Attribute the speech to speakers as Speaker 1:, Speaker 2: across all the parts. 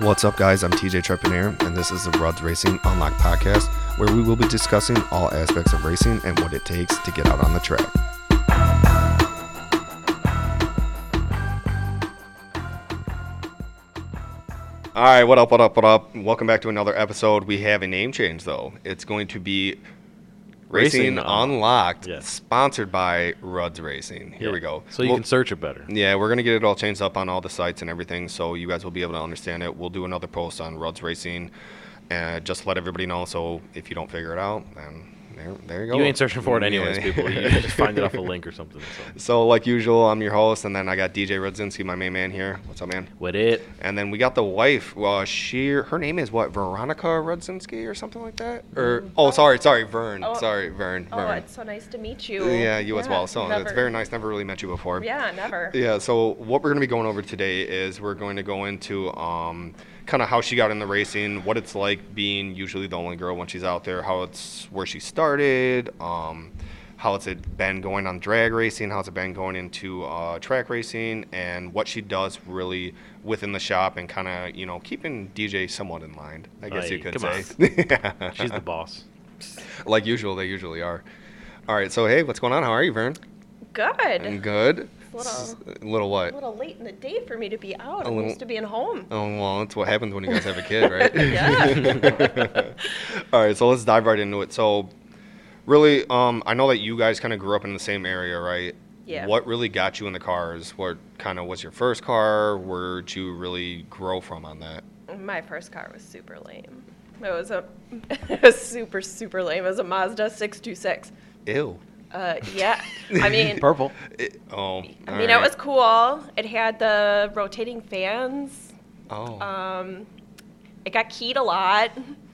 Speaker 1: What's up, guys? I'm TJ Trepanier, and this is the Rudd Racing Unlocked podcast, where we will be discussing all aspects of racing and what it takes to get out on the track. All right, what up, what up, what up? Welcome back to another episode. We have a name change, though. It's going to be Racing,
Speaker 2: Racing uh,
Speaker 1: Unlocked,
Speaker 2: Unlocked. Yes.
Speaker 1: sponsored by Rudd's Racing. Here
Speaker 2: Yeah.
Speaker 1: we go.
Speaker 2: So you
Speaker 1: Well-
Speaker 2: can search it better.
Speaker 1: Yeah, we're gonna get it all changed up on all the sites and everything, so you guys will be able to understand it. We'll do another post on Rudd's Racing, and just let everybody know. So if you don't figure it out, then there, there you go.
Speaker 2: You ain't searching for it anyways,
Speaker 1: Oh. Yeah.
Speaker 2: people. You just find it off a link or something. So.
Speaker 1: so like usual, I'm your host, and then I got DJ Rudzinski, my main man here. What's up, man?
Speaker 2: What it?
Speaker 1: And then we got the wife. Well, she her name is what Veronica Rudzinski or something like that. Or oh, sorry, sorry, Vern.
Speaker 3: Oh.
Speaker 1: Sorry, Vern.
Speaker 3: Oh,
Speaker 1: Vern.
Speaker 3: it's so nice to meet you.
Speaker 1: yeah, you as well. So it's
Speaker 3: never-
Speaker 1: very nice. Never really met you before.
Speaker 3: Yeah, never.
Speaker 1: Yeah, so what we're going to be going over today is we're going to go into um, kind of how she got in the racing, what it's like being usually the only girl when she's out there, how it's where she started, um, how it's been going on drag racing, how's it been going into uh, track racing, and what she does really within the shop and kind of, you know, keeping DJ somewhat in mind, I guess you
Speaker 2: Aye,
Speaker 1: could
Speaker 2: come
Speaker 1: say.
Speaker 2: She's the boss.
Speaker 1: like usual, they usually are. All right, so hey, what's going on? How are you, Vern?
Speaker 3: Good.
Speaker 1: I'm good.
Speaker 3: Little-
Speaker 1: S- little what?
Speaker 3: a little late in the day for me to be out.
Speaker 1: A
Speaker 3: I'm
Speaker 1: little-
Speaker 3: used to being home.
Speaker 1: Oh well, that's what happens when you guys have a kid, right?
Speaker 3: yeah.
Speaker 1: All right, so let's dive right into it. So, really, um, I know that you guys kind of grew up in the same area, right?
Speaker 3: Yeah.
Speaker 1: What really got you in the cars? What kind of was your first car? Where'd you really grow from on that?
Speaker 3: My first car was super lame. It was a it was super super lame. It was a Mazda 626.
Speaker 1: Ew.
Speaker 3: Uh, yeah. I mean,
Speaker 2: Purple.
Speaker 1: It- oh.
Speaker 3: I mean, it was cool. It had the rotating fans.
Speaker 1: Oh.
Speaker 3: Um, it got keyed a lot.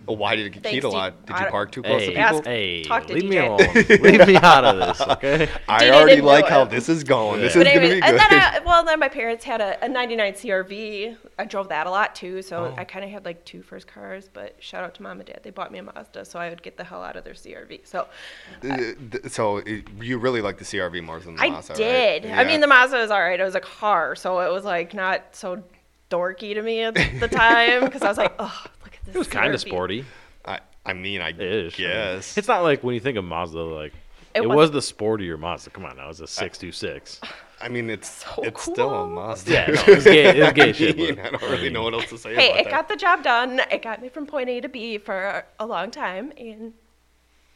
Speaker 1: Well, Why did it get
Speaker 3: thanks
Speaker 1: keyed a
Speaker 3: to-
Speaker 1: lot? Did
Speaker 3: I
Speaker 1: you
Speaker 3: don't-
Speaker 1: park too close
Speaker 2: Hey,
Speaker 3: Ask-
Speaker 1: to people?
Speaker 2: hey,
Speaker 3: talk to
Speaker 2: leave me
Speaker 3: DJ.
Speaker 2: alone. leave me out of this, okay?
Speaker 1: I
Speaker 3: Dina
Speaker 1: already
Speaker 3: didn't
Speaker 1: like
Speaker 3: know
Speaker 1: how
Speaker 3: it.
Speaker 1: this is going. This
Speaker 2: Yeah.
Speaker 1: is
Speaker 3: But
Speaker 1: going to
Speaker 3: anyway,
Speaker 1: be
Speaker 3: and
Speaker 1: good.
Speaker 3: then I, well, then my parents had a, a 99 CRV. I drove that a lot too, so
Speaker 1: Oh.
Speaker 3: I kind of had like two first cars. But shout out to mom and dad, they bought me a Mazda, so I would get the hell out of their CRV. So
Speaker 1: Uh, th- so it, you really like the CRV more than the
Speaker 3: I
Speaker 1: Mazda, right?
Speaker 3: did. I
Speaker 1: Yeah.
Speaker 3: mean, the Mazda was all right. It was a car, so it was like not so dorky to me at the time because I was like, oh, look at this.
Speaker 2: It was kind of
Speaker 3: CR-V."
Speaker 2: sporty.
Speaker 1: I, I mean, I
Speaker 2: Ish. I mean,
Speaker 1: guess.
Speaker 2: It's not like when you think of Mazda, like,
Speaker 3: It
Speaker 2: it, was
Speaker 3: wasn't-
Speaker 2: the sportier Mazda. Come on now. It was a 626.
Speaker 1: I mean, it's
Speaker 3: So
Speaker 1: it's still a
Speaker 3: cool.
Speaker 1: Mazda.
Speaker 2: yeah, no, it was gay, it was
Speaker 1: I,
Speaker 2: gay shit.
Speaker 1: mean,
Speaker 2: but-
Speaker 1: I don't really know what else to say
Speaker 3: Hey,
Speaker 1: about
Speaker 3: it
Speaker 1: that.
Speaker 3: got the job done. It got me from point A to B for a long time, and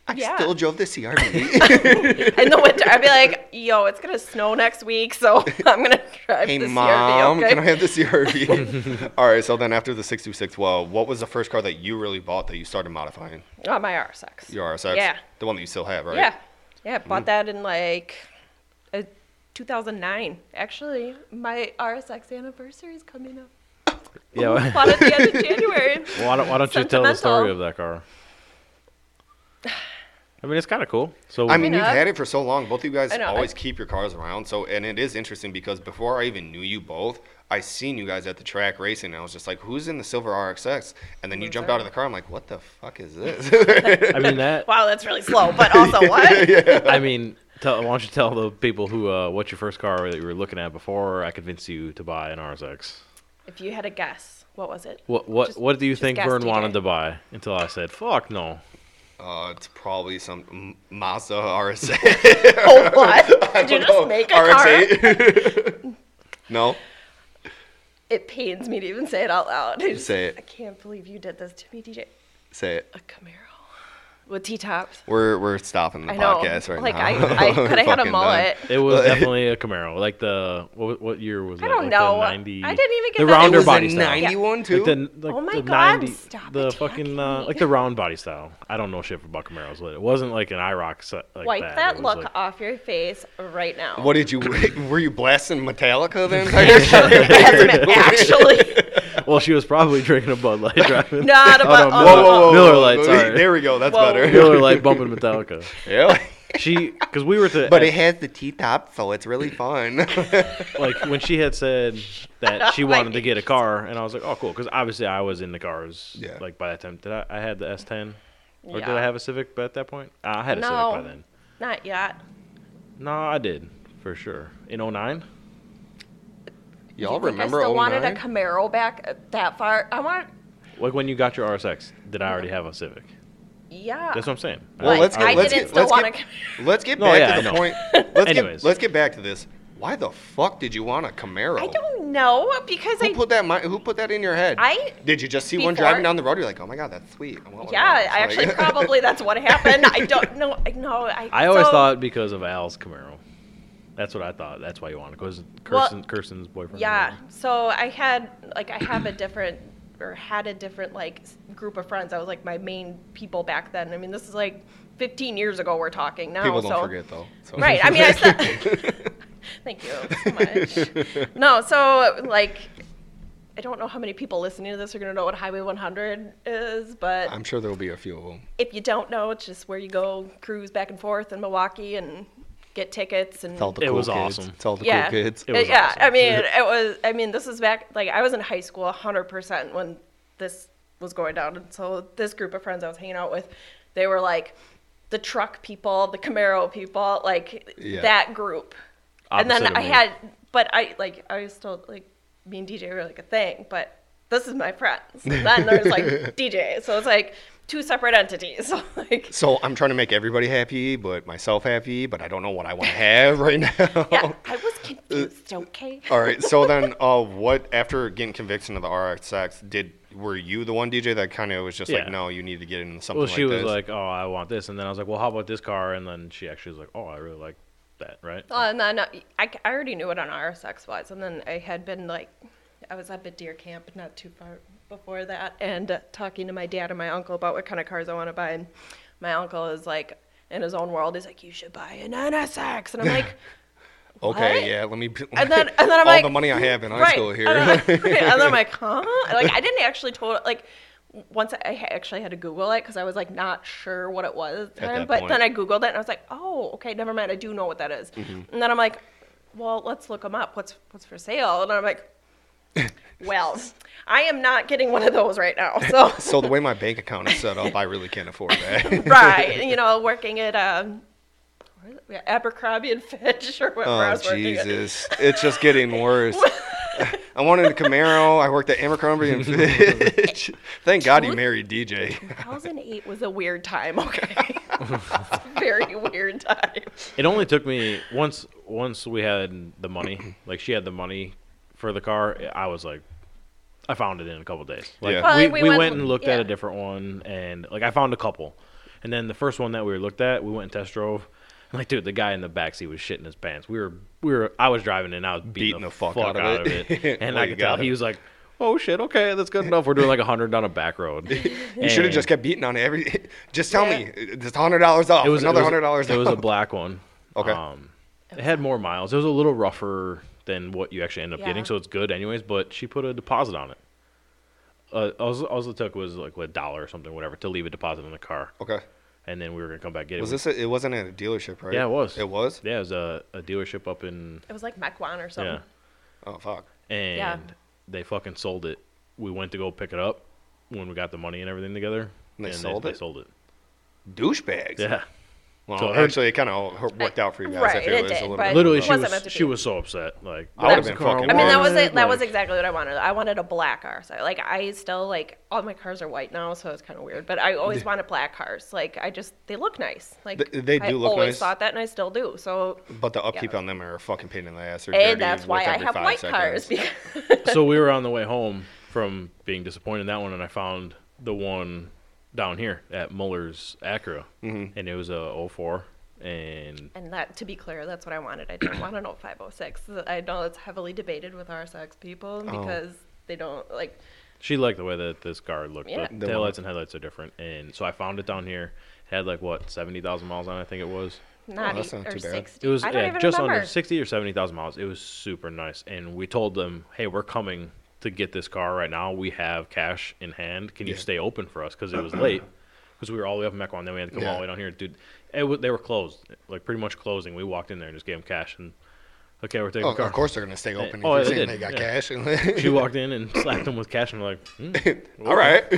Speaker 1: I
Speaker 3: yeah.
Speaker 1: still drove the CRV.
Speaker 3: in the winter, I'd be like, "Yo, it's gonna snow next week, so I'm gonna drive
Speaker 1: hey,
Speaker 3: this
Speaker 1: mom,
Speaker 3: CRV." Okay.
Speaker 1: can I have the CRV? All right, so then after the 626, well, what was the first car that you really bought that you started modifying?
Speaker 3: Oh, my RSX.
Speaker 1: Your RSX?
Speaker 3: Yeah.
Speaker 1: The one that you still have, right? Mm-hmm.
Speaker 3: Yeah, yeah. Bought that in like uh, 2009. Actually, my RSX anniversary is coming up.
Speaker 2: Yeah, why
Speaker 3: Bought at the end of January.
Speaker 2: why don't, why don't you tell the story
Speaker 3: Sentimental.
Speaker 2: of that car? I mean, it's kind of cool. So,
Speaker 1: I mean,
Speaker 3: Coming
Speaker 1: you've
Speaker 3: up.
Speaker 1: had it for so long. Both of you guys
Speaker 3: I know,
Speaker 1: always
Speaker 3: I-
Speaker 1: keep your cars around. So, and it is interesting because before I even knew you both, I seen you guys at the track racing. And I was just like, "Who's in the silver RXX?" And then you
Speaker 3: Who's
Speaker 1: jumped
Speaker 3: that?
Speaker 1: out of the car. I'm like, "What the fuck is this?"
Speaker 2: I mean that.
Speaker 3: Wow, that's really slow. But also, what?
Speaker 2: I mean, tell, why don't you tell the people who uh, what your first car that you were looking at before I convinced you to buy an RSX?
Speaker 3: If you had a guess, what was it?
Speaker 2: What what
Speaker 3: Just-
Speaker 2: what do you
Speaker 3: just
Speaker 2: think
Speaker 3: guess,
Speaker 2: Vern
Speaker 3: DJ.
Speaker 2: wanted to buy? Until I said, "Fuck no."
Speaker 1: Uh, it's probably some M- Mazda RSA.
Speaker 3: Oh, what? Did you just make a car?
Speaker 1: no.
Speaker 3: It pains me to even say it out loud. I just-
Speaker 1: Say it.
Speaker 3: I can't believe you did this to me, DJ.
Speaker 1: Say it.
Speaker 3: A Camaro with T tops.
Speaker 1: We're we're stopping the
Speaker 3: I know.
Speaker 1: podcast right
Speaker 3: like
Speaker 1: now.
Speaker 3: I, I could have had a
Speaker 1: Fucking
Speaker 3: mullet.
Speaker 1: done.
Speaker 2: It was definitely a Camaro. Like the what, what year was
Speaker 3: I
Speaker 2: that? like
Speaker 3: don't know.
Speaker 2: The 90,
Speaker 3: I didn't even get
Speaker 2: the
Speaker 3: that- It
Speaker 2: rounder
Speaker 1: was a
Speaker 2: body style.
Speaker 1: 91
Speaker 2: Like
Speaker 1: too?
Speaker 2: the- like
Speaker 3: Oh my
Speaker 2: the
Speaker 3: God,
Speaker 2: 90
Speaker 3: stop
Speaker 2: the
Speaker 3: attacking
Speaker 2: fucking uh,
Speaker 3: me.
Speaker 2: like the round body style. I don't know shit about Camaros, but it wasn't like an IROC set like
Speaker 3: Wipe
Speaker 2: that.
Speaker 3: that
Speaker 2: It was,
Speaker 3: look
Speaker 2: like-
Speaker 3: off your face right now.
Speaker 1: What did you? Were you blasting Metallica the entire time?
Speaker 3: Actually,
Speaker 2: Well, she was probably drinking a Bud Light driving.
Speaker 3: not about.
Speaker 2: no.
Speaker 3: oh,
Speaker 1: Whoa, whoa, whoa,
Speaker 2: Miller
Speaker 1: whoa.
Speaker 2: Lite, sorry.
Speaker 1: There we go. That's
Speaker 3: Whoa.
Speaker 1: better.
Speaker 2: Miller Lite bumping Metallica.
Speaker 1: yeah.
Speaker 2: She, because we were to,
Speaker 1: But it has the T top, so it's really fun.
Speaker 2: like when she had said that she
Speaker 3: My
Speaker 2: wanted to get a car, and I was like, oh, cool, because obviously I was in the cars.
Speaker 1: Yeah.
Speaker 2: Like by that time, did I? I had the S10, or did
Speaker 3: Yeah.
Speaker 2: I have a Civic by- at that point? Uh, I had a
Speaker 3: No.
Speaker 2: Civic by then.
Speaker 3: Not yet.
Speaker 2: oh No, I did for sure in 09?
Speaker 1: Y'all
Speaker 3: Do you think
Speaker 1: remember
Speaker 3: I still
Speaker 1: 09?
Speaker 3: wanted a Camaro back uh, that far. I want.
Speaker 2: Like when you got your RSX, did I already have a Civic?
Speaker 3: Yeah.
Speaker 2: That's what I'm saying.
Speaker 1: Well,
Speaker 3: Like,
Speaker 1: let's get,
Speaker 3: I
Speaker 1: let's
Speaker 3: didn't
Speaker 1: get,
Speaker 3: still
Speaker 1: let's
Speaker 3: wanna
Speaker 1: get,
Speaker 3: come-
Speaker 1: let's get
Speaker 2: No,
Speaker 1: back
Speaker 2: yeah, I
Speaker 1: to the
Speaker 2: know.
Speaker 1: point. Let's
Speaker 2: Anyways.
Speaker 1: get, let's get back to this. Why the fuck did you want a Camaro?
Speaker 3: I don't know because
Speaker 1: Who
Speaker 3: I.
Speaker 1: put that? mi- Who put that in your head?
Speaker 3: I-
Speaker 1: did you just see one
Speaker 3: before-
Speaker 1: driving down the road? You're like, oh my god, that's sweet. I want one of
Speaker 3: yeah,
Speaker 1: those.
Speaker 3: I
Speaker 1: Like-
Speaker 3: actually probably that's what happened. I don't know. I know. I,
Speaker 2: I always
Speaker 3: so-
Speaker 2: thought because of Al's Camaro. That's what I thought. That's why you wanted because
Speaker 3: Well,
Speaker 2: Kirsten, Kirsten's boyfriend.
Speaker 3: Yeah. So I had like I have a different or had a different like s- group of friends. I was like my main people back then. I mean, this is like 15 years ago we're talking now.
Speaker 1: People don't
Speaker 3: so.
Speaker 1: forget though. so-
Speaker 3: Right. I mean, I said. Thank you so much. No, so like, I don't know how many people listening to this are going to know what Highway 100 is, but
Speaker 1: I'm sure there will be a few of them.
Speaker 3: if you don't know, it's just where you go cruise back and forth in Milwaukee and get tickets and
Speaker 1: Tell the
Speaker 2: It
Speaker 1: cool
Speaker 2: was
Speaker 1: kids.
Speaker 2: awesome.
Speaker 1: Tell the
Speaker 3: yeah, Uh,
Speaker 1: cool kids.
Speaker 2: It was
Speaker 3: yeah.
Speaker 2: awesome.
Speaker 3: I mean, it was. I mean, this is back like I was in high school, 100 percent when this was going down, and so this group of friends I was hanging out with, they were like the truck people, the Camaro people, like
Speaker 1: Yeah.
Speaker 3: that group. and then
Speaker 2: Opposite
Speaker 3: I
Speaker 2: of me.
Speaker 3: had, but I like I was still like me and DJ were like a thing, but this is my friends. And then there's like DJ, so it's like two separate entities. So like
Speaker 1: So I'm trying to make everybody happy, but myself happy, but I don't know what I want to have right now.
Speaker 3: yeah, I was
Speaker 1: uh,
Speaker 3: confused. Okay.
Speaker 1: All right. So then, uh, what after getting conviction of the RXX, did were you the one DJ that kind of was just like,
Speaker 2: Yeah.
Speaker 1: no, you need to get into something?
Speaker 2: Well, she
Speaker 1: like
Speaker 2: was
Speaker 1: this?
Speaker 2: like, "Oh, I want this," and then I was like, "Well, how about this car?" And then she actually was like, "Oh, I really like that." Right?
Speaker 3: Well, and then uh, I, I already knew what an RSX was, and then I had been like, I was up at deer camp not too far before that, and uh, talking to my dad and my uncle about what kind of cars I want to buy, and my uncle is like, in his own world, he's like, you should buy an NSX, and I'm like,
Speaker 1: okay,
Speaker 3: what?
Speaker 1: yeah, let me.
Speaker 3: and then and then I'm
Speaker 1: all
Speaker 3: like,
Speaker 1: the money I have in high
Speaker 3: right.
Speaker 1: school here.
Speaker 3: And then, I- and then I'm like, huh? And, Like I didn't actually total like. Once I ha- actually had to Google it because I was like not sure what it was, at the
Speaker 1: At
Speaker 3: time,
Speaker 1: that
Speaker 3: but
Speaker 1: point.
Speaker 3: then I Googled it and I was like, oh, okay, never mind. I do know what that is.
Speaker 1: Mm-hmm.
Speaker 3: And then I'm like, well, let's look them up. What's what's for sale? And I'm like, well, I am not getting one of those right now. So
Speaker 1: so the way my bank account is set up, I really can't afford that.
Speaker 3: right, you know, working at um, where is it? Yeah, Abercrombie and Fitch or whatever. I
Speaker 1: oh
Speaker 3: was working at.
Speaker 1: Jesus, it's just getting worse. I wanted a Camaro. I worked at Abercrombie and Fitch. Thank God you
Speaker 3: Dude.
Speaker 1: married DJ.
Speaker 3: 2008 was a weird time, okay? Very weird time.
Speaker 2: It only took me once. Once we had the money, like she had the money for the car, I was like, I found it in a couple days. Like
Speaker 1: Yeah.
Speaker 3: Well,
Speaker 2: we,
Speaker 3: like, we
Speaker 2: we, went,
Speaker 3: went-
Speaker 2: and looked at
Speaker 3: yeah.
Speaker 2: a different one, and like I found a couple, and then the first one that we looked at, we went and test drove. And, Like dude, the guy in the back seat was shitting his pants. We were, we were. I was driving and I was beating, the, fuck, out, of it, and
Speaker 1: Well,
Speaker 2: I
Speaker 1: you
Speaker 2: could tell
Speaker 1: got it.
Speaker 2: he was like, "Oh shit, okay, that's good enough. We're doing like hundred down a back road."
Speaker 1: You should have just kept beating on every. Just tell
Speaker 3: Yeah.
Speaker 1: me, just hundred dollars off.
Speaker 2: It was
Speaker 1: another
Speaker 2: it was-
Speaker 1: hundred dollars.
Speaker 2: It was a black one.
Speaker 1: Okay.
Speaker 2: Um, it had more miles. It was a little rougher than what you actually end up
Speaker 3: Yeah.
Speaker 2: getting, so it's good anyways. But she put a deposit on it. Uh, all, all it took was like a dollar or something, whatever, to leave a deposit on the car,
Speaker 1: okay.
Speaker 2: and then we were gonna come back get it.
Speaker 1: Was this? A, it wasn't at a dealership, right?
Speaker 2: Yeah, it was.
Speaker 1: It was.
Speaker 2: Yeah, it was a, a dealership up in
Speaker 3: It was like Mequon or something.
Speaker 2: yeah
Speaker 1: Oh fuck.
Speaker 2: and they fucking sold it. We went to go pick it up when we got the money and everything together.
Speaker 1: And they sold
Speaker 2: they,
Speaker 1: it?
Speaker 2: sold it.
Speaker 1: Douchebags.
Speaker 2: Yeah,
Speaker 1: Well,
Speaker 2: So her-
Speaker 1: actually, it kind of worked out for you guys.
Speaker 3: Right,
Speaker 1: if it,
Speaker 3: it
Speaker 1: was
Speaker 3: did,
Speaker 1: a little
Speaker 3: but-
Speaker 1: bit
Speaker 2: literally,
Speaker 1: rough.
Speaker 2: she
Speaker 3: Wasn't
Speaker 2: was
Speaker 3: meant to
Speaker 2: she
Speaker 3: be.
Speaker 2: was so upset. Like
Speaker 1: I would've been fucking
Speaker 3: I mean, that was
Speaker 2: wanted,
Speaker 3: it. That was
Speaker 2: like-
Speaker 3: exactly what I wanted. I wanted a black car. So, like, I still like all my cars are white now, so it's kind of weird. But I always wanted black cars. Like, I just they look nice. Like,
Speaker 1: They- they
Speaker 3: I
Speaker 1: do look
Speaker 3: always
Speaker 1: nice.
Speaker 3: thought that, and I still do. So,
Speaker 1: But the upkeep on them are a fucking pain in the ass. They're
Speaker 3: and
Speaker 1: dirty
Speaker 3: that's
Speaker 1: with
Speaker 3: why I
Speaker 1: every
Speaker 3: have
Speaker 1: five
Speaker 3: white
Speaker 1: seconds.
Speaker 3: cars. Because
Speaker 2: so we were on the way home from being disappointed in that one, and I found the one down here at Muller's Acura, and it was a 04, and
Speaker 3: and that, to be clear, that's what I wanted. I didn't want an old 506. I know it's heavily debated with RSX people
Speaker 1: Oh.
Speaker 3: because they don't like.
Speaker 2: she liked the way that this car looked.
Speaker 3: Yeah.
Speaker 2: The,
Speaker 1: The
Speaker 2: taillights
Speaker 1: one-
Speaker 2: and headlights are different, and so I found it down here. It had like what 70,000 miles on, it, I think it was.
Speaker 3: not,
Speaker 1: that's
Speaker 3: eight-
Speaker 1: not
Speaker 3: or
Speaker 1: Oh, too bad.
Speaker 3: 60.
Speaker 2: It was
Speaker 3: I don't
Speaker 2: yeah,
Speaker 3: even
Speaker 2: just
Speaker 3: remember.
Speaker 2: under 60 or 70,000 miles. It was super nice. And we told them, hey, we're coming to get this car right now. We have cash in hand. Can you
Speaker 1: Yeah.
Speaker 2: stay open for us? Because it was late. Because we were all the way up in Mequon. Then we had to come all
Speaker 1: Yeah.
Speaker 2: the way down here. Dude, it wa- they were closed, like pretty much closing. We walked in there and just gave them cash. And okay, we're taking
Speaker 1: Oh,
Speaker 2: a car.
Speaker 1: of course they're gonna stay open.
Speaker 2: oh,
Speaker 1: if
Speaker 2: they
Speaker 1: you're saying they
Speaker 2: did,
Speaker 1: got
Speaker 2: yeah.
Speaker 1: cash.
Speaker 2: She walked in and slapped him with cash, and we're like, hmm,
Speaker 1: All right.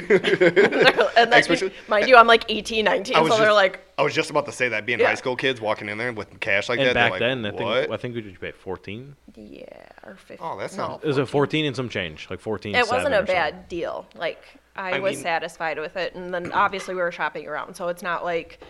Speaker 3: and then,
Speaker 1: Especially-
Speaker 3: mind you, I'm like 18, 19,
Speaker 1: I
Speaker 3: so
Speaker 1: was
Speaker 3: they're
Speaker 1: just-
Speaker 3: like,
Speaker 1: I was just about to say that being
Speaker 3: Yeah.
Speaker 1: high school kids walking in there with cash like
Speaker 2: and
Speaker 1: that. they're
Speaker 2: back
Speaker 1: like,
Speaker 2: then, I think
Speaker 1: what?
Speaker 2: I think we did pay fourteen.
Speaker 3: yeah, or 15.
Speaker 1: Oh, that's
Speaker 3: no.
Speaker 1: not-
Speaker 2: It was a fourteen and some change, like fourteen.
Speaker 3: It wasn't
Speaker 2: seven
Speaker 3: a
Speaker 2: or something.
Speaker 3: bad deal. Like I,
Speaker 1: I
Speaker 3: was
Speaker 1: mean-
Speaker 3: satisfied with it, and then obviously we were shopping around, so it's not like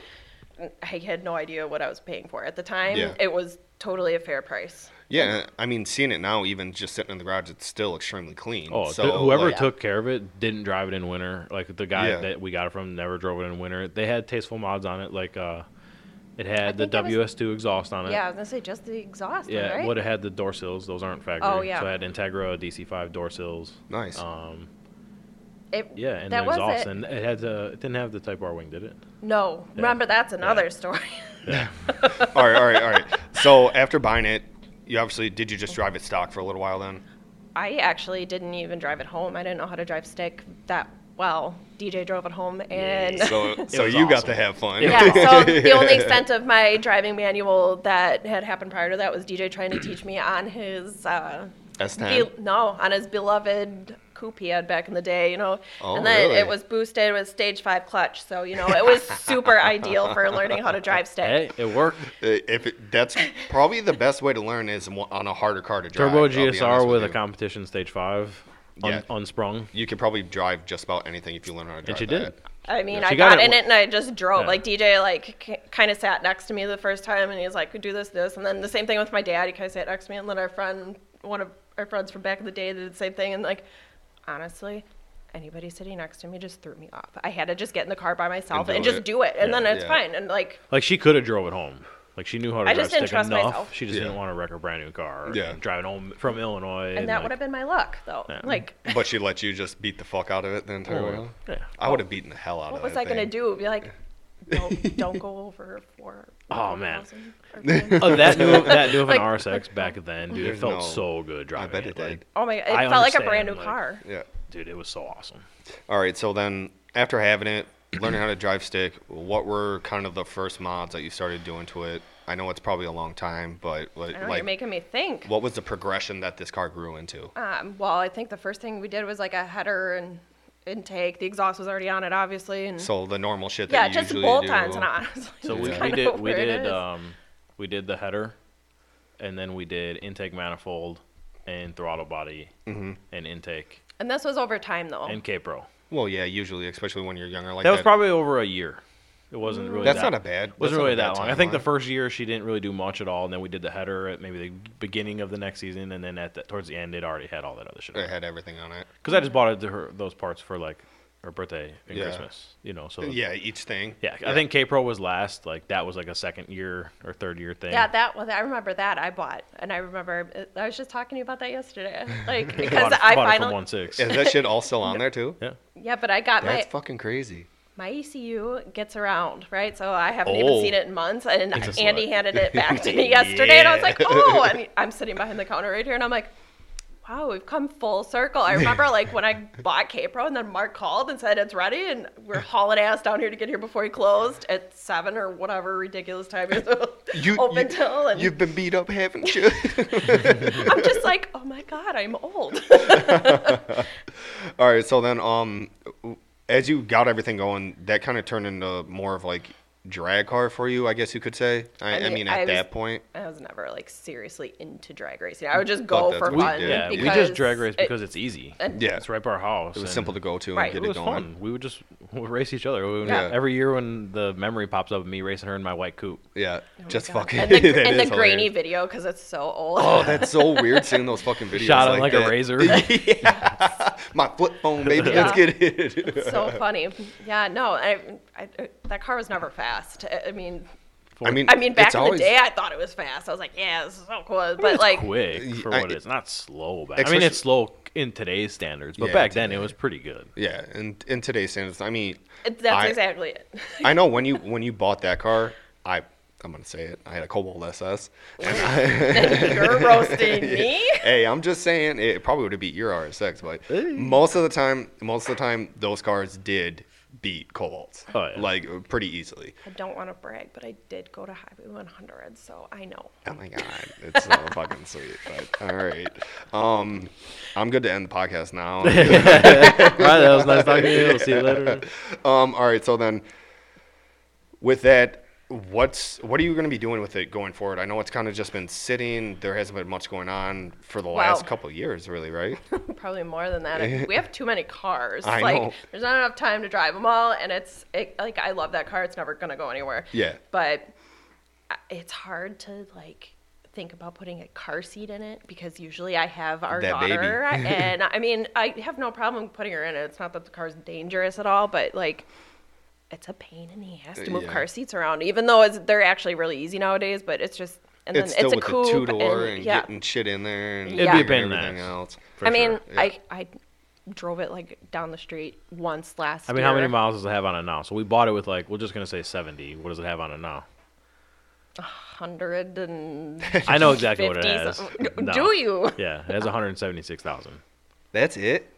Speaker 3: I had no idea what I was paying for at the time.
Speaker 1: Yeah.
Speaker 3: It was totally a fair price.
Speaker 1: yeah, I mean, seeing it now, even just sitting in the garage, it's still extremely clean.
Speaker 2: Oh,
Speaker 1: so
Speaker 2: th- whoever
Speaker 1: like,
Speaker 2: took care of it didn't drive it in winter. Like the guy
Speaker 1: Yeah.
Speaker 2: that we got it from never drove it in winter. They had tasteful mods on it, like uh, it had the
Speaker 3: think it was-
Speaker 2: WS2 exhaust on it.
Speaker 3: Yeah, I was gonna say just the exhaust,
Speaker 2: yeah.
Speaker 3: right?
Speaker 2: What it had the door sills. Those aren't factory.
Speaker 3: Oh, yeah.
Speaker 2: So it had Integra DC5 door sills.
Speaker 1: Nice.
Speaker 2: Um,
Speaker 3: It-
Speaker 2: yeah, and
Speaker 3: that
Speaker 2: the
Speaker 3: was
Speaker 2: exhaust,
Speaker 3: it.
Speaker 2: and it had the it didn't have the Type R wing, did it?
Speaker 3: No, remember that's another
Speaker 2: Yeah.
Speaker 3: story.
Speaker 1: all right, all right, all right. So after buying it, you obviously did you just drive it stock for a little while then?
Speaker 3: I actually didn't even drive it home. I didn't know how to drive stick that well. DJ drove it home, and
Speaker 1: So so
Speaker 2: was
Speaker 1: you got
Speaker 2: awesome.
Speaker 1: to have fun.
Speaker 3: Yeah, so the only extent of my driving manual that had happened prior to that was DJ trying to teach me on his uh,
Speaker 1: S10?
Speaker 3: be- no, on his beloved coupe he had back in the day, you know.
Speaker 1: Oh,
Speaker 3: and then
Speaker 1: really?
Speaker 3: it was boosted with stage five clutch, so you know it was super ideal for learning how to drive stick.
Speaker 2: Hey, it worked.
Speaker 1: Uh, if it, that's probably the best way to learn is mo- on a harder car to drive.
Speaker 2: Turbo
Speaker 1: I'll be honest
Speaker 2: GSR with a
Speaker 1: you.
Speaker 2: competition stage five, un-
Speaker 1: Yeah.
Speaker 2: unsprung,
Speaker 1: You could probably drive just about anything if you learn how to drive.
Speaker 2: and she
Speaker 1: that.
Speaker 2: did.
Speaker 3: I mean,
Speaker 2: Yeah,
Speaker 3: I
Speaker 2: she got
Speaker 3: got
Speaker 2: it
Speaker 3: in
Speaker 2: wa-
Speaker 3: it and I just drove.
Speaker 2: Yeah.
Speaker 3: Like DJ, like k- kind of sat next to me the first time, and he was like, "Do this, this," and then the same thing with my dad. He kind of sat next to me, and then our friend, one of our friends from back in the day, did the same thing. And like, honestly, anybody sitting next to me just threw me off. I had to just get in the car by myself
Speaker 1: do
Speaker 3: and, just
Speaker 1: it.
Speaker 3: do it, and
Speaker 2: Yeah.
Speaker 3: then it's
Speaker 1: Yeah.
Speaker 3: fine. And like,
Speaker 2: Like she could have drove it home. Like she knew how to
Speaker 3: I
Speaker 2: drive
Speaker 3: just didn't
Speaker 2: stick
Speaker 3: trust
Speaker 2: enough.
Speaker 3: myself.
Speaker 2: She just
Speaker 1: Yeah.
Speaker 2: didn't want to wreck her brand new car.
Speaker 1: Yeah.
Speaker 2: and driving home from Illinois.
Speaker 3: and that would have been my luck, though.
Speaker 2: Yeah.
Speaker 3: Like,
Speaker 1: But she let you just beat the fuck out of it the
Speaker 2: Oh,
Speaker 1: entire way. home?
Speaker 2: Yeah.
Speaker 1: I would have beaten the hell out
Speaker 3: what
Speaker 1: of
Speaker 3: was
Speaker 1: that
Speaker 3: I gonna
Speaker 1: thing.
Speaker 3: do? Be like, don't, don't go over four.
Speaker 2: Oh, man.
Speaker 3: 4,000 or something.
Speaker 2: Oh, that new that new of an
Speaker 3: Like-
Speaker 2: RSX back then, dude. It
Speaker 1: There's
Speaker 2: felt
Speaker 1: no-
Speaker 2: so good driving.
Speaker 1: I bet it did.
Speaker 2: Like,
Speaker 3: Oh my! It
Speaker 2: I
Speaker 3: felt like a
Speaker 2: understand,
Speaker 3: brand new
Speaker 2: like-
Speaker 3: car.
Speaker 1: yeah.
Speaker 2: dude, it was so awesome.
Speaker 1: All right. So then, after having it, learning how to drive stick, what were kind of the first mods that you started doing to it? I know it's probably a long time, but like,
Speaker 3: I don't know,
Speaker 1: like
Speaker 3: you're making me think.
Speaker 1: what was the progression that this car grew into?
Speaker 3: Um, well, I think the first thing we did was like a header and intake. The exhaust was already on it, obviously, and
Speaker 1: So the normal shit that
Speaker 3: yeah,
Speaker 1: you
Speaker 3: just
Speaker 1: usually
Speaker 3: bolt
Speaker 1: do.
Speaker 3: ons and on. It's like,
Speaker 2: So
Speaker 3: that's
Speaker 2: we, we
Speaker 3: kinda
Speaker 2: did we
Speaker 3: where it
Speaker 2: did
Speaker 3: is.
Speaker 2: um we did the header, and then we did intake manifold, and throttle body,
Speaker 1: Mm-hmm.
Speaker 2: and intake
Speaker 3: and this was over time though.
Speaker 2: and K Pro.
Speaker 1: Well, yeah, usually, especially when you're younger. Like
Speaker 2: That was probably over a year. It wasn't really.
Speaker 1: That's
Speaker 2: that,
Speaker 1: not a bad- that's
Speaker 2: Wasn't
Speaker 1: not
Speaker 2: really
Speaker 1: a bad
Speaker 2: that long. I think the
Speaker 1: timeline.
Speaker 2: first year she didn't really do much at all, and then we did the header at maybe the beginning of the next season, and then at the, towards the end, it already had all that other shit.
Speaker 1: it had everything on it.
Speaker 2: Because I just bought it to her those parts for like her birthday and
Speaker 1: Yeah.
Speaker 2: Christmas, you know. So
Speaker 1: Yeah, each thing.
Speaker 2: yeah, I think K Pro was last. Like that was like a second year or third year thing.
Speaker 3: yeah, that was. I remember that I bought, and I remember uh, I was just talking to you about that yesterday, like
Speaker 2: I
Speaker 3: because
Speaker 2: bought it,
Speaker 3: I
Speaker 2: bought it
Speaker 3: finally
Speaker 2: from one six.
Speaker 1: Is that shit all still on there too?
Speaker 2: Yeah.
Speaker 3: yeah, but I got
Speaker 1: That's
Speaker 3: my
Speaker 1: fucking crazy.
Speaker 3: my ECU gets around, right? So I haven't
Speaker 2: Oh.
Speaker 3: even seen it in months, and
Speaker 2: It's a
Speaker 3: Andy
Speaker 2: slut.
Speaker 3: handed it back to me yesterday, and I was
Speaker 2: Yeah.
Speaker 3: like, "Oh!" And I'm sitting behind the counter right here, and I'm like, "Wow, we've come full circle." I remember like when I bought K-Pro, and then Mark called and said it's ready, and we're hauling ass down here to get here before he closed at seven or whatever ridiculous time is
Speaker 1: You,
Speaker 3: open till, and
Speaker 1: you've been beat up, haven't you?
Speaker 3: I'm just like, "Oh my god, I'm old."
Speaker 1: All right, so then, um, as you got everything going, that kind of turned into more of like drag car for you, I guess you could say. I, I,
Speaker 3: I
Speaker 1: mean,
Speaker 3: mean,
Speaker 1: at
Speaker 3: I was-
Speaker 1: that point,
Speaker 3: I was never like seriously into drag racing. I would just
Speaker 1: But
Speaker 3: go
Speaker 1: that's
Speaker 3: for
Speaker 1: what we
Speaker 3: fun.
Speaker 1: did.
Speaker 2: Yeah, we
Speaker 3: because
Speaker 2: just drag race
Speaker 3: it-
Speaker 2: because it's easy.
Speaker 3: and-
Speaker 1: yeah,
Speaker 2: It's right by our house.
Speaker 1: it was
Speaker 2: and
Speaker 1: simple to go to
Speaker 3: Right,
Speaker 1: and get
Speaker 2: It
Speaker 1: it,
Speaker 2: was
Speaker 1: going.
Speaker 2: fun. We would just we would race each other. We would-
Speaker 1: Yeah.
Speaker 2: Every year when the memory pops up of me racing her in my white coupe.
Speaker 1: Yeah,
Speaker 3: Oh my
Speaker 1: just
Speaker 3: God.
Speaker 1: fucking.
Speaker 3: And the,
Speaker 1: that
Speaker 3: and the
Speaker 1: is
Speaker 3: grainy
Speaker 1: hilarious.
Speaker 3: video because it's so old.
Speaker 1: Oh, that's so weird seeing those fucking videos.
Speaker 2: Shot on like, a
Speaker 1: that.
Speaker 2: razor.
Speaker 1: My flip phone, baby.
Speaker 3: Yeah.
Speaker 1: Let's get it.
Speaker 3: It's so funny. Yeah, no, I, I, that car was never fast. I, I mean,
Speaker 1: I mean,
Speaker 3: I mean, back
Speaker 1: it's
Speaker 3: in
Speaker 1: always-
Speaker 3: the day, I thought it was fast. I was like, yeah, this is so cool.
Speaker 2: But
Speaker 3: But like,
Speaker 2: quick for
Speaker 1: I-
Speaker 2: what it is, not slow. Back. I mean,
Speaker 1: Especially-
Speaker 2: it's slow in today's standards, but
Speaker 1: Yeah,
Speaker 2: back then it was pretty good.
Speaker 1: Yeah, and in today's standards, I mean,
Speaker 3: it, that's
Speaker 1: I-
Speaker 3: exactly it.
Speaker 1: I know when you when you bought that car, I I'm gonna say it. I had a Cobalt SS. And I,
Speaker 3: You're roasting me.
Speaker 1: hey, I'm just saying it probably would have beat your RSX, but most of the time, most of the time, those cars did beat Cobalts
Speaker 2: Oh, yeah.
Speaker 1: like pretty easily.
Speaker 3: I don't want to brag, but I did go to Highway 100, so I know.
Speaker 1: Oh my god, it's so fucking sweet. But all right, um, I'm good to end the podcast now.
Speaker 2: All right, that was nice talking to you. We'll see you later.
Speaker 1: um, all right, so then with that, what's what are you going to be doing with it going forward? I know it's kind of just been sitting. There hasn't been much going on for the last
Speaker 3: Wow.
Speaker 1: couple of years, really, right?
Speaker 3: Probably more than that. We have too many cars.
Speaker 1: I
Speaker 3: like
Speaker 1: know.
Speaker 3: there's not enough time to drive them all, and it's it, like I love that car. It's never gonna go anywhere.
Speaker 1: Yeah.
Speaker 3: But I- it's hard to like think about putting a car seat in it because usually I have our
Speaker 1: That baby.
Speaker 3: daughter, and I mean I have no problem putting her in it. It's not that the car's dangerous at all, but like. It's a pain in the ass to move
Speaker 1: Yeah.
Speaker 3: car seats around, even though it's, they're actually really easy nowadays. But it's just and
Speaker 1: it's
Speaker 3: then
Speaker 1: still
Speaker 3: it's a
Speaker 1: with
Speaker 3: coupe
Speaker 1: the two door and,
Speaker 3: and yeah,
Speaker 1: getting shit in there and
Speaker 3: It'd be a
Speaker 1: doing
Speaker 2: pain in the
Speaker 1: everything
Speaker 2: ass.
Speaker 1: else.
Speaker 2: For
Speaker 3: I mean,
Speaker 1: sure, yeah.
Speaker 3: I I drove it like down the street once last.
Speaker 2: I mean, how many
Speaker 3: year.
Speaker 2: miles does it have on it now? So we bought it with like we're just gonna say seventy. What does it have on it now?
Speaker 3: Hundred and
Speaker 2: I know exactly what it
Speaker 3: fifty.
Speaker 2: has.
Speaker 3: something.
Speaker 2: No.
Speaker 3: Do you?
Speaker 2: Yeah, it has one hundred seventy six thousand.
Speaker 1: That's it.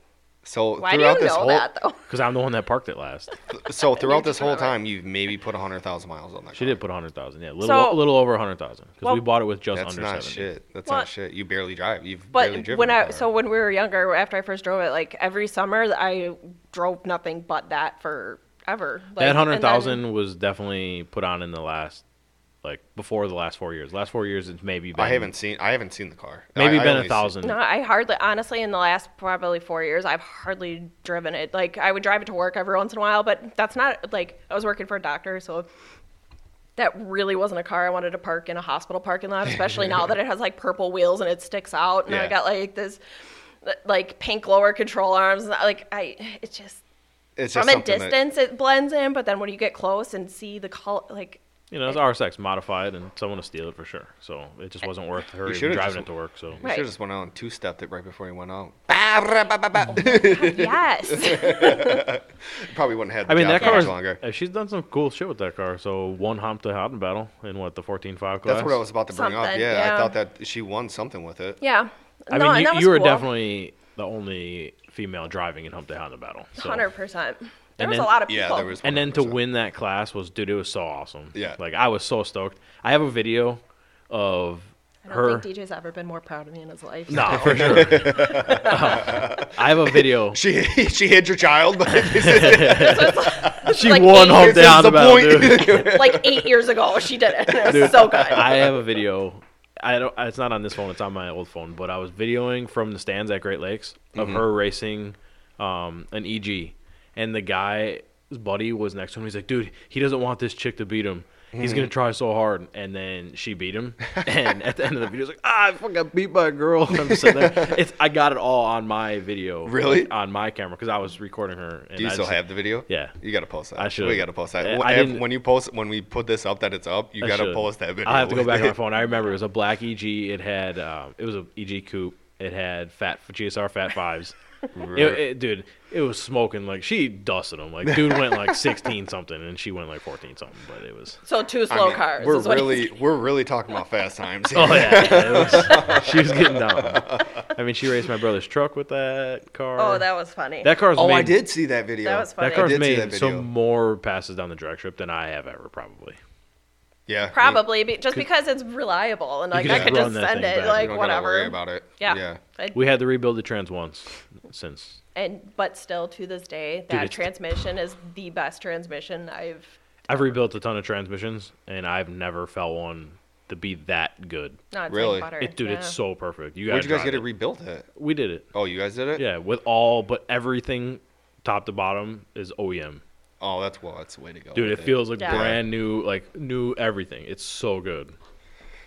Speaker 1: So
Speaker 3: Why do
Speaker 1: throughout
Speaker 3: you know
Speaker 1: this whole
Speaker 3: that though?
Speaker 2: Because I'm the one that parked it last.
Speaker 1: so throughout this
Speaker 3: just
Speaker 1: whole
Speaker 3: remembered.
Speaker 1: time, you've maybe put hundred thousand miles on that.
Speaker 2: She
Speaker 1: car.
Speaker 2: did put hundred thousand. Yeah, a little
Speaker 3: So-
Speaker 2: a little over hundred thousand. Because we
Speaker 3: Well,
Speaker 2: bought it with just
Speaker 1: That's
Speaker 2: under
Speaker 1: not
Speaker 2: seventy.
Speaker 1: shit. That's
Speaker 3: Well-
Speaker 1: not shit. You barely drive. You've barely
Speaker 3: But
Speaker 1: driven.
Speaker 3: when
Speaker 1: the
Speaker 3: I
Speaker 1: car.
Speaker 3: so when we were younger, after I first drove it, like every summer I drove nothing but that for ever. Like,
Speaker 2: that
Speaker 3: and
Speaker 2: hundred
Speaker 3: then-
Speaker 2: thousand was definitely put on in the last, like before the last four years. Last four years, it's maybe been,
Speaker 1: I haven't seen. I haven't seen the car.
Speaker 2: maybe
Speaker 1: I, I
Speaker 2: been
Speaker 1: only
Speaker 2: a
Speaker 1: see-
Speaker 2: thousand.
Speaker 3: No, I hardly honestly in the last probably four years I've hardly driven it. Like I would drive it to work every once in a while, but that's not like I was working for a doctor, so that really wasn't a car I wanted to park in a hospital parking lot, especially now that it has like purple wheels and it sticks out and
Speaker 1: Yeah.
Speaker 3: I got like this like pink lower control arms. Like I it just
Speaker 1: It's just
Speaker 3: from a
Speaker 1: something that-
Speaker 3: distance it blends in, but then when you get close and see the color like
Speaker 2: You know, it's RSX modified, and someone will steal it for sure. So it just wasn't worth her even
Speaker 1: should've
Speaker 2: driving
Speaker 1: just-
Speaker 2: it to work. So
Speaker 1: You
Speaker 3: Right.
Speaker 1: should have just went out and two stepped it right before you went out. Bah, rah, bah, bah, bah.
Speaker 3: yes.
Speaker 1: Probably wouldn't have. had
Speaker 2: I mean,
Speaker 1: the job
Speaker 2: that
Speaker 1: that
Speaker 2: car
Speaker 1: much
Speaker 2: is,
Speaker 1: longer.
Speaker 2: uh, She's done some cool shit with that car. So one hump to Hotton battle in what the fourteen five class.
Speaker 1: That's what I was about to bring up.
Speaker 3: Something,
Speaker 1: Yeah,
Speaker 3: yeah.
Speaker 1: I thought that she won something with it.
Speaker 3: yeah.
Speaker 2: I
Speaker 3: No, and
Speaker 2: mean,
Speaker 3: that
Speaker 2: you,
Speaker 3: was
Speaker 2: you were
Speaker 3: cool.
Speaker 2: definitely the only female driving in hump to Hotton battle. So.
Speaker 3: Hundred percent. There
Speaker 2: And
Speaker 3: was
Speaker 2: then-
Speaker 3: a lot of people.
Speaker 1: Yeah, there was.
Speaker 2: and then to
Speaker 1: 100%.
Speaker 2: win that class was dude it was so awesome
Speaker 1: Yeah.
Speaker 2: like i was so stoked i have a video of
Speaker 3: I don't
Speaker 2: her
Speaker 3: think DJ's ever been more proud of me in his life.
Speaker 2: nah for sure i have a video
Speaker 1: She she hid your child, but this is,
Speaker 2: she
Speaker 3: like
Speaker 2: won
Speaker 3: eight
Speaker 2: home
Speaker 1: this is
Speaker 2: down
Speaker 1: the
Speaker 2: about dude.
Speaker 1: point.
Speaker 3: like eight years ago, she did it. It was
Speaker 2: Dude,
Speaker 3: so good.
Speaker 2: i have a video i don't it's not on this phone it's on my old phone but i was videoing from the stands at great lakes of
Speaker 1: Mm-hmm.
Speaker 2: her racing um an eg and the guy his buddy was next to him he's like dude he doesn't want this chick to beat him He's
Speaker 1: Mm-hmm.
Speaker 2: gonna try so hard, and then she beat him. And at the end of the video, he's like, "Ah, I fucking got beat by a girl." And I'm just sitting there. It's I got it all on my video,
Speaker 1: Really?
Speaker 2: like, on my camera, because I was recording her. And
Speaker 1: Do you
Speaker 2: I
Speaker 1: still
Speaker 2: just-
Speaker 1: have the video?
Speaker 2: Yeah.
Speaker 1: You gotta post that.
Speaker 2: I should.
Speaker 1: We gotta post that.
Speaker 2: Uh,
Speaker 1: Wh-
Speaker 2: I
Speaker 1: if-
Speaker 2: didn't-
Speaker 1: when you post when we put this up that it's up, you
Speaker 2: I
Speaker 1: gotta
Speaker 2: should.
Speaker 1: post that video.
Speaker 2: I'll have to go
Speaker 1: with
Speaker 2: back on
Speaker 1: it.
Speaker 2: my phone. I remember it was a black EG. It had um, it was a EG coupe. It had fat GSR Fat Fives. It- it- dude, it was smoking like she dusted them. Like dude went like sixteen something, and she went like fourteen something. But it was
Speaker 3: so two
Speaker 1: I
Speaker 3: slow
Speaker 1: mean,
Speaker 3: cars.
Speaker 1: We're
Speaker 3: is what he-
Speaker 1: really we're really talking about fast times. here.
Speaker 2: oh yeah, it was, she was getting down. I mean, she raced my brother's truck with that car.
Speaker 3: Oh, that was funny.
Speaker 2: that car's
Speaker 1: Oh,
Speaker 2: made,
Speaker 1: I did see that video.
Speaker 3: That was funny.
Speaker 2: That
Speaker 3: I
Speaker 2: car's
Speaker 1: did see
Speaker 2: made
Speaker 1: that video.
Speaker 2: some more passes down the drag strip than I have ever probably.
Speaker 1: Yeah.
Speaker 3: Probably be, just because it's reliable and like
Speaker 2: could
Speaker 3: I
Speaker 2: just
Speaker 3: could
Speaker 2: run
Speaker 3: just
Speaker 2: that
Speaker 3: send
Speaker 2: thing
Speaker 3: it
Speaker 2: back.
Speaker 1: You
Speaker 3: like
Speaker 1: don't gotta
Speaker 3: whatever.
Speaker 1: worry about it.
Speaker 3: Yeah.
Speaker 1: Yeah.
Speaker 3: I-
Speaker 2: We had to rebuild the trans once since.
Speaker 3: and but still to this day, that
Speaker 2: it's-
Speaker 3: transmission is the best transmission I've.
Speaker 2: I've rebuilt a ton of transmissions, and I've never felt one to be that good.
Speaker 3: Not
Speaker 1: Really?
Speaker 3: butter.
Speaker 2: It, dude, it's
Speaker 3: yeah.
Speaker 2: so perfect. You
Speaker 1: Where'd
Speaker 2: guys,
Speaker 1: you guys get it
Speaker 2: it?
Speaker 1: rebuilt at?
Speaker 2: we did it.
Speaker 1: Oh, you guys did it?
Speaker 2: Yeah, with all but everything, top to bottom is OEM.
Speaker 1: Oh, that's well, that's the way to go.
Speaker 2: Dude,
Speaker 1: with
Speaker 2: it feels like
Speaker 3: Yeah.
Speaker 2: brand new, like new everything. It's so good.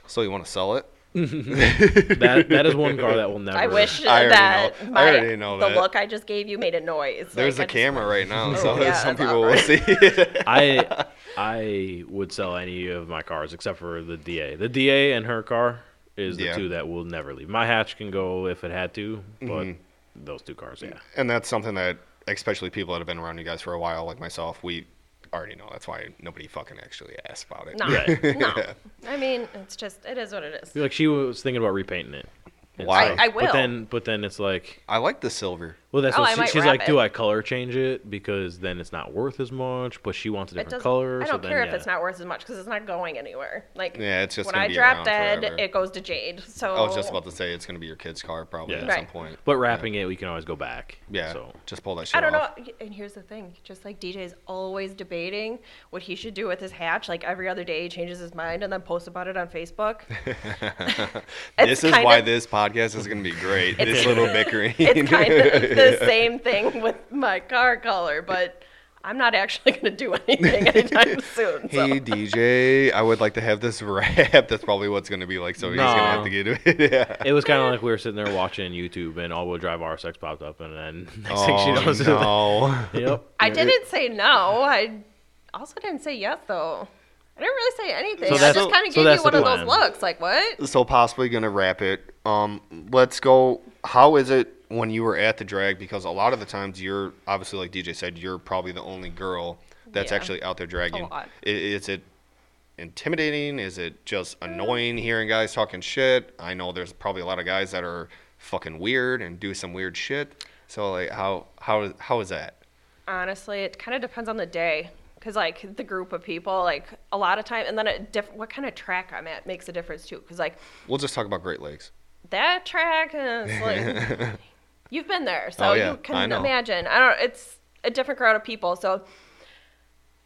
Speaker 1: So you want to sell it?
Speaker 2: That that is one car that will never.
Speaker 3: I wish
Speaker 1: I already
Speaker 3: that
Speaker 1: know- I
Speaker 3: my
Speaker 1: already know
Speaker 3: the
Speaker 1: that.
Speaker 3: look I just gave you made a noise.
Speaker 1: There's
Speaker 3: like,
Speaker 1: a
Speaker 3: I just-
Speaker 1: camera right now, so
Speaker 3: yeah,
Speaker 1: some
Speaker 3: that's
Speaker 1: people will see. it.
Speaker 2: I I would sell any of my cars except for the DA. The DA and her car is the
Speaker 1: Yeah.
Speaker 2: two that will never leave. My hatch can go if it had to, but
Speaker 1: Mm-hmm.
Speaker 2: those two cars, yeah.
Speaker 1: and that's something that, especially people that have been around you guys for a while, like myself, we already know. That's why nobody fucking actually asked about it.
Speaker 3: No,
Speaker 2: Right.
Speaker 3: no. I mean, it's just it is what it is.
Speaker 2: Like she was thinking about repainting it. And
Speaker 1: Wow.
Speaker 2: so-
Speaker 1: I-
Speaker 3: I will.
Speaker 2: But then, but then it's like,
Speaker 1: I like the silver.
Speaker 2: well, that's
Speaker 3: Oh, I
Speaker 2: what she-
Speaker 3: might
Speaker 2: she's
Speaker 3: wrap
Speaker 2: like. Do
Speaker 3: it.
Speaker 2: I color change it because then it's not worth as much? But she wants a
Speaker 3: It
Speaker 2: different
Speaker 3: doesn't,
Speaker 2: color.
Speaker 3: I
Speaker 2: so
Speaker 3: don't
Speaker 2: then,
Speaker 3: care if
Speaker 2: yeah.
Speaker 3: it's not worth as much because it's not going anywhere. Like
Speaker 1: Yeah, it's just
Speaker 3: when
Speaker 1: gonna
Speaker 3: I
Speaker 1: be
Speaker 3: drop
Speaker 1: around
Speaker 3: dead,
Speaker 1: forever.
Speaker 3: it goes to Jade. So
Speaker 1: I was just about to say it's gonna be your kid's car probably
Speaker 2: Yeah.
Speaker 1: at some
Speaker 3: Right.
Speaker 1: point.
Speaker 2: But wrapping it, we can always go back.
Speaker 1: Yeah,
Speaker 2: So
Speaker 1: just pull that shit
Speaker 3: I don't
Speaker 1: off.
Speaker 3: know. And here's the thing: just like DJ's always debating what he should do with his hatch. Like every other day, he changes his mind and then posts about it on Facebook.
Speaker 1: This
Speaker 3: It's
Speaker 1: is
Speaker 3: kinda-
Speaker 1: why this podcast is gonna be great. this little bickering.
Speaker 3: It's kind of the same thing with my car color, but I'm not actually going to do anything anytime soon. So.
Speaker 1: Hey DJ, I would like to have this wrap. That's probably what's gonna be like. So he's gonna have to
Speaker 2: No.
Speaker 1: get it. yeah.
Speaker 2: it was kind of like we were sitting there watching YouTube, and all-wheel drive RSX popped up, and then next thing she
Speaker 1: Oh
Speaker 2: knows, is like,
Speaker 1: no.
Speaker 2: yep.
Speaker 3: I didn't say no. I also didn't say yes, though. I didn't really say anything.
Speaker 2: So
Speaker 3: I
Speaker 2: that's-
Speaker 3: just kind
Speaker 2: so
Speaker 3: of gave
Speaker 2: that's
Speaker 3: you one
Speaker 2: the
Speaker 3: of those
Speaker 2: plan.
Speaker 3: looks, like what?
Speaker 1: so possibly gonna wrap it. Um, let's go. How is it when you were at the drag? Because a lot of the times you're obviously, like DJ said, you're probably the only girl that's
Speaker 3: Yeah.
Speaker 1: actually out there dragging.
Speaker 3: A lot.
Speaker 1: I- Is it intimidating? Is it just
Speaker 3: Mm.
Speaker 1: annoying hearing guys talking shit? I know there's probably a lot of guys that are fucking weird and do some weird shit. So like, how how how is that?
Speaker 3: Honestly, it kind of depends on the day. Cause like the group of people, like a lot of time, and then it diff- what kind of track I'm at makes a difference too. Cause like
Speaker 1: We'll just talk about Great Lakes.
Speaker 3: that track is like you've been there so
Speaker 1: Oh, yeah.
Speaker 3: you
Speaker 1: I
Speaker 3: can
Speaker 1: know.
Speaker 3: imagine i don't it's a different crowd of people so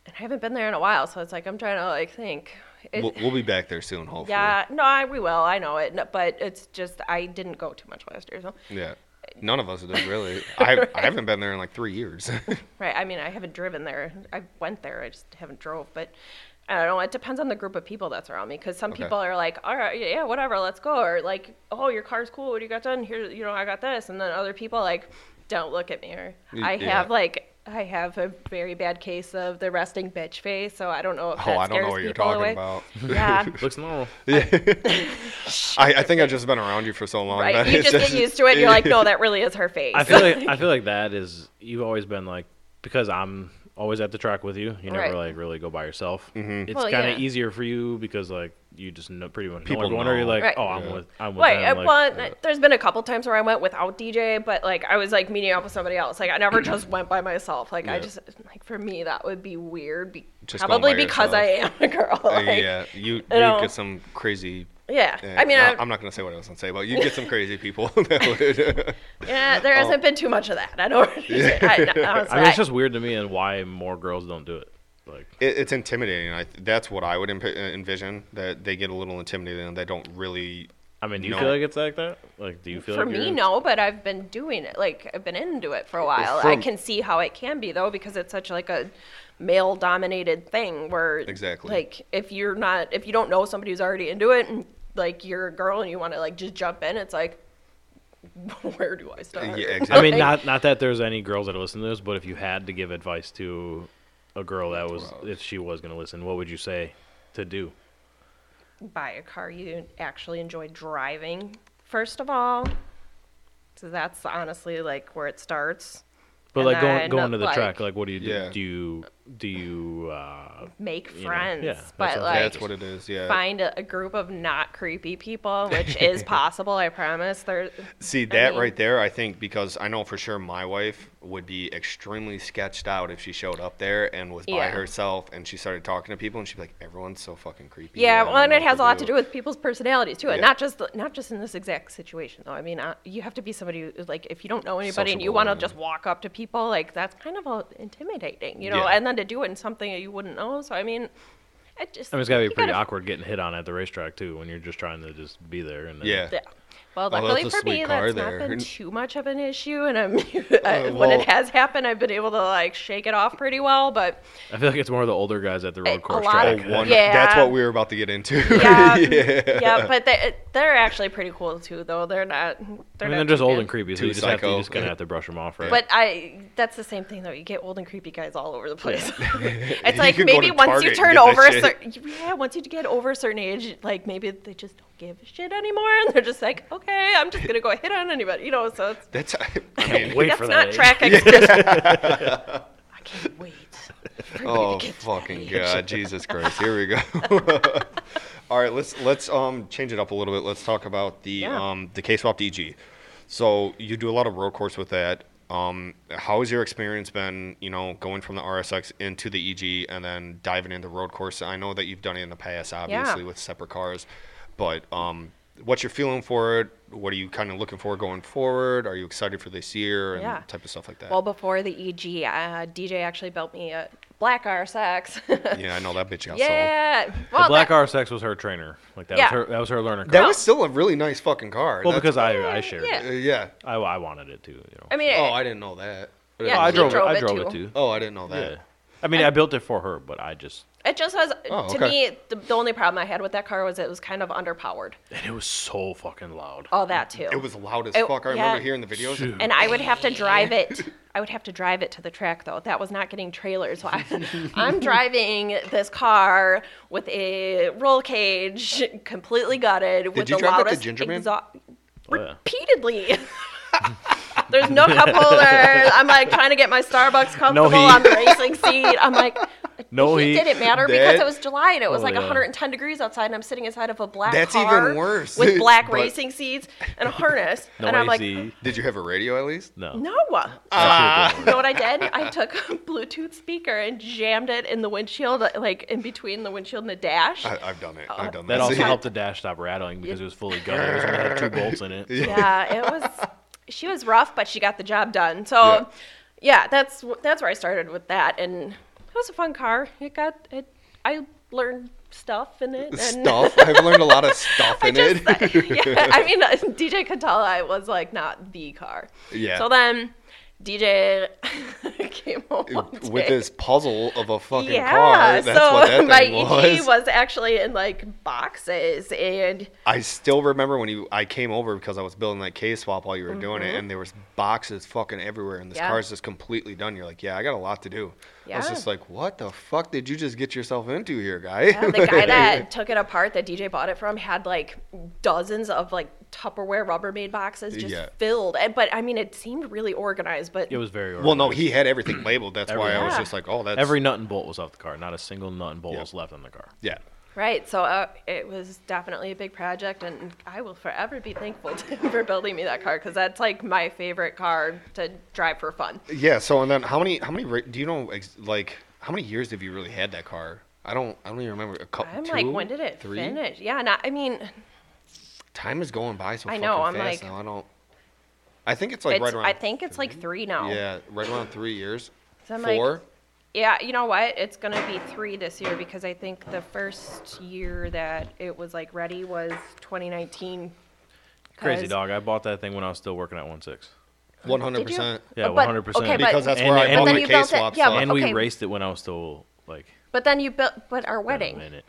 Speaker 3: and i haven't been there in a while so it's like i'm trying to like think it,
Speaker 1: We'll, we'll be back there soon, hopefully.
Speaker 3: yeah no I, we will i know it no, but it's just i didn't go too much last year so
Speaker 1: Yeah. None of us did really. I I haven't been there in like three years.
Speaker 3: right i mean i haven't driven there i went there i just haven't drove but i don't know it depends on the group of people that's around me because some
Speaker 1: Okay.
Speaker 3: people are like all right yeah whatever let's go or like oh your car's cool what do you got done here you know i got this and then other people like don't look at me or
Speaker 1: Y-
Speaker 3: i
Speaker 1: yeah.
Speaker 3: have like i have a very bad case of the resting bitch face so i don't know if
Speaker 1: Oh,
Speaker 3: that
Speaker 1: I don't know
Speaker 3: scares
Speaker 1: what you're
Speaker 3: people
Speaker 1: talking
Speaker 3: away.
Speaker 1: about.
Speaker 3: yeah
Speaker 2: Looks normal.
Speaker 1: I, I think I've just been around you for so long.
Speaker 3: right
Speaker 1: that
Speaker 3: you
Speaker 1: it's
Speaker 3: just get used to it and you're like no that really is her face
Speaker 2: I feel like I feel like that is you've always been like because I'm always at the track with you. You never
Speaker 3: Right.
Speaker 2: like really go by yourself.
Speaker 1: Mm-hmm.
Speaker 2: It's
Speaker 3: Well,
Speaker 2: kind
Speaker 3: yeah.
Speaker 2: of easier for you because like you just know pretty much
Speaker 1: People
Speaker 2: know everyone. Or you're
Speaker 1: know.
Speaker 2: like,
Speaker 3: Right.
Speaker 2: oh, I'm
Speaker 1: Yeah.
Speaker 2: with I'm with
Speaker 3: Right.
Speaker 2: them.
Speaker 3: uh,
Speaker 2: like-
Speaker 3: well, uh, there's been a couple times where I went without DJ, but like I was like meeting up with somebody else. Like I never just went by myself. Like I
Speaker 1: Yeah.
Speaker 3: just like for me that would be weird. Be-
Speaker 1: Just going
Speaker 3: probably
Speaker 1: by
Speaker 3: because I am a girl.
Speaker 1: Uh,
Speaker 3: Like,
Speaker 1: yeah, you, you
Speaker 3: know.
Speaker 1: get some crazy.
Speaker 3: Yeah.
Speaker 1: eh,
Speaker 3: I mean,
Speaker 1: no,
Speaker 3: I,
Speaker 1: I'm not gonna say what I was gonna say, but you get some crazy people. that would,
Speaker 3: yeah, there hasn't been too much of that. I don't. I, honestly,
Speaker 2: I mean, it's just weird to me and why more girls don't do it. Like
Speaker 1: it, it's intimidating. I, that's what I would imp- eh, envision. That they get a little intimidated and they don't really.
Speaker 2: I mean, do you
Speaker 1: No.
Speaker 2: feel like it's like that? Like, do you feel
Speaker 3: for
Speaker 2: like
Speaker 3: me,
Speaker 2: you're-
Speaker 3: no, but I've been doing it. Like I've been into it for a while. I
Speaker 1: from-
Speaker 3: can see how it can be though, because it's such like a male-dominated thing where
Speaker 1: Exactly.
Speaker 3: like if you're not if you don't know somebody who's already into it and like you're a girl and you want to like just jump in, it's like where do I start?
Speaker 1: Yeah, exactly.
Speaker 2: I mean,
Speaker 3: Like,
Speaker 2: not not that there's any girls that listen to this, but if you had to give advice to a girl that was if she was gonna listen, what would you say to do?
Speaker 3: buy a car you actually enjoy driving first of all. So that's honestly like where it starts.
Speaker 2: But
Speaker 3: And
Speaker 2: like going
Speaker 3: then,
Speaker 2: going to the
Speaker 3: like-
Speaker 2: track, like what do you do?
Speaker 1: Yeah.
Speaker 2: Do you do you uh,
Speaker 3: Make
Speaker 2: You know,
Speaker 3: friends,
Speaker 2: yeah, that's
Speaker 3: but
Speaker 2: what-
Speaker 3: like
Speaker 1: that's what it is. Yeah.
Speaker 3: find a, a group of not creepy people, which is possible. I promise. There,
Speaker 1: See that
Speaker 3: mean-
Speaker 1: right there, I think because I know for sure my wife would be extremely sketched out if she showed up there and was by
Speaker 3: Yeah.
Speaker 1: herself and she started talking to people and she'd be like, "Everyone's so fucking creepy." I
Speaker 3: yeah.
Speaker 1: don't
Speaker 3: Well, and
Speaker 1: know
Speaker 3: it
Speaker 1: what
Speaker 3: has a lot to do with people's personalities too, and
Speaker 1: Yeah.
Speaker 3: not just the, not just in this exact situation though. I mean, uh, you have to be somebody who, like if you don't know anybody and you
Speaker 1: Sociable
Speaker 3: want to
Speaker 1: and-
Speaker 3: just walk up to people, like that's kind of uh, intimidating, you know.
Speaker 1: Yeah.
Speaker 3: And then to do it in something that you wouldn't know. So I mean, it just
Speaker 2: I mean, it's gotta
Speaker 3: you
Speaker 2: be pretty
Speaker 3: gotta-
Speaker 2: awkward getting hit on at the racetrack too, when you're just trying to just be there. And then-
Speaker 1: Yeah.
Speaker 3: Yeah. Well,
Speaker 1: that's
Speaker 3: luckily
Speaker 1: a
Speaker 3: for
Speaker 1: sweet
Speaker 3: me,
Speaker 1: car
Speaker 3: that's
Speaker 1: there.
Speaker 3: not been too much of an issue, and I'm I-
Speaker 1: Uh,
Speaker 3: when
Speaker 1: well-
Speaker 3: it has happened, I've been able to like shake it off pretty well. But
Speaker 2: I feel like it's more the older guys at the
Speaker 3: A- a
Speaker 2: road course
Speaker 3: lot
Speaker 2: track.
Speaker 3: of-
Speaker 1: Oh, one,
Speaker 3: Yeah.
Speaker 1: That's what we were about to get into.
Speaker 3: yeah, yeah, but they they're actually pretty cool too, though. They're
Speaker 2: I
Speaker 3: not. They're
Speaker 2: mean,
Speaker 3: not
Speaker 2: they're just
Speaker 3: too
Speaker 2: old
Speaker 3: bad.
Speaker 2: and creepy, so
Speaker 1: Too
Speaker 2: you just, have to, you
Speaker 1: psycho.
Speaker 2: just gonna have to brush them off, right?
Speaker 3: But I, that's the same thing though. You get old and creepy guys all over the place. it's
Speaker 1: You
Speaker 3: like
Speaker 1: could go
Speaker 3: maybe
Speaker 1: to
Speaker 3: once
Speaker 1: Target
Speaker 3: you
Speaker 1: and
Speaker 3: turn
Speaker 1: get that
Speaker 3: over, a
Speaker 1: shit.
Speaker 3: cer- yeah, once you get over a certain age, like maybe they just don't give a shit anymore, and they're just like, okay, I'm just gonna go hit on anybody, you know. So it's,
Speaker 1: That's I mean,
Speaker 2: Wait
Speaker 3: that's
Speaker 2: for
Speaker 3: not
Speaker 2: that.
Speaker 3: track expectation. I can't wait. for you to
Speaker 1: oh
Speaker 3: get to that
Speaker 1: fucking
Speaker 3: age.
Speaker 1: god, Jesus Christ! Here we go. All right, let's let's um change it up a little bit. Let's talk about the
Speaker 3: Yeah.
Speaker 1: um the K swap DG. So you do a lot of road course with that. Um, how has your experience been? You know, going from the RSX into the EG and then diving into road course. I know that you've done it in the past, obviously with separate cars, but um, what's your feeling for it? What are you kind of looking for going forward? Are you excited for this year and
Speaker 3: Yeah.
Speaker 1: type of stuff like that?
Speaker 3: Well, before the EG, uh, DJ actually built me a black RSX.
Speaker 1: yeah, I know that bitch got sold.
Speaker 3: yeah. Well,
Speaker 2: the black
Speaker 3: that-
Speaker 2: RSX was her trainer. Like that
Speaker 3: Yeah.
Speaker 2: was her. That was her learner car.
Speaker 1: That was still a really nice fucking car.
Speaker 2: well,
Speaker 1: That's-
Speaker 2: because I I shared
Speaker 3: yeah.
Speaker 2: it.
Speaker 1: uh, yeah.
Speaker 2: I, I wanted it too. You know.
Speaker 3: I mean,
Speaker 1: Oh,
Speaker 3: it-
Speaker 1: I didn't know that. I
Speaker 3: Yeah,
Speaker 1: didn't
Speaker 2: I
Speaker 1: know
Speaker 3: he
Speaker 1: that.
Speaker 2: drove. it-
Speaker 3: drove
Speaker 2: I
Speaker 3: it,
Speaker 2: drove it
Speaker 3: too.
Speaker 2: too.
Speaker 1: Oh, I didn't know that.
Speaker 2: Yeah. I mean, I, built it for her, but I just
Speaker 3: It just has,
Speaker 1: Oh,
Speaker 3: to
Speaker 1: okay.
Speaker 3: me, the, the only problem I had with that car was it was kind of underpowered.
Speaker 2: and it was so fucking loud.
Speaker 3: All that too.
Speaker 1: It was loud as
Speaker 3: It-
Speaker 1: fuck. I remember
Speaker 3: yeah.
Speaker 1: hearing the videos.
Speaker 2: Shoot.
Speaker 3: and I would have to drive it. I would have to drive it to the track though. That was not getting trailers. So I, I'm driving this car with a roll cage, completely gutted. with
Speaker 1: you
Speaker 3: the
Speaker 1: drive like the
Speaker 3: loudest
Speaker 1: Gingerman?
Speaker 3: exhaust-
Speaker 2: Oh, yeah.
Speaker 3: Repeatedly. There's no cup holders. I'm like trying to get my Starbucks comfortable
Speaker 2: heat.
Speaker 3: on the racing seat. I'm like,
Speaker 2: No
Speaker 3: heat,
Speaker 2: heat.
Speaker 3: didn't matter because
Speaker 1: That-
Speaker 3: it was July and it was
Speaker 2: Oh,
Speaker 3: like
Speaker 2: yeah.
Speaker 3: 110 degrees outside, and I'm sitting inside of a black
Speaker 1: That's even
Speaker 3: car
Speaker 1: worse.
Speaker 3: with black
Speaker 1: But-
Speaker 3: racing seats and a harness,
Speaker 2: No
Speaker 3: and I'm like,
Speaker 2: AC.
Speaker 1: Did you have a radio at least?
Speaker 2: no.
Speaker 3: no.
Speaker 2: That shit
Speaker 3: You know what I did? I took a Bluetooth speaker and jammed it in the windshield, uh, like in between the windshield and the dash.
Speaker 1: I, uh, I've done it.
Speaker 3: Oh.
Speaker 1: I've done
Speaker 2: That
Speaker 1: that.
Speaker 2: also helped the dash stop rattling because it was fully gutted. It was only had two bolts in it.
Speaker 3: yeah, it was. She was rough, but she got the job done. So,
Speaker 1: Yeah.
Speaker 3: yeah, that's wh- that's where I started with that, and it was a fun car. It got it. I learned stuff in it. And
Speaker 1: Stuff. I've learned a lot of stuff in
Speaker 3: just,
Speaker 1: it.
Speaker 3: yeah, I mean, uh, DJ Catala was like not the car.
Speaker 1: Yeah.
Speaker 3: So then, DJ came home one
Speaker 1: With
Speaker 3: day.
Speaker 1: this puzzle of a fucking
Speaker 3: yeah,
Speaker 1: car. That's
Speaker 3: so
Speaker 1: what that
Speaker 3: my E
Speaker 1: thing
Speaker 3: EG
Speaker 1: was.
Speaker 3: was actually in like boxes, and
Speaker 1: I still remember when you I came over because I was building that K swap while you were doing it, and there was boxes fucking everywhere, and this
Speaker 3: Mm-hmm. Yeah.
Speaker 1: car's just completely done. You're like, yeah, I got a lot to do. I was
Speaker 3: Yeah.
Speaker 1: just like, what the fuck did you just get yourself into here, guy?
Speaker 3: yeah, the guy that took it apart, that DJ bought it from, had like dozens of like Tupperware Rubbermaid boxes just
Speaker 1: Yeah.
Speaker 3: filled. And but I mean, it seemed really organized, but
Speaker 2: It was very
Speaker 1: well, no,
Speaker 2: organized.
Speaker 1: he had everything labeled. That's why I was
Speaker 3: Yeah.
Speaker 1: just like, oh, that's
Speaker 2: Every nut and bolt was off the car. Not a single nut and bolt
Speaker 1: Yeah.
Speaker 2: was left on the car.
Speaker 1: yeah.
Speaker 3: right. So uh, it was definitely a big project, and I will forever be thankful to him for building me that car because that's like my favorite car to drive for fun.
Speaker 1: Yeah. So and then how many how many ra- do you know ex- like how many years have you really had that car? I don't I don't even remember a couple.
Speaker 3: I'm
Speaker 1: two,
Speaker 3: like, when did it
Speaker 1: three?
Speaker 3: finish? Yeah, not. I mean,
Speaker 1: Time is going by so
Speaker 3: I
Speaker 1: fucking
Speaker 3: know, I'm
Speaker 1: fast
Speaker 3: like-
Speaker 1: now. I don't. I think it's like
Speaker 3: it's,
Speaker 1: right around.
Speaker 3: I think it's like three now.
Speaker 1: Yeah, right around three years.
Speaker 3: So I'm like-
Speaker 1: Four.
Speaker 3: Yeah, you know what? It's gonna be three this year because I think the first year that it was like ready was 2019.
Speaker 2: Crazy
Speaker 3: 'Cause-
Speaker 2: dog. I bought that thing when I was still working at one six.
Speaker 1: One hundred percent.
Speaker 2: Yeah,
Speaker 3: but-
Speaker 2: 100%.
Speaker 3: Okay, but,
Speaker 1: Because that's where
Speaker 2: And-
Speaker 1: I
Speaker 2: and
Speaker 1: bought
Speaker 2: then
Speaker 1: my
Speaker 3: you
Speaker 1: K
Speaker 3: built it-
Speaker 1: swap.
Speaker 3: yeah,
Speaker 1: so-
Speaker 3: but-
Speaker 2: and
Speaker 3: okay.
Speaker 2: we raced it when I was still like
Speaker 3: but then you built, but our
Speaker 2: in
Speaker 3: wedding.
Speaker 2: it.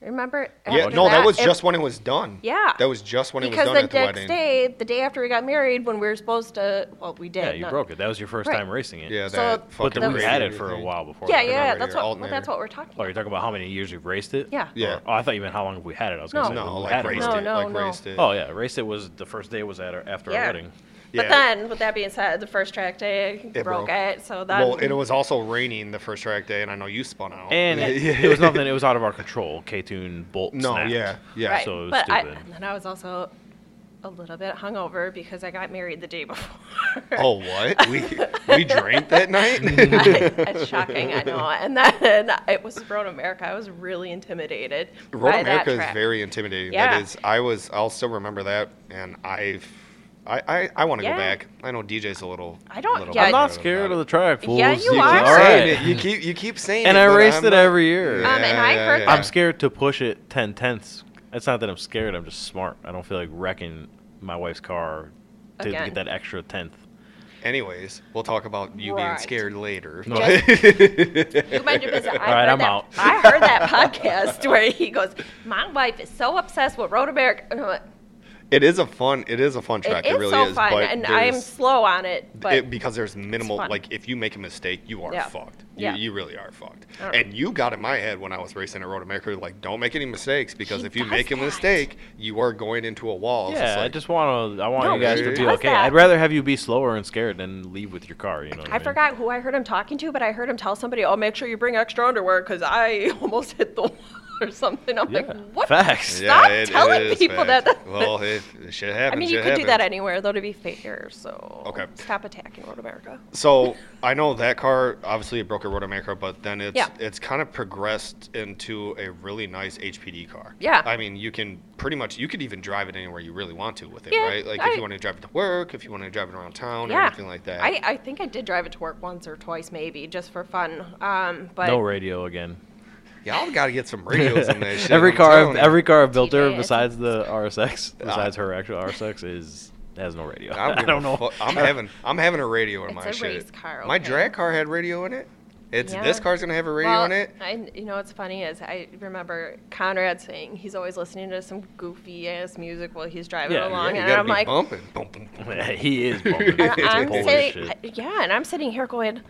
Speaker 3: Remember?
Speaker 1: yeah,
Speaker 3: after
Speaker 1: no, that was
Speaker 3: it-
Speaker 1: just when it was done.
Speaker 3: Yeah.
Speaker 1: That was just when it was
Speaker 3: because
Speaker 1: done
Speaker 3: the
Speaker 1: at the
Speaker 3: next
Speaker 1: wedding.
Speaker 3: day, the day after we got married, when we were supposed to, well, we did.
Speaker 2: Yeah, you
Speaker 3: not-
Speaker 2: broke it. That was your first
Speaker 3: Right.
Speaker 2: time racing it.
Speaker 1: Yeah,
Speaker 3: So-
Speaker 1: that
Speaker 2: but
Speaker 1: fucking
Speaker 2: then we
Speaker 1: crazy
Speaker 2: had it for a
Speaker 1: thing.
Speaker 2: while before.
Speaker 3: Yeah,
Speaker 2: that.
Speaker 3: yeah,
Speaker 1: Remember
Speaker 3: that's
Speaker 1: your
Speaker 3: what well, that's
Speaker 1: alternator.
Speaker 3: what we're talking.
Speaker 2: Oh, you're talking about how many years we've raced it?
Speaker 3: Yeah.
Speaker 1: Yeah.
Speaker 2: Oh, I thought you meant how long have we had it. I was
Speaker 3: No.
Speaker 2: gonna say
Speaker 1: No,
Speaker 2: when we
Speaker 1: like
Speaker 2: had it.
Speaker 1: raced
Speaker 3: No,
Speaker 1: it.
Speaker 3: no,
Speaker 1: Like
Speaker 3: no.
Speaker 1: raced it.
Speaker 2: Oh yeah, raced it was the first day was at our, after
Speaker 3: Yeah.
Speaker 2: our wedding.
Speaker 3: But
Speaker 1: Yeah.
Speaker 3: then, with that being said, the first track day
Speaker 1: It
Speaker 3: broke,
Speaker 1: broke.
Speaker 3: it, so that
Speaker 1: Well, and it was also raining the first track day, and I know you spun out.
Speaker 2: And it, it was nothing. It was out of our control. K Tune bolt.
Speaker 1: no,
Speaker 2: snapped.
Speaker 1: yeah, yeah.
Speaker 3: right.
Speaker 2: so it was
Speaker 3: but I,
Speaker 2: stupid.
Speaker 3: and then I was also a little bit hungover because I got married the day before.
Speaker 1: Oh what? We we drank that night.
Speaker 3: it's shocking, I know. And then it was Road America. I was really intimidated.
Speaker 1: Road
Speaker 3: by
Speaker 1: America
Speaker 3: that
Speaker 1: is
Speaker 3: track.
Speaker 1: very intimidating.
Speaker 3: Yeah.
Speaker 1: That is, I was, I'll still remember that, and I've, I, I, I want to
Speaker 3: Yeah.
Speaker 1: go back. I know DJ's a little.
Speaker 3: I don't-
Speaker 1: little
Speaker 3: yeah,
Speaker 2: I'm
Speaker 1: bit
Speaker 2: not
Speaker 1: about
Speaker 2: scared
Speaker 1: it.
Speaker 2: of the track. Fools.
Speaker 3: Yeah, you
Speaker 1: You
Speaker 3: are.
Speaker 1: keep
Speaker 2: All
Speaker 1: saying
Speaker 2: right.
Speaker 1: it. You keep, you keep saying
Speaker 2: And
Speaker 1: it.
Speaker 2: I
Speaker 1: but
Speaker 2: raced
Speaker 1: I'm
Speaker 2: it
Speaker 1: not-
Speaker 2: every year.
Speaker 3: Um, and I heard
Speaker 2: I'm scared to push it ten tenths. It's not that I'm scared. I'm just smart. I don't feel like wrecking my wife's car to
Speaker 3: Again.
Speaker 2: get that extra tenth.
Speaker 1: Anyways, we'll talk about you being
Speaker 3: Right.
Speaker 1: scared later.
Speaker 2: No.
Speaker 3: Just- you mind your business.
Speaker 2: All
Speaker 3: I
Speaker 2: right,
Speaker 3: heard
Speaker 2: I'm
Speaker 3: that,
Speaker 2: out.
Speaker 3: I heard that podcast where he goes, "My wife is so obsessed with Road America. And I'm like,
Speaker 1: It is a fun. It is a fun track.
Speaker 3: It
Speaker 1: It,
Speaker 3: is
Speaker 1: really
Speaker 3: so
Speaker 1: is.
Speaker 3: fun,
Speaker 1: but
Speaker 3: and I am
Speaker 1: there's-
Speaker 3: slow on it, but
Speaker 1: it, because there's minimal.
Speaker 3: fun.
Speaker 1: Like if you make a mistake, you are
Speaker 3: Yeah.
Speaker 1: fucked. You,
Speaker 3: Yeah.
Speaker 1: you really are fucked.
Speaker 3: I don't know.
Speaker 1: And you got in my head when I was racing at Road America, like don't make any mistakes because
Speaker 3: He
Speaker 1: if you
Speaker 3: does
Speaker 1: make a
Speaker 3: that.
Speaker 1: mistake, you are going into a wall. It's
Speaker 2: Yeah, I
Speaker 1: like-
Speaker 2: just want to. I want
Speaker 3: No,
Speaker 2: you guys
Speaker 1: he
Speaker 2: to be
Speaker 1: does
Speaker 2: okay.
Speaker 3: that.
Speaker 2: I'd rather have you be slower and scared than leave with your car. You know. What I,
Speaker 3: I
Speaker 2: mean?
Speaker 3: forgot who I heard him talking to, but I heard him tell somebody, "Oh, make sure you bring extra underwear because I almost hit the wall." or something. I'm
Speaker 2: Yeah.
Speaker 3: like, what?
Speaker 2: Facts.
Speaker 3: Stop telling people that- that-
Speaker 1: Well, it, it should happen.
Speaker 3: I mean, you could do that anywhere, though, to be fair. So
Speaker 1: Okay.
Speaker 3: stop attacking Road America.
Speaker 1: So I know that car obviously it broke a road America, but then it's
Speaker 3: Yeah.
Speaker 1: it's kind of progressed into a really nice HPD car.
Speaker 3: Yeah.
Speaker 1: I mean, you can pretty much you could even drive it anywhere you really want to with it,
Speaker 3: Yeah,
Speaker 1: right? Like if
Speaker 3: I-
Speaker 1: you want to drive it to work, if you want to drive it around town or
Speaker 3: yeah.
Speaker 1: anything like that.
Speaker 3: I, I think I did drive it to work once or twice, maybe, just for fun. Um, but
Speaker 2: no radio again.
Speaker 1: Y'all got to get some radios in this. Shit,
Speaker 2: every
Speaker 1: I'm
Speaker 2: car,
Speaker 1: telling you.
Speaker 2: every car I've built her
Speaker 3: TJ,
Speaker 2: besides the RSX,
Speaker 1: Ah.
Speaker 2: besides her actual RSX, is has no radio.
Speaker 1: I,
Speaker 2: I,
Speaker 1: don't
Speaker 2: don't
Speaker 1: know.
Speaker 2: know.
Speaker 1: I'm having I'm having a radio in
Speaker 3: It's
Speaker 1: my
Speaker 3: a
Speaker 1: shit.
Speaker 3: race car,
Speaker 1: My
Speaker 3: okay.
Speaker 1: drag car had radio in it. It's
Speaker 3: Yeah.
Speaker 1: this car's gonna have a radio
Speaker 3: well,
Speaker 1: in it.
Speaker 3: I, you know what's funny is I remember Conrad saying he's always listening to some goofy ass music while he's driving
Speaker 1: Yeah,
Speaker 2: Yeah,
Speaker 3: along,
Speaker 1: you
Speaker 3: and
Speaker 1: gotta
Speaker 3: I'm
Speaker 1: be
Speaker 3: like,
Speaker 1: bumping. Bum, bum, bum.
Speaker 2: he is. Bumping.
Speaker 1: And
Speaker 2: It's
Speaker 3: I'm
Speaker 2: Polish
Speaker 3: sitting,
Speaker 2: shit.
Speaker 3: yeah, and I'm sitting here going,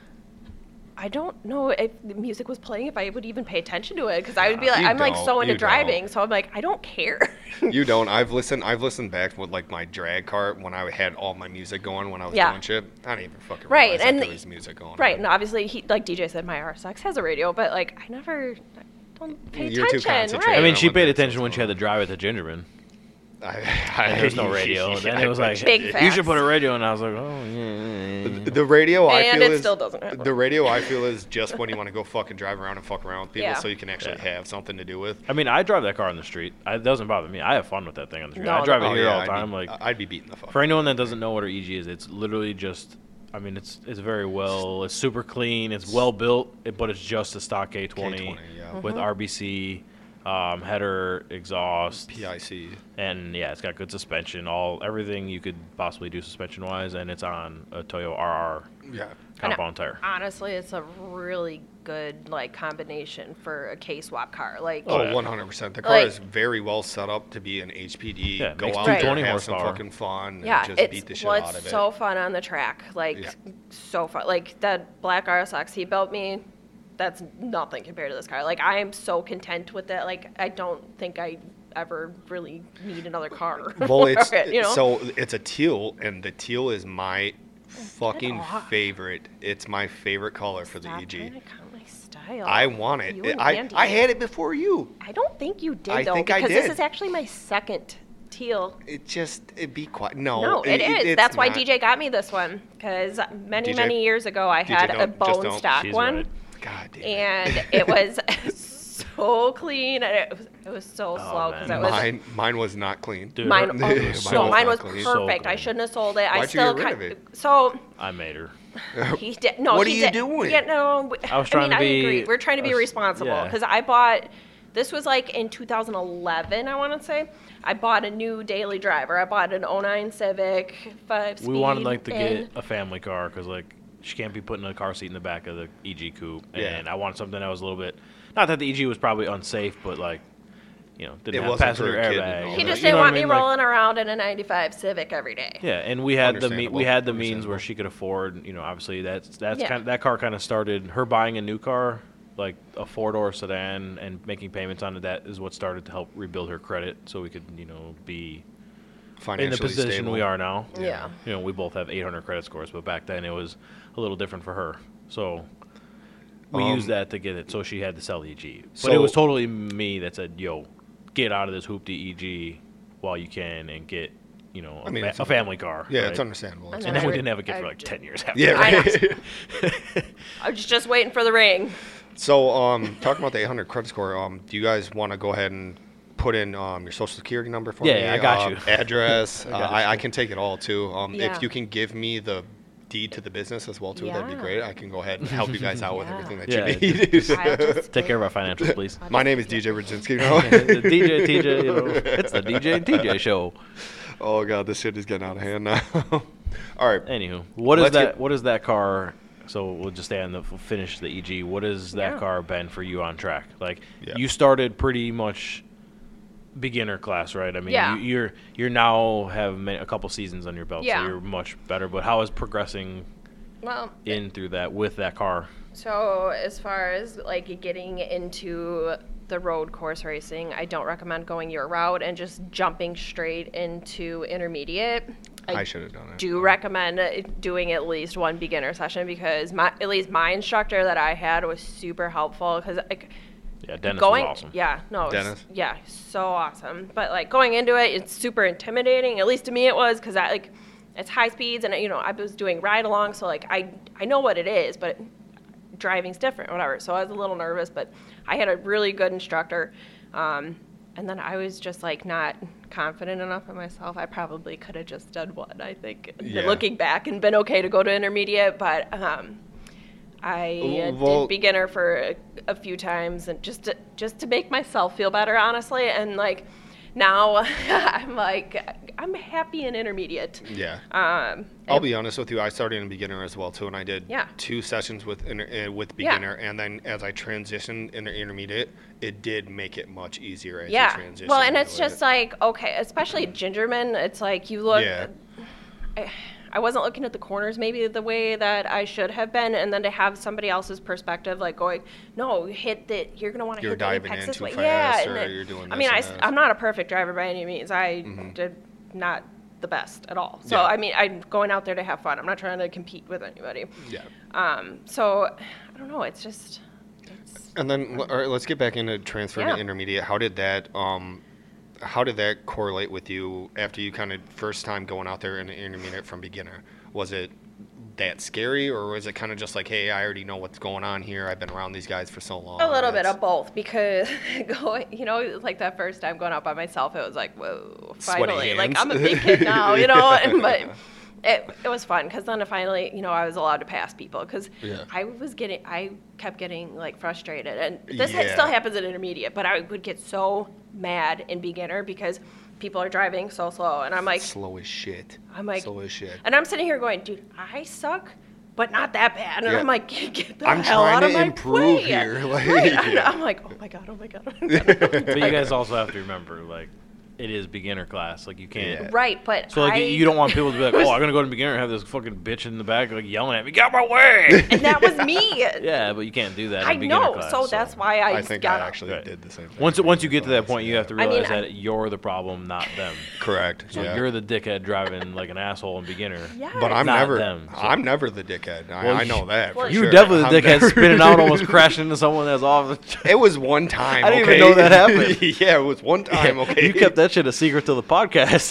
Speaker 3: I don't know if the music was playing if I would even pay attention to it because I would be
Speaker 1: Nah,
Speaker 3: like,
Speaker 1: you
Speaker 3: I'm like so
Speaker 1: don't,
Speaker 3: into
Speaker 1: you
Speaker 3: driving,
Speaker 1: don't.
Speaker 3: so I'm like, I don't care.
Speaker 1: You don't. I've listened. I've listened back with like my drag cart when I had all my music going when I was
Speaker 3: Yeah.
Speaker 1: doing shit. I didn't even fucking
Speaker 3: Right,
Speaker 1: realize
Speaker 3: and
Speaker 1: that
Speaker 3: the-
Speaker 1: there was music going.
Speaker 3: right, and obviously, he like DJ said, my RSX has a radio, but like I never I don't pay
Speaker 1: You're too
Speaker 3: attention.
Speaker 1: concentrated
Speaker 3: Right?
Speaker 2: I mean, she
Speaker 1: I wonder
Speaker 2: paid
Speaker 1: if that's
Speaker 2: attention when she had to drive it to Gingerman.
Speaker 1: I, I,
Speaker 2: There was no radio. Then it was like,
Speaker 3: Big
Speaker 2: you
Speaker 3: facts.
Speaker 2: should put a radio, and I was like, oh yeah. yeah, yeah.
Speaker 1: the radio. I
Speaker 3: And
Speaker 1: feel
Speaker 3: it
Speaker 1: is,
Speaker 3: still doesn't have
Speaker 1: The radio I feel is just when you want to go fucking drive around and fuck around with people,
Speaker 3: Yeah.
Speaker 1: so you can actually
Speaker 2: Yeah.
Speaker 1: have something to do with.
Speaker 2: I mean, I drive that car on the street. I- It doesn't bother me. I have fun with that thing on the street.
Speaker 3: No, Oh,
Speaker 2: I drive
Speaker 3: no.
Speaker 2: it here all
Speaker 1: Oh, I'd
Speaker 2: the
Speaker 1: be-
Speaker 2: time.
Speaker 3: uh,
Speaker 2: like
Speaker 1: I'd be beating the fuck.
Speaker 2: For anyone that doesn't know what her EG is, it's literally just. I mean, it's it's very well. It's super clean. It's well built, it- but it's just a stock K20
Speaker 1: K20, yeah.
Speaker 2: with
Speaker 3: Mm-hmm.
Speaker 2: RBC, um, header, exhaust,
Speaker 3: E.
Speaker 1: PIC.
Speaker 2: and yeah, it's got good suspension. All everything you could possibly do suspension wise, and it's on a Toyo RR
Speaker 1: Yeah.
Speaker 3: I know.
Speaker 2: compound tire.
Speaker 3: Honestly, it's a really good like combination for a K swap car. Like,
Speaker 1: Oh,
Speaker 2: yeah.
Speaker 1: 100%. The car
Speaker 3: Like-
Speaker 1: is very well set up to be an HPD.
Speaker 2: Yeah, it
Speaker 1: go
Speaker 2: makes
Speaker 1: out
Speaker 3: 220
Speaker 1: there, have some
Speaker 2: horsepower.
Speaker 1: fucking fun, and
Speaker 3: yeah,
Speaker 1: just
Speaker 3: it's
Speaker 1: beat the shit
Speaker 3: well,
Speaker 1: out
Speaker 3: it's
Speaker 1: of it.
Speaker 3: so fun on the track. Like,
Speaker 1: Yeah.
Speaker 3: so fun. Like that black RSX he built me. That's nothing compared to this car. Like, I am so content with it. Like, I don't think I ever really need another car.
Speaker 1: well, it's
Speaker 3: for it, you know?
Speaker 1: so it's a teal, and the teal is my fucking
Speaker 3: off.
Speaker 1: favorite. It's my favorite color for the
Speaker 3: Stop trying to
Speaker 1: EG.
Speaker 3: count my style.
Speaker 1: I want it.
Speaker 3: You
Speaker 1: It-
Speaker 3: and
Speaker 1: I,
Speaker 3: Andy.
Speaker 1: I had it before you.
Speaker 3: I don't think you did
Speaker 1: I
Speaker 3: though,
Speaker 1: think I
Speaker 3: because this
Speaker 1: did.
Speaker 3: is actually my second teal
Speaker 1: It just Oh, it be quiet. No,
Speaker 3: No, it is.
Speaker 1: it's
Speaker 3: That's why
Speaker 1: not.
Speaker 3: DJ got me this one because many,
Speaker 1: DJ
Speaker 3: many years ago I
Speaker 1: DJ,
Speaker 3: had a
Speaker 1: don't- just
Speaker 3: bone
Speaker 1: don't.
Speaker 3: stock
Speaker 2: She's
Speaker 3: one,
Speaker 2: right.
Speaker 1: God damn. it.
Speaker 3: and it was so clean and it was, it was so
Speaker 2: Oh,
Speaker 3: slow because
Speaker 2: man.
Speaker 3: it was
Speaker 1: mine mine was not clean.
Speaker 2: Dude, her-
Speaker 3: mine. oh,
Speaker 1: Mine
Speaker 3: no,
Speaker 2: so
Speaker 3: mine was
Speaker 1: clean.
Speaker 3: perfect.
Speaker 2: So
Speaker 3: I
Speaker 2: clean.
Speaker 3: shouldn't have sold it. I
Speaker 1: Why'd you
Speaker 3: still
Speaker 1: get rid of
Speaker 3: kind-
Speaker 1: it?
Speaker 3: so
Speaker 2: I made her.
Speaker 3: he did. No,
Speaker 1: Oh. What
Speaker 3: he
Speaker 1: are you
Speaker 3: did.
Speaker 1: doing?
Speaker 3: Yeah, no. we-
Speaker 2: I was
Speaker 3: I
Speaker 2: trying
Speaker 3: mean,
Speaker 2: to
Speaker 3: I
Speaker 2: be-
Speaker 3: agree. We're trying to be
Speaker 2: I was-
Speaker 3: responsible
Speaker 2: yeah.
Speaker 3: because I bought. This was like in 2011, I want to say. I bought a new daily driver. I bought an 09 Civic five speed.
Speaker 2: We wanted like to
Speaker 3: and-
Speaker 2: get a family car because like she can't be putting a car seat in the back of the EG coupe,
Speaker 1: Yeah.
Speaker 2: and I wanted something that was a little bit. Not that the EG was probably unsafe, but like you know didn't
Speaker 1: It
Speaker 2: have
Speaker 1: wasn't for
Speaker 2: passenger
Speaker 1: a kid and all that.
Speaker 2: airbag.
Speaker 3: He
Speaker 1: You
Speaker 3: just
Speaker 1: know
Speaker 3: didn't
Speaker 2: what I
Speaker 3: want me
Speaker 2: mean? Like,
Speaker 3: rolling around in a 95 Civic every day.
Speaker 2: Yeah, and we had the me-
Speaker 1: Understandable.
Speaker 2: we had the means
Speaker 1: Understandable.
Speaker 2: where she could afford. You know, obviously that's that's
Speaker 3: Yeah.
Speaker 2: kind that car kind of started her buying a new car, like a four door sedan, and making payments on it. That is what started to help rebuild her credit, so we could you know be in the
Speaker 1: Financially
Speaker 2: position
Speaker 1: stable.
Speaker 2: we are now.
Speaker 3: Yeah.
Speaker 2: You know, we both have 800 credit scores, but back then it was a little different for her. So we
Speaker 1: Um,
Speaker 2: used that to get it. So she had to sell the EG. But it
Speaker 1: So-
Speaker 2: was totally me that said, yo, get out of this hoopty EG while you can and get, you know, a,
Speaker 1: I mean,
Speaker 2: fa-
Speaker 1: it's
Speaker 2: a family car.
Speaker 1: Yeah,
Speaker 2: right?
Speaker 1: it's understandable. It's
Speaker 3: I
Speaker 2: And then we
Speaker 3: I-
Speaker 2: didn't have a kid
Speaker 3: I-
Speaker 2: for like 10 years after
Speaker 1: Yeah,
Speaker 2: that.
Speaker 1: right.
Speaker 3: I was just waiting for the ring.
Speaker 1: So, um, talking about the 800 credit score, um, do you guys want to go ahead and put in um, your social security number for
Speaker 2: Yeah,
Speaker 1: me?
Speaker 2: yeah, I got
Speaker 1: um,
Speaker 2: you.
Speaker 1: Address. I, uh,
Speaker 2: got
Speaker 1: I, I can take it all too. Um,
Speaker 3: Yeah.
Speaker 1: If you can give me the deed to the business as well too, that'd be
Speaker 3: Yeah.
Speaker 1: great. I can go ahead and help you guys out with
Speaker 3: Yeah.
Speaker 1: everything that
Speaker 2: Yeah,
Speaker 1: you need.
Speaker 3: I'll just
Speaker 2: Take
Speaker 3: wait.
Speaker 2: care of our financials, please.
Speaker 3: I'll
Speaker 1: My
Speaker 3: just-
Speaker 1: name is
Speaker 3: yeah.
Speaker 1: DJ Brzezinski.
Speaker 2: the
Speaker 1: Now.
Speaker 2: DJ, TJ, you know, it's the DJ and TJ show.
Speaker 1: oh god, this shit is getting out of hand now. all right.
Speaker 2: Anywho, what is
Speaker 1: Let's
Speaker 2: that?
Speaker 1: get-
Speaker 2: what is that car? So we'll just stay on the f- finish the EG. What has that
Speaker 3: Yeah.
Speaker 2: car been for you on track? Like
Speaker 1: Yeah.
Speaker 2: you started pretty much beginner class, right? I mean,
Speaker 3: Yeah.
Speaker 2: you, you're you're now have ma- a couple seasons on your belt,
Speaker 3: Yeah.
Speaker 2: so you're much better. But how is progressing
Speaker 3: Well,
Speaker 2: in through that with that car?
Speaker 3: So as far as like getting into the road course racing, I don't recommend going your route and just jumping straight into intermediate.
Speaker 1: I should have done it.
Speaker 3: do recommend uh, doing at least one beginner session because my at least my instructor that I had was super helpful because like
Speaker 2: Yeah, Dennis
Speaker 3: going,
Speaker 2: was awesome.
Speaker 3: yeah, no, it was-
Speaker 1: Dennis?
Speaker 3: yeah, so awesome. But like going into it, it's super intimidating. At least to me, it was because I like it's high speeds, and you know I was doing ride along, so like I I know what it is, but driving's different, whatever. So I was a little nervous, but I had a really good instructor. Um, and then I was just like not confident enough in myself. I probably could have just done one, I think,
Speaker 1: Yeah.
Speaker 3: looking back and been okay to go to intermediate, but um, I uh,
Speaker 1: Well-
Speaker 3: did beginner for a, a few times and just to, just to make myself feel better, honestly. And like now, I'm like I'm happy in intermediate.
Speaker 1: Yeah.
Speaker 3: Um,
Speaker 1: I'll be honest with you. I started in beginner as well too, and I did
Speaker 3: Yeah.
Speaker 1: two sessions with inter- uh, with
Speaker 3: Yeah.
Speaker 1: beginner, and then as I transitioned into intermediate, it did make it much easier as
Speaker 3: yeah.
Speaker 1: you transition.
Speaker 3: Well, and
Speaker 1: into
Speaker 3: it's just
Speaker 1: it.
Speaker 3: like okay, especially Gingerman. It's like you look.
Speaker 1: yeah,
Speaker 3: I wasn't looking at the corners maybe the way that I should have been, and then to have somebody else's perspective, like going, "No, hit the You're gonna want to
Speaker 1: You're
Speaker 3: hit the
Speaker 1: diving
Speaker 3: apex
Speaker 1: in
Speaker 3: this
Speaker 1: too
Speaker 3: way."
Speaker 1: fast,
Speaker 3: yeah,
Speaker 1: or
Speaker 3: and it-
Speaker 1: you're doing
Speaker 3: I
Speaker 1: this
Speaker 3: mean,
Speaker 1: or
Speaker 3: I, s-
Speaker 1: that. Mm-hmm.
Speaker 3: I'm not a perfect driver by any means. I did not the best at all. So
Speaker 1: Yeah.
Speaker 3: I mean, I'm going out there to have fun. I'm not trying to compete with anybody.
Speaker 1: yeah.
Speaker 3: Um, so I don't know. It's just. It's,
Speaker 1: And then l- all right, let's get back into transfer
Speaker 3: Yeah.
Speaker 1: to intermediate. How did that um, how did that correlate with you after you kind of first time going out there in the intermediate from beginner? Was it that scary, or was it kind of just like, hey, I already know what's going on here. I've been around these guys for so long.
Speaker 3: a little bit
Speaker 1: it's-
Speaker 3: of both because going, you know, like that first time going out by myself, it was like, whoa,
Speaker 1: Sweaty
Speaker 3: finally, like I'm a
Speaker 1: hands.
Speaker 3: big kid now, you know. And, but
Speaker 1: Yeah.
Speaker 3: it it was fun because then finally, you know, I was allowed to pass people because
Speaker 1: Yeah.
Speaker 3: I was getting, I kept getting like frustrated, and this ha-
Speaker 1: Yeah.
Speaker 3: still happens in intermediate, but I would get so mad in beginner because people are driving so slow, and I'm like,
Speaker 1: slow as shit.
Speaker 3: I'm like,
Speaker 1: slow as shit.
Speaker 3: and I'm sitting here going, dude, I suck, but not that bad. And
Speaker 1: Yeah.
Speaker 3: I'm like, get the
Speaker 1: I'm
Speaker 3: hell
Speaker 1: trying
Speaker 3: out of
Speaker 1: to
Speaker 3: my
Speaker 1: improve
Speaker 3: way.
Speaker 1: here, like,
Speaker 3: Right. And
Speaker 1: yeah.
Speaker 3: I'm like, oh my god, oh my god. Oh my God.
Speaker 2: But you guys also have to remember, like, it is beginner class. Like, you can't.
Speaker 1: Yeah.
Speaker 3: right, but
Speaker 2: So like
Speaker 3: I,
Speaker 2: you- you don't want people to be like, oh, I'm gonna go to beginner and have this fucking bitch in the back like yelling at me, get out my way.
Speaker 3: and that was me.
Speaker 2: yeah, but you can't do that. In
Speaker 3: I
Speaker 2: beginner
Speaker 3: know,
Speaker 2: class,
Speaker 3: so that's why I,
Speaker 1: I
Speaker 3: just
Speaker 1: think I
Speaker 3: got up.
Speaker 1: actually
Speaker 2: Right.
Speaker 1: did the same thing.
Speaker 2: Once once you get to that point, you have to
Speaker 3: I mean,
Speaker 2: realize
Speaker 3: I-
Speaker 2: that you're the problem, not them.
Speaker 1: correct.
Speaker 2: So
Speaker 1: yeah.
Speaker 2: you're the dickhead driving like an asshole in beginner.
Speaker 3: Yes.
Speaker 1: but I'm
Speaker 2: not
Speaker 1: never.
Speaker 2: them, so-
Speaker 1: I'm never the dickhead. I,
Speaker 2: Well,
Speaker 1: I
Speaker 2: you-
Speaker 1: know that.
Speaker 3: well,
Speaker 1: for
Speaker 2: You
Speaker 1: sure.
Speaker 2: definitely
Speaker 1: I'm
Speaker 2: the dickhead
Speaker 1: never-
Speaker 2: spinning out, almost crashing into someone that's off. The
Speaker 1: It was one time.
Speaker 2: I didn't even
Speaker 1: okay?
Speaker 2: know that happened.
Speaker 1: yeah, it was one time. Okay,
Speaker 2: You kept that shit a secret till the podcast.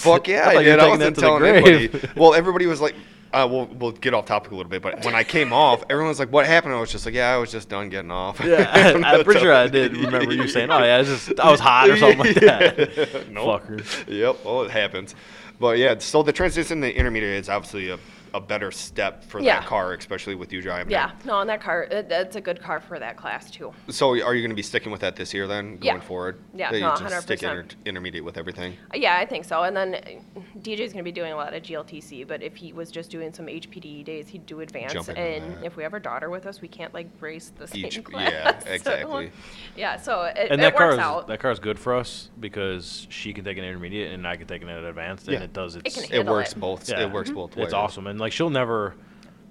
Speaker 1: Fuck yeah,
Speaker 2: I
Speaker 1: I,
Speaker 2: thought you were
Speaker 1: did. I
Speaker 2: taking that
Speaker 1: wasn't
Speaker 2: to the
Speaker 1: telling
Speaker 2: grave.
Speaker 1: anybody. Well, everybody was like, uh, we'll, we'll get off topic a little bit, but when I came off, everyone was like, what happened? I was just like, yeah, I was just done getting off.
Speaker 2: Yeah,
Speaker 1: I'm
Speaker 2: I, I'm
Speaker 1: not
Speaker 2: pretty sure I
Speaker 1: telling
Speaker 2: did remember you saying, "Oh yeah, I was just I was hot or something like that."
Speaker 1: Nope.
Speaker 2: Fuckers.
Speaker 1: Yep. Oh, it happens. But yeah, so the transition to intermediate is obviously a, a better step for
Speaker 3: Yeah.
Speaker 1: that car, especially with you driving. it.
Speaker 3: yeah, no, on that car, it, that's a good car for that class too.
Speaker 1: So are you going to be sticking with that this year then,
Speaker 3: Yeah.
Speaker 1: going forward?
Speaker 3: Yeah,
Speaker 1: That you
Speaker 3: no,
Speaker 1: just stick
Speaker 3: 100%.
Speaker 1: inter- intermediate with everything.
Speaker 3: Yeah, I think so. And then uh, DJ's going to be doing a lot of GLTC, but if he was just doing some HPDE days, he'd do advanced.
Speaker 1: Jump into
Speaker 3: and
Speaker 1: that.
Speaker 3: if we have our daughter with us, we can't like brace the same
Speaker 1: Each-
Speaker 3: class.
Speaker 1: yeah,
Speaker 3: So,
Speaker 1: exactly.
Speaker 3: yeah, so it,
Speaker 2: And
Speaker 3: it
Speaker 2: that car
Speaker 3: works
Speaker 2: is
Speaker 3: out.
Speaker 2: that car is good for us because she can take an intermediate and I can take an advanced, and
Speaker 1: Yeah.
Speaker 2: it does its.
Speaker 3: can Mm-hmm.
Speaker 1: It
Speaker 3: Handle
Speaker 1: works
Speaker 3: it.
Speaker 1: both.
Speaker 2: yeah,
Speaker 1: It works both ways.
Speaker 2: It's awesome, and like she'll never,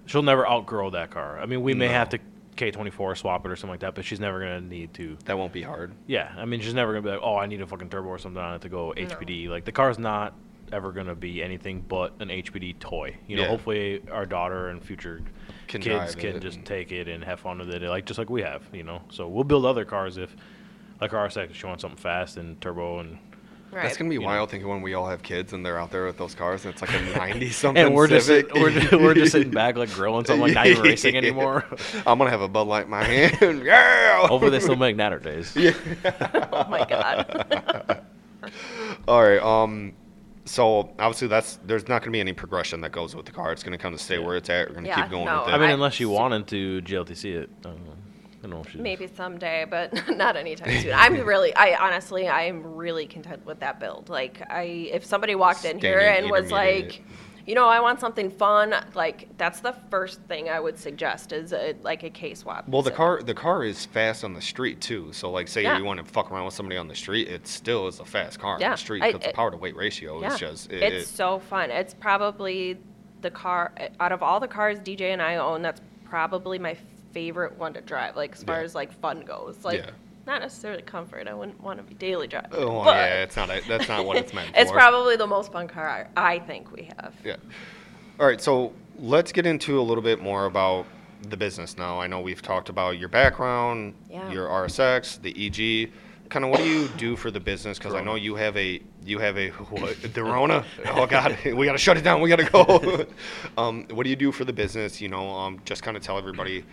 Speaker 2: she'll never outgrow that car. I mean, we may
Speaker 1: No.
Speaker 2: have to K twenty four swap it or something like that, but she's never gonna need to.
Speaker 1: That won't be hard.
Speaker 2: Yeah, I mean, she's never gonna be like, oh, I need a fucking turbo or something on it to go HPD. Like the car's not ever gonna be anything but an HPD toy. You know,
Speaker 1: Yeah.
Speaker 2: hopefully our daughter and future
Speaker 1: Can
Speaker 2: kids
Speaker 1: drive
Speaker 2: can
Speaker 1: it
Speaker 2: just
Speaker 1: and-
Speaker 2: take it and have fun with it, like just like we have. You know, so we'll build other cars if, like our RSX, if she wants something fast and turbo and.
Speaker 3: right.
Speaker 1: That's gonna be
Speaker 2: know.
Speaker 1: wild thinking when we all have kids and they're out there with those cars and it's like a ninety something.
Speaker 2: And we're just,
Speaker 1: Civic.
Speaker 2: sit- we're just we're just sitting back like grilling something like not even racing anymore.
Speaker 1: I'm gonna have a Bud Light in my hand. yeah.
Speaker 2: Hopefully they still make natter days.
Speaker 3: oh my god.
Speaker 1: All right. Um. So obviously that's there's not gonna be any progression that goes with the car. It's gonna kind of stay where it's at. We're gonna
Speaker 3: Yeah,
Speaker 1: keep going
Speaker 3: no,
Speaker 1: with it.
Speaker 2: I mean,
Speaker 3: I-
Speaker 2: unless you wanted to GLTC it, I don't know. I don't know if she
Speaker 3: Maybe someday, but not anytime soon. I'm really, I honestly, I am really content with that build. Like, I if somebody walked in here
Speaker 1: Standing
Speaker 3: and was
Speaker 1: intermediate.
Speaker 3: like, you know, I want something fun, like that's the first thing I would suggest is a, like a K swap.
Speaker 1: well, the
Speaker 3: So-
Speaker 1: car the car is fast on the street too. So like, say
Speaker 3: Yeah.
Speaker 1: you want to fuck around with somebody on the street, it still is a fast car on
Speaker 3: Yeah,
Speaker 1: the street
Speaker 3: I-
Speaker 1: because the
Speaker 3: it-
Speaker 1: power to weight ratio
Speaker 3: Yeah.
Speaker 1: is just it,
Speaker 3: it's
Speaker 1: it-
Speaker 3: so fun. It's probably the car out of all the cars DJ and I own. That's probably my favorite one to drive. Like as far
Speaker 1: Yeah.
Speaker 3: as like fun goes, like
Speaker 1: Yeah.
Speaker 3: not necessarily comfort. I wouldn't want to be daily driving.
Speaker 1: Oh
Speaker 3: but
Speaker 1: yeah, it's not a, that's not what it's meant for.
Speaker 3: it's probably the most fun car I, I think we have.
Speaker 1: Yeah. All right. So let's get into a little bit more about the business now? I know we've talked about your background,
Speaker 3: Yeah.
Speaker 1: your RSX, the EG. Kind of what do you do for the business? Because I know you have a you have a what, the Rona. Oh God, we gotta shut it down. We gotta go. um, what do you do for the business? You know, um, just kind of tell everybody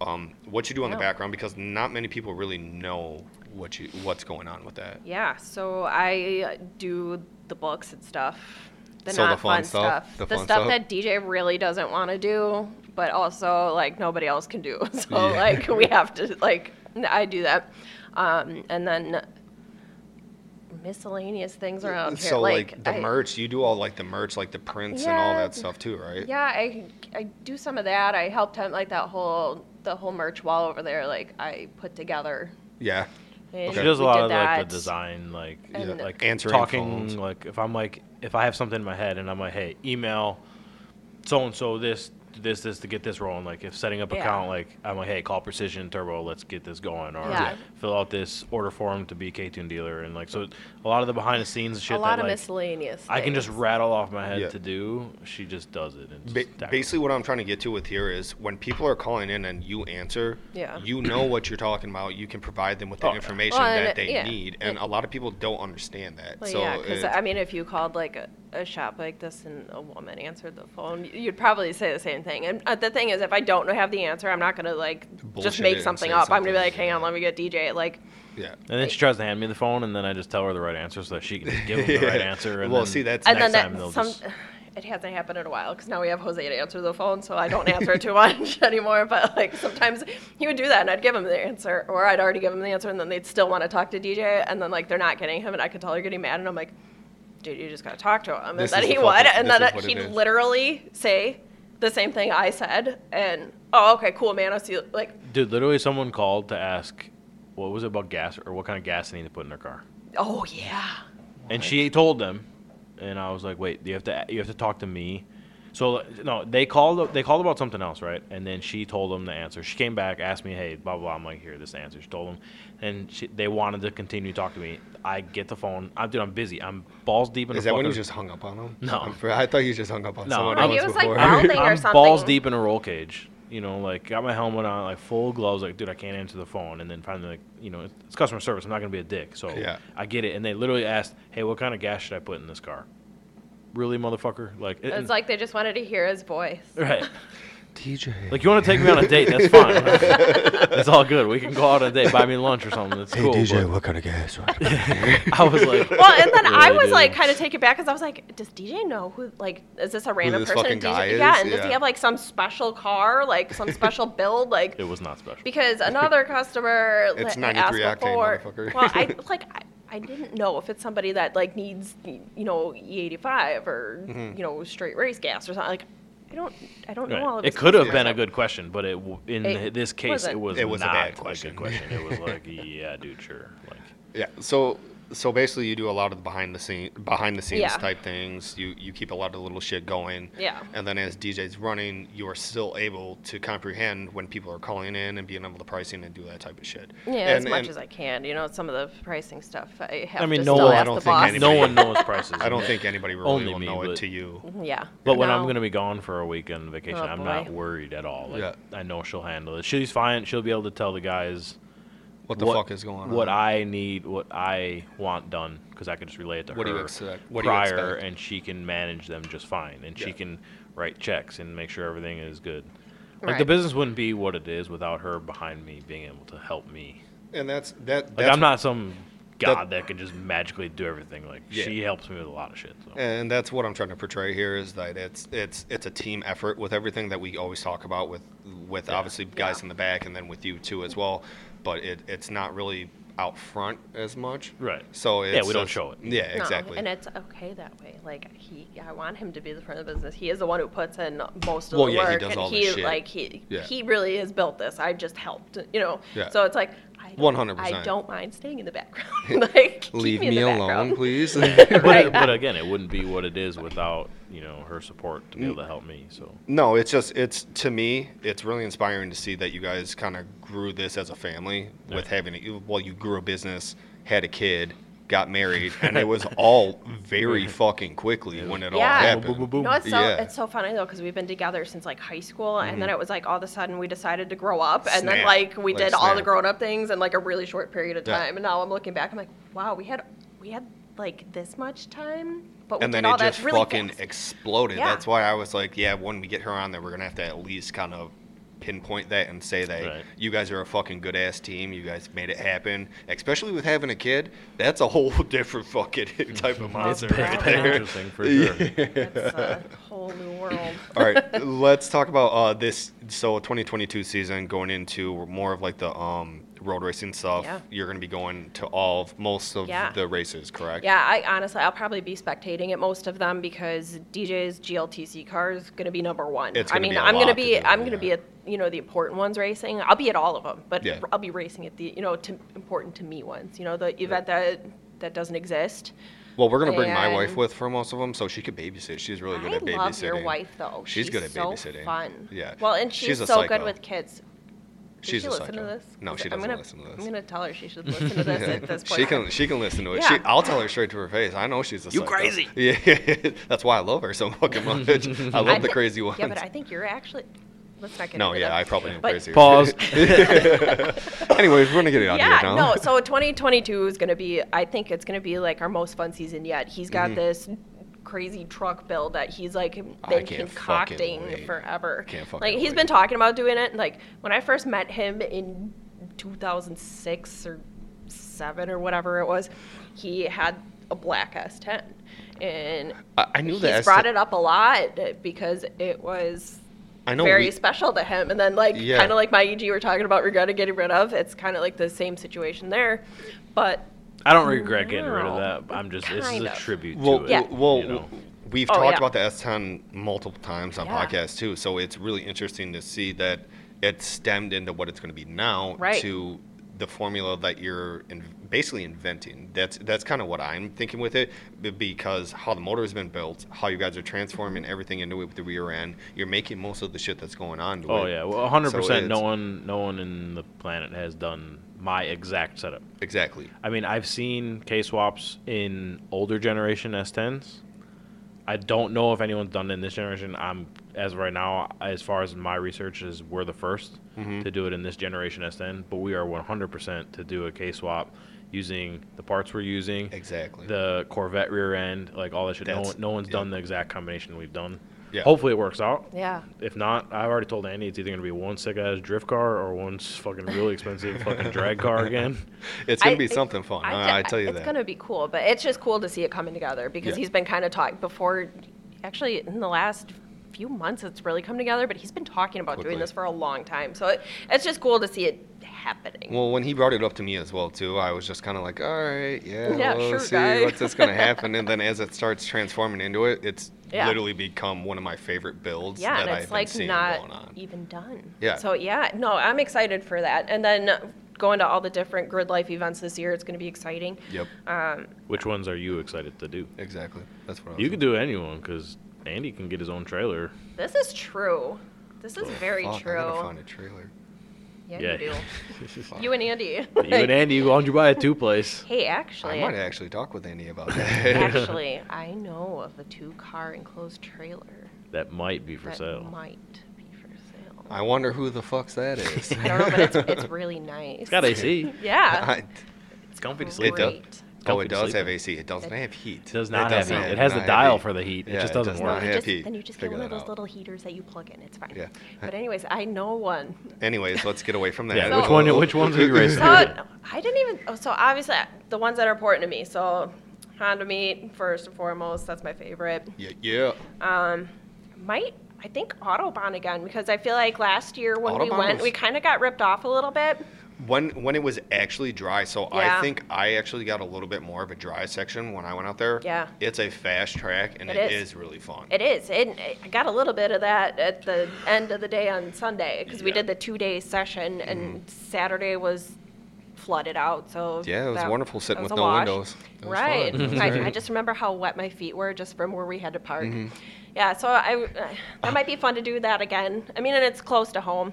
Speaker 1: um, what you do on the
Speaker 3: Yeah.
Speaker 1: background because not many people really know what you what's going on with that.
Speaker 3: Yeah, so I uh, do the books and stuff. The
Speaker 1: So the
Speaker 3: not
Speaker 1: fun
Speaker 3: fun
Speaker 1: stuff,
Speaker 3: stuff.
Speaker 1: the
Speaker 3: The,
Speaker 1: fun
Speaker 3: stuff,
Speaker 1: stuff.
Speaker 3: that DJ really doesn't want to do, but also like nobody else can do. So
Speaker 1: Yeah.
Speaker 3: like we have to like I do that. Um, and then miscellaneous things around here.
Speaker 1: So like, the
Speaker 3: I-
Speaker 1: merch, you do all like the merch, like the prints and all
Speaker 3: Yeah.
Speaker 1: that stuff too, right?
Speaker 3: Yeah, I I do some of that. I helped him like that whole the whole merch wall over there. Like I put together.
Speaker 1: Yeah.
Speaker 3: And
Speaker 1: Okay.
Speaker 2: She does a
Speaker 3: we
Speaker 2: lot
Speaker 3: did
Speaker 2: of like
Speaker 3: that.
Speaker 2: the design, like
Speaker 3: And-
Speaker 2: like
Speaker 1: Answering
Speaker 2: talking,
Speaker 1: phones.
Speaker 2: like if I'm like if I have something in my head and I'm like, hey, email so and so this this this to get this rolling. Like if setting up
Speaker 3: Yeah.
Speaker 2: account, like I'm like, hey, call Precision Turbo, let's get this going, or
Speaker 3: Yeah.
Speaker 2: fill out this order form to be K Tune dealer, and like so a lot of the behind the scenes shit
Speaker 3: A lot
Speaker 2: that
Speaker 3: of
Speaker 2: like
Speaker 3: miscellaneous.
Speaker 2: I can just
Speaker 3: things.
Speaker 2: rattle off my head
Speaker 1: Yeah.
Speaker 2: to do. She just does it. And
Speaker 1: Ba-
Speaker 2: just tackles it.
Speaker 1: basically, what I'm trying to get to with here is when people are calling in and you answer,
Speaker 3: Yeah.
Speaker 1: you know what you're talking about. You can provide them with the
Speaker 2: Oh, yeah.
Speaker 1: information
Speaker 3: Well, and
Speaker 1: that
Speaker 3: it-
Speaker 1: they
Speaker 3: yeah.
Speaker 1: need, and a lot of people don't understand that.
Speaker 3: Well,
Speaker 1: so
Speaker 3: yeah, because
Speaker 1: it-
Speaker 3: I mean, if you called like a, a shop like this and a woman answered the phone, you'd probably say the same thing. And uh, the thing is, if I don't have the answer, I'm not gonna like
Speaker 1: Bullshit
Speaker 3: just
Speaker 1: it
Speaker 3: make
Speaker 1: and
Speaker 3: something
Speaker 1: say
Speaker 3: up. I'm gonna be
Speaker 1: something.
Speaker 3: like, hang on, let me get DJ. Like,
Speaker 1: yeah.
Speaker 2: And then she tries to hand me the phone, and then I just tell her the right answer so that she can just give them the right answer. And
Speaker 1: Well,
Speaker 2: then
Speaker 1: see, that's-
Speaker 3: and
Speaker 2: next
Speaker 3: then
Speaker 2: time they'll
Speaker 3: that some.
Speaker 2: just
Speaker 3: It hasn't happened in a while because now we have Jose to answer the phone, so I don't answer too much anymore. But like sometimes he would do that, and I'd give him the answer, or I'd already give him the answer, and then they'd still want to talk to DJ, and then like they're not getting him, and I could tell they're getting mad, and I'm like, dude, you just gotta talk to him. And
Speaker 1: This
Speaker 3: then
Speaker 1: is the
Speaker 3: he would,
Speaker 1: fucking-
Speaker 3: and
Speaker 1: this
Speaker 3: then
Speaker 1: is what it
Speaker 3: he'd
Speaker 1: is.
Speaker 3: literally say the same thing I said, and oh, okay, cool, man. I'll see. You. Like,
Speaker 2: dude, literally, someone called to ask what was it about gas or what kind of gas they need to put in their car,
Speaker 3: oh yeah,
Speaker 2: and she told them, and I was like, wait, you have to you have to talk to me. So no, they called they called about something else, right? And then she told them the answer. She came back, asked me, hey, blah blah. blah. I'm like, here, this is the answer. She told them, and she, they wanted to continue to talk to me. I get the phone. I'm dude, I'm busy. I'm balls deep in.
Speaker 1: Is
Speaker 2: a
Speaker 1: that when you
Speaker 2: fucking-
Speaker 1: just hung up on them?
Speaker 2: No.
Speaker 1: I'm fr- I thought you just hung up on
Speaker 2: No,
Speaker 1: someone
Speaker 2: no, he
Speaker 1: else
Speaker 3: was, like,
Speaker 1: before.
Speaker 3: mouthing or
Speaker 2: I'm
Speaker 3: something.
Speaker 2: balls deep in a roll cage. You know, like got my helmet on, like full gloves. Like, dude, I can't answer the phone. And then finally, like, you know, it's- it's customer service. I'm not gonna be a dick. So
Speaker 1: Yeah.
Speaker 2: I get it. And they literally asked, "Hey, what kind of gas should I put in this car?" Really, motherfucker? Like, it-
Speaker 3: it's like they just wanted to hear his voice.
Speaker 2: right?
Speaker 1: TJ.
Speaker 2: Like, you want to take me on a date? That's fine. it's all good. We can go out on a date, buy me lunch or something. That's cool. but
Speaker 1: what kind of gas?
Speaker 2: I was like,
Speaker 3: Well, and then I
Speaker 2: Really
Speaker 3: was
Speaker 2: do.
Speaker 3: like kind of taken back because I was like, does DJ know who? Like, is this a random
Speaker 1: this
Speaker 3: person?
Speaker 1: fucking
Speaker 3: DJ,
Speaker 1: guy is?
Speaker 3: yeah, and does
Speaker 1: Yeah.
Speaker 3: he have like some special car, like some special build, like?
Speaker 2: it was not special.
Speaker 3: Because another customer
Speaker 1: It's
Speaker 3: let-
Speaker 1: 93 octane,
Speaker 3: asked before.
Speaker 1: motherfucker.
Speaker 3: Well, I like I, I didn't know if it's somebody that like needs you know E85 or
Speaker 1: Mm-hmm.
Speaker 3: you know straight race gas or something. Like, I don't I don't know all
Speaker 2: Right.
Speaker 3: of
Speaker 2: It
Speaker 3: his
Speaker 2: could have been
Speaker 3: customers.
Speaker 2: a good question, but it w- in
Speaker 3: It
Speaker 2: this case it
Speaker 3: wasn't.
Speaker 2: was
Speaker 1: It was a
Speaker 2: not
Speaker 1: bad
Speaker 2: a,
Speaker 1: question.
Speaker 2: good question. It was like, yeah, dude, sure. Like,
Speaker 1: Yeah. So so basically, you do a lot of the behind the scene behind the scenes
Speaker 3: Yeah.
Speaker 1: type things. You you keep a lot of little shit going.
Speaker 3: Yeah.
Speaker 1: And then as DJ's running, you are still able to comprehend when people are calling in and being able to pricing and do that type of shit.
Speaker 3: Yeah, as
Speaker 1: And-
Speaker 3: much
Speaker 1: and
Speaker 3: as I can. You know, some of the pricing stuff I have
Speaker 2: I mean,
Speaker 3: to
Speaker 2: no
Speaker 3: still
Speaker 2: one,
Speaker 1: I
Speaker 3: ask
Speaker 1: don't
Speaker 3: the
Speaker 1: think
Speaker 3: boss.
Speaker 1: anybody-
Speaker 2: no one knows prices.
Speaker 1: I don't think anybody really
Speaker 2: Only
Speaker 1: will
Speaker 2: me,
Speaker 1: know it
Speaker 2: but-
Speaker 1: to you.
Speaker 3: Yeah.
Speaker 2: But when
Speaker 3: No.
Speaker 2: I'm gonna be gone for a week on vacation,
Speaker 3: Oh,
Speaker 2: I'm not
Speaker 3: boy.
Speaker 2: worried at all. Like,
Speaker 1: Yeah.
Speaker 2: I know she'll handle it. She's fine. She'll be able to tell the guys
Speaker 1: What the fuck is going on?
Speaker 2: what I need, what I want done, because I can just relay it to
Speaker 1: What do
Speaker 2: her
Speaker 1: you expect? What do you
Speaker 2: prior,
Speaker 1: expect?
Speaker 2: and she can manage them just fine, and she
Speaker 1: Yeah.
Speaker 2: can write checks and make sure everything is good. Like the
Speaker 3: Right.
Speaker 2: business wouldn't be what it is without her behind me being able to help me.
Speaker 1: and that's that.
Speaker 2: Like
Speaker 1: that's-
Speaker 2: I'm not some god that, can just magically do everything. Like
Speaker 1: Yeah.
Speaker 2: she helps me with a lot of shit. So.
Speaker 1: and that's what I'm trying to portray here is that it's it's it's a team effort with everything that we always talk about with with obviously guys
Speaker 3: Yeah.
Speaker 1: in the back and then with you too as well, but it it's not really out front as much.
Speaker 2: Right.
Speaker 1: So
Speaker 2: Yeah,
Speaker 1: it's
Speaker 2: we don't
Speaker 1: just-
Speaker 2: show it.
Speaker 1: Yeah,
Speaker 3: No,
Speaker 1: exactly.
Speaker 3: and it's okay that way. Like he, I want him to be the front of the business. He is the one who puts in most of
Speaker 1: Well,
Speaker 3: the
Speaker 1: yeah,
Speaker 3: work,
Speaker 1: he does
Speaker 3: and
Speaker 1: all the
Speaker 3: he
Speaker 1: shit.
Speaker 3: like he
Speaker 1: Yeah.
Speaker 3: he really has built this. I just helped, you know.
Speaker 1: Yeah.
Speaker 3: So it's like I don't-
Speaker 1: 100%.
Speaker 3: I don't mind staying in the background. like keep
Speaker 1: Leave
Speaker 3: me,
Speaker 1: me,
Speaker 3: in the
Speaker 1: alone,
Speaker 3: background.
Speaker 1: please.
Speaker 2: but, it- but again, it wouldn't be what it is without you know her support to be able to help me. So
Speaker 1: no, it's just it's to me, it's really inspiring to see that you guys kind of grew this as a family with
Speaker 2: Yeah.
Speaker 1: having it. Well, you grew a business, had a kid, got married, and it was all very fucking quickly when it all
Speaker 3: Yeah.
Speaker 1: happened.
Speaker 2: Boom, boom, boom,
Speaker 3: No, it's so
Speaker 1: Yeah. Mm-hmm.
Speaker 3: it's so funny though because we've been together since like high school, and then it was like all of a sudden we decided to grow up, and then
Speaker 1: Snap.
Speaker 3: like we
Speaker 1: Like
Speaker 3: did all the
Speaker 1: snap.
Speaker 3: grown up things in like a really short period of
Speaker 1: Yeah.
Speaker 3: time, and now I'm looking back, I'm like, wow, we had we had like this much time, but we
Speaker 1: and
Speaker 3: did
Speaker 1: then
Speaker 3: all
Speaker 1: it
Speaker 3: that
Speaker 1: just
Speaker 3: Oh, really
Speaker 1: fucking
Speaker 3: fast.
Speaker 1: exploded.
Speaker 3: Yeah.
Speaker 1: That's why I was like, yeah, when we get her on there, we're gonna have to at least kind of pinpoint that and say that
Speaker 2: Right.
Speaker 1: you guys are a fucking good ass team. You guys made it happen, especially with having a kid. That's a whole different fucking type of monster
Speaker 3: big
Speaker 1: right
Speaker 3: time.
Speaker 1: there.
Speaker 2: Interesting for sure.
Speaker 3: It's a whole new world.
Speaker 1: All right, let's talk about uh, this. So, 2022 season going into more of like the um, road racing stuff.
Speaker 3: Yeah.
Speaker 1: You're going to be going to all of most of
Speaker 3: Yeah.
Speaker 1: the races, correct?
Speaker 3: Yeah, I honestly, I'll probably be spectating at most of them because DJ's GLTC car is going to be number one.
Speaker 1: It's
Speaker 3: I
Speaker 1: gonna
Speaker 3: mean,
Speaker 1: be a
Speaker 3: I'm
Speaker 1: lot
Speaker 3: going
Speaker 1: to
Speaker 3: to be,
Speaker 1: do,
Speaker 3: I'm going
Speaker 1: yeah.
Speaker 3: to be at you know the important ones racing. I'll be at all of them, but
Speaker 1: Yeah.
Speaker 3: I'll be racing at the you know to, important to me ones. You know, the event that that doesn't exist.
Speaker 1: Well, we're gonna bring my wife
Speaker 3: And-
Speaker 1: with for most of them, so she could babysit. She's really good
Speaker 3: I
Speaker 1: at babysitting.
Speaker 3: love your wife though.
Speaker 1: She's good at
Speaker 3: so
Speaker 1: babysitting.
Speaker 3: Fun.
Speaker 1: Yeah.
Speaker 3: Well, and
Speaker 1: She's
Speaker 3: she's,
Speaker 1: a
Speaker 3: so
Speaker 1: psycho.
Speaker 3: good with kids. Does
Speaker 1: She's
Speaker 3: she
Speaker 1: a
Speaker 3: listen
Speaker 1: psycho.
Speaker 3: to this?
Speaker 1: No, she
Speaker 3: I'm
Speaker 1: doesn't
Speaker 3: gonna-
Speaker 1: listen to
Speaker 3: I'm
Speaker 1: this.
Speaker 3: going to tell her she should listen to this at this point.
Speaker 1: she can she can listen to it. She,
Speaker 3: Yeah.
Speaker 1: I'll tell her straight to her face. I know she's a
Speaker 2: You
Speaker 1: psycho.
Speaker 2: crazy.
Speaker 1: Yeah, that's why I love her so fucking much. I love the
Speaker 3: thi-
Speaker 1: crazy ones.
Speaker 3: Yeah, but I think you're actually. Let's not get
Speaker 1: no,
Speaker 3: into
Speaker 1: yeah,
Speaker 3: that.
Speaker 1: I probably am
Speaker 3: But-
Speaker 1: crazy.
Speaker 2: Pause.
Speaker 1: Anyways, we're gonna get it out
Speaker 3: Yeah,
Speaker 1: of here now.
Speaker 3: no. So 2022 is going to be. I think it's going to be like our most fun season yet. He's got
Speaker 1: Mm-hmm.
Speaker 3: this crazy truck build that he's like been
Speaker 1: can't fucking
Speaker 3: concocting
Speaker 1: wait.
Speaker 3: forever.
Speaker 1: Can't fucking
Speaker 3: like he's
Speaker 1: wait.
Speaker 3: been talking about doing it. and, Like when I first met him in 2006 or seven or whatever it was, he had a black S10, and
Speaker 1: I, I knew
Speaker 3: he's
Speaker 1: that.
Speaker 3: brought it up a lot because it was
Speaker 1: I know.
Speaker 3: very
Speaker 1: we-
Speaker 3: special to him. And then like
Speaker 1: Yeah.
Speaker 3: kind of like my EG we're talking about regretting getting rid of. It's kind of like the same situation there, but
Speaker 2: I don't regret getting rid of
Speaker 3: No,
Speaker 2: that. I'm just this is
Speaker 3: kind
Speaker 2: a
Speaker 3: of.
Speaker 2: tribute to
Speaker 1: well,
Speaker 2: it.
Speaker 3: Yeah.
Speaker 1: well,
Speaker 2: you know.
Speaker 1: we've
Speaker 3: Oh,
Speaker 1: talked
Speaker 3: yeah.
Speaker 1: about the S10 multiple times on
Speaker 3: Yeah.
Speaker 1: podcasts too, so it's really interesting to see that it stemmed into what it's going to be now
Speaker 3: Right.
Speaker 1: to the formula that you're in, basically inventing. That's that's kind of what I'm thinking with it b- because how the motor has been built, how you guys are transforming everything into it with the rear end, you're making most of the shit that's going on to
Speaker 2: Oh
Speaker 1: it.
Speaker 2: yeah, well, 100. percent No
Speaker 1: it's-
Speaker 2: one, no one in the planet has done my exact setup.
Speaker 1: exactly.
Speaker 2: I mean, I've seen K swaps in older generation S10s. I don't know if anyone's done it in this generation. I'm as of right now, as far as my research is, we're the 1st
Speaker 1: Mm-hmm.
Speaker 2: to do it in this generation S10. But we are 100% to do a K swap using the parts we're using,
Speaker 1: Exactly.
Speaker 2: the Corvette rear end, like all that shit. No,
Speaker 1: That's-
Speaker 2: one- no one's
Speaker 1: yeah.
Speaker 2: done the exact combination we've done.
Speaker 1: Yeah.
Speaker 2: Hopefully it works out.
Speaker 3: yeah.
Speaker 2: If not, I've already told Andy it's either gonna be one sick ass drift car or one s- fucking really expensive fucking drag car again.
Speaker 1: it's going
Speaker 3: I-
Speaker 1: to be
Speaker 3: it-
Speaker 1: something fun. I,
Speaker 3: ju-
Speaker 1: I tell you
Speaker 3: it's
Speaker 1: that.
Speaker 3: gonna be cool, but it's just cool to see it coming together because
Speaker 1: Yeah.
Speaker 3: he's been kind of talking before. Actually, in the last few months, it's really come together. But he's been talking about
Speaker 1: Quickly.
Speaker 3: doing this for a long time, so it, it's just cool to see it happening.
Speaker 1: Well, when he brought it up to me as well too, I was just kind of like, all right, yeah,
Speaker 3: Yeah,
Speaker 1: we'll
Speaker 3: sure,
Speaker 1: see
Speaker 3: guy."
Speaker 1: what's this gonna happen. and then as it starts transforming into it, it's
Speaker 3: Yeah.
Speaker 1: literally become one of my favorite builds
Speaker 3: yeah,
Speaker 1: that
Speaker 3: and
Speaker 1: I've
Speaker 3: it's like
Speaker 1: been seeing going
Speaker 3: not e
Speaker 1: on.
Speaker 3: even done.
Speaker 1: Yeah.
Speaker 3: So yeah, no, I'm excited for that. And then going to all the different grid life events this year, it's going to be exciting.
Speaker 1: Yep,
Speaker 3: Uh,
Speaker 2: Which ones are you excited to do?
Speaker 1: exactly. That's what I was.
Speaker 2: You could do anyone because Andy can get his own trailer.
Speaker 3: This is true. This is very
Speaker 1: Fuck, I gotta
Speaker 3: true.
Speaker 1: find a trailer.
Speaker 3: Yeah,
Speaker 2: Yeah.
Speaker 3: you do. you and Andy.
Speaker 2: You and Andy, why don't you buy a two place?
Speaker 3: Hey,
Speaker 1: I
Speaker 3: actually,
Speaker 1: might actually talk with Andy about that.
Speaker 3: actually, I know of a two-car enclosed trailer
Speaker 2: That might be for
Speaker 3: that
Speaker 2: sale.
Speaker 3: might be for sale.
Speaker 1: I wonder who the fuck's that is.
Speaker 3: I don't know, but it's, it's really nice.
Speaker 2: It's got AC.
Speaker 3: Yeah.
Speaker 1: I-
Speaker 2: it's comfy to
Speaker 1: sleep. It does.
Speaker 3: Great.
Speaker 1: oh,
Speaker 2: Comfy
Speaker 1: it
Speaker 2: to
Speaker 1: does
Speaker 2: sleep
Speaker 1: have
Speaker 2: in.
Speaker 1: AC. It doesn't have heat.
Speaker 2: It does not have
Speaker 1: doesn't
Speaker 2: heat. It has the
Speaker 1: not
Speaker 2: dial
Speaker 1: heat.
Speaker 2: for the heat. It
Speaker 1: Yeah,
Speaker 2: just doesn't
Speaker 1: does not
Speaker 2: work.
Speaker 1: have
Speaker 3: just,
Speaker 1: heat.
Speaker 3: then you just get
Speaker 1: Figure
Speaker 3: one of
Speaker 1: that
Speaker 3: those
Speaker 1: out.
Speaker 3: little heaters that you plug in. It's fine.
Speaker 1: Yeah.
Speaker 3: But anyways, I know one.
Speaker 1: Anyways, let's get away from that.
Speaker 2: Yeah, which one? Which ones are you racing?
Speaker 3: So I didn't even. Oh, so obviously the ones that are important to me. So Honda Meat first and foremost. That's my favorite.
Speaker 1: Yeah, yeah.
Speaker 3: um, Might I think Autobahn again because I feel like last year when we
Speaker 1: Autobahn
Speaker 3: went,
Speaker 1: was-
Speaker 3: we kind of got ripped off a little bit.
Speaker 1: when when it was actually dry so i
Speaker 3: Yeah.
Speaker 1: think i actually got a little bit more of a dry section when i went out there
Speaker 3: Yeah.
Speaker 1: it's a fast track and
Speaker 3: It
Speaker 1: it is.
Speaker 3: is.
Speaker 1: really fun
Speaker 3: It is. It, I got a little bit of that at the end of the day on Sunday because we
Speaker 1: Yeah. Mm-hmm.
Speaker 3: did the two day session and Saturday was flooded out. So
Speaker 1: yeah it was
Speaker 3: that-
Speaker 1: wonderful sitting
Speaker 3: that was
Speaker 1: with no
Speaker 3: a wash.
Speaker 1: windows It was
Speaker 3: Right.
Speaker 1: fun. It was
Speaker 3: I, I
Speaker 1: great.
Speaker 3: just remember how wet my feet were just from where we had to park.
Speaker 1: Mm-hmm.
Speaker 3: Yeah, so I uh, that might be fun to do that again. I mean, and it's close to home.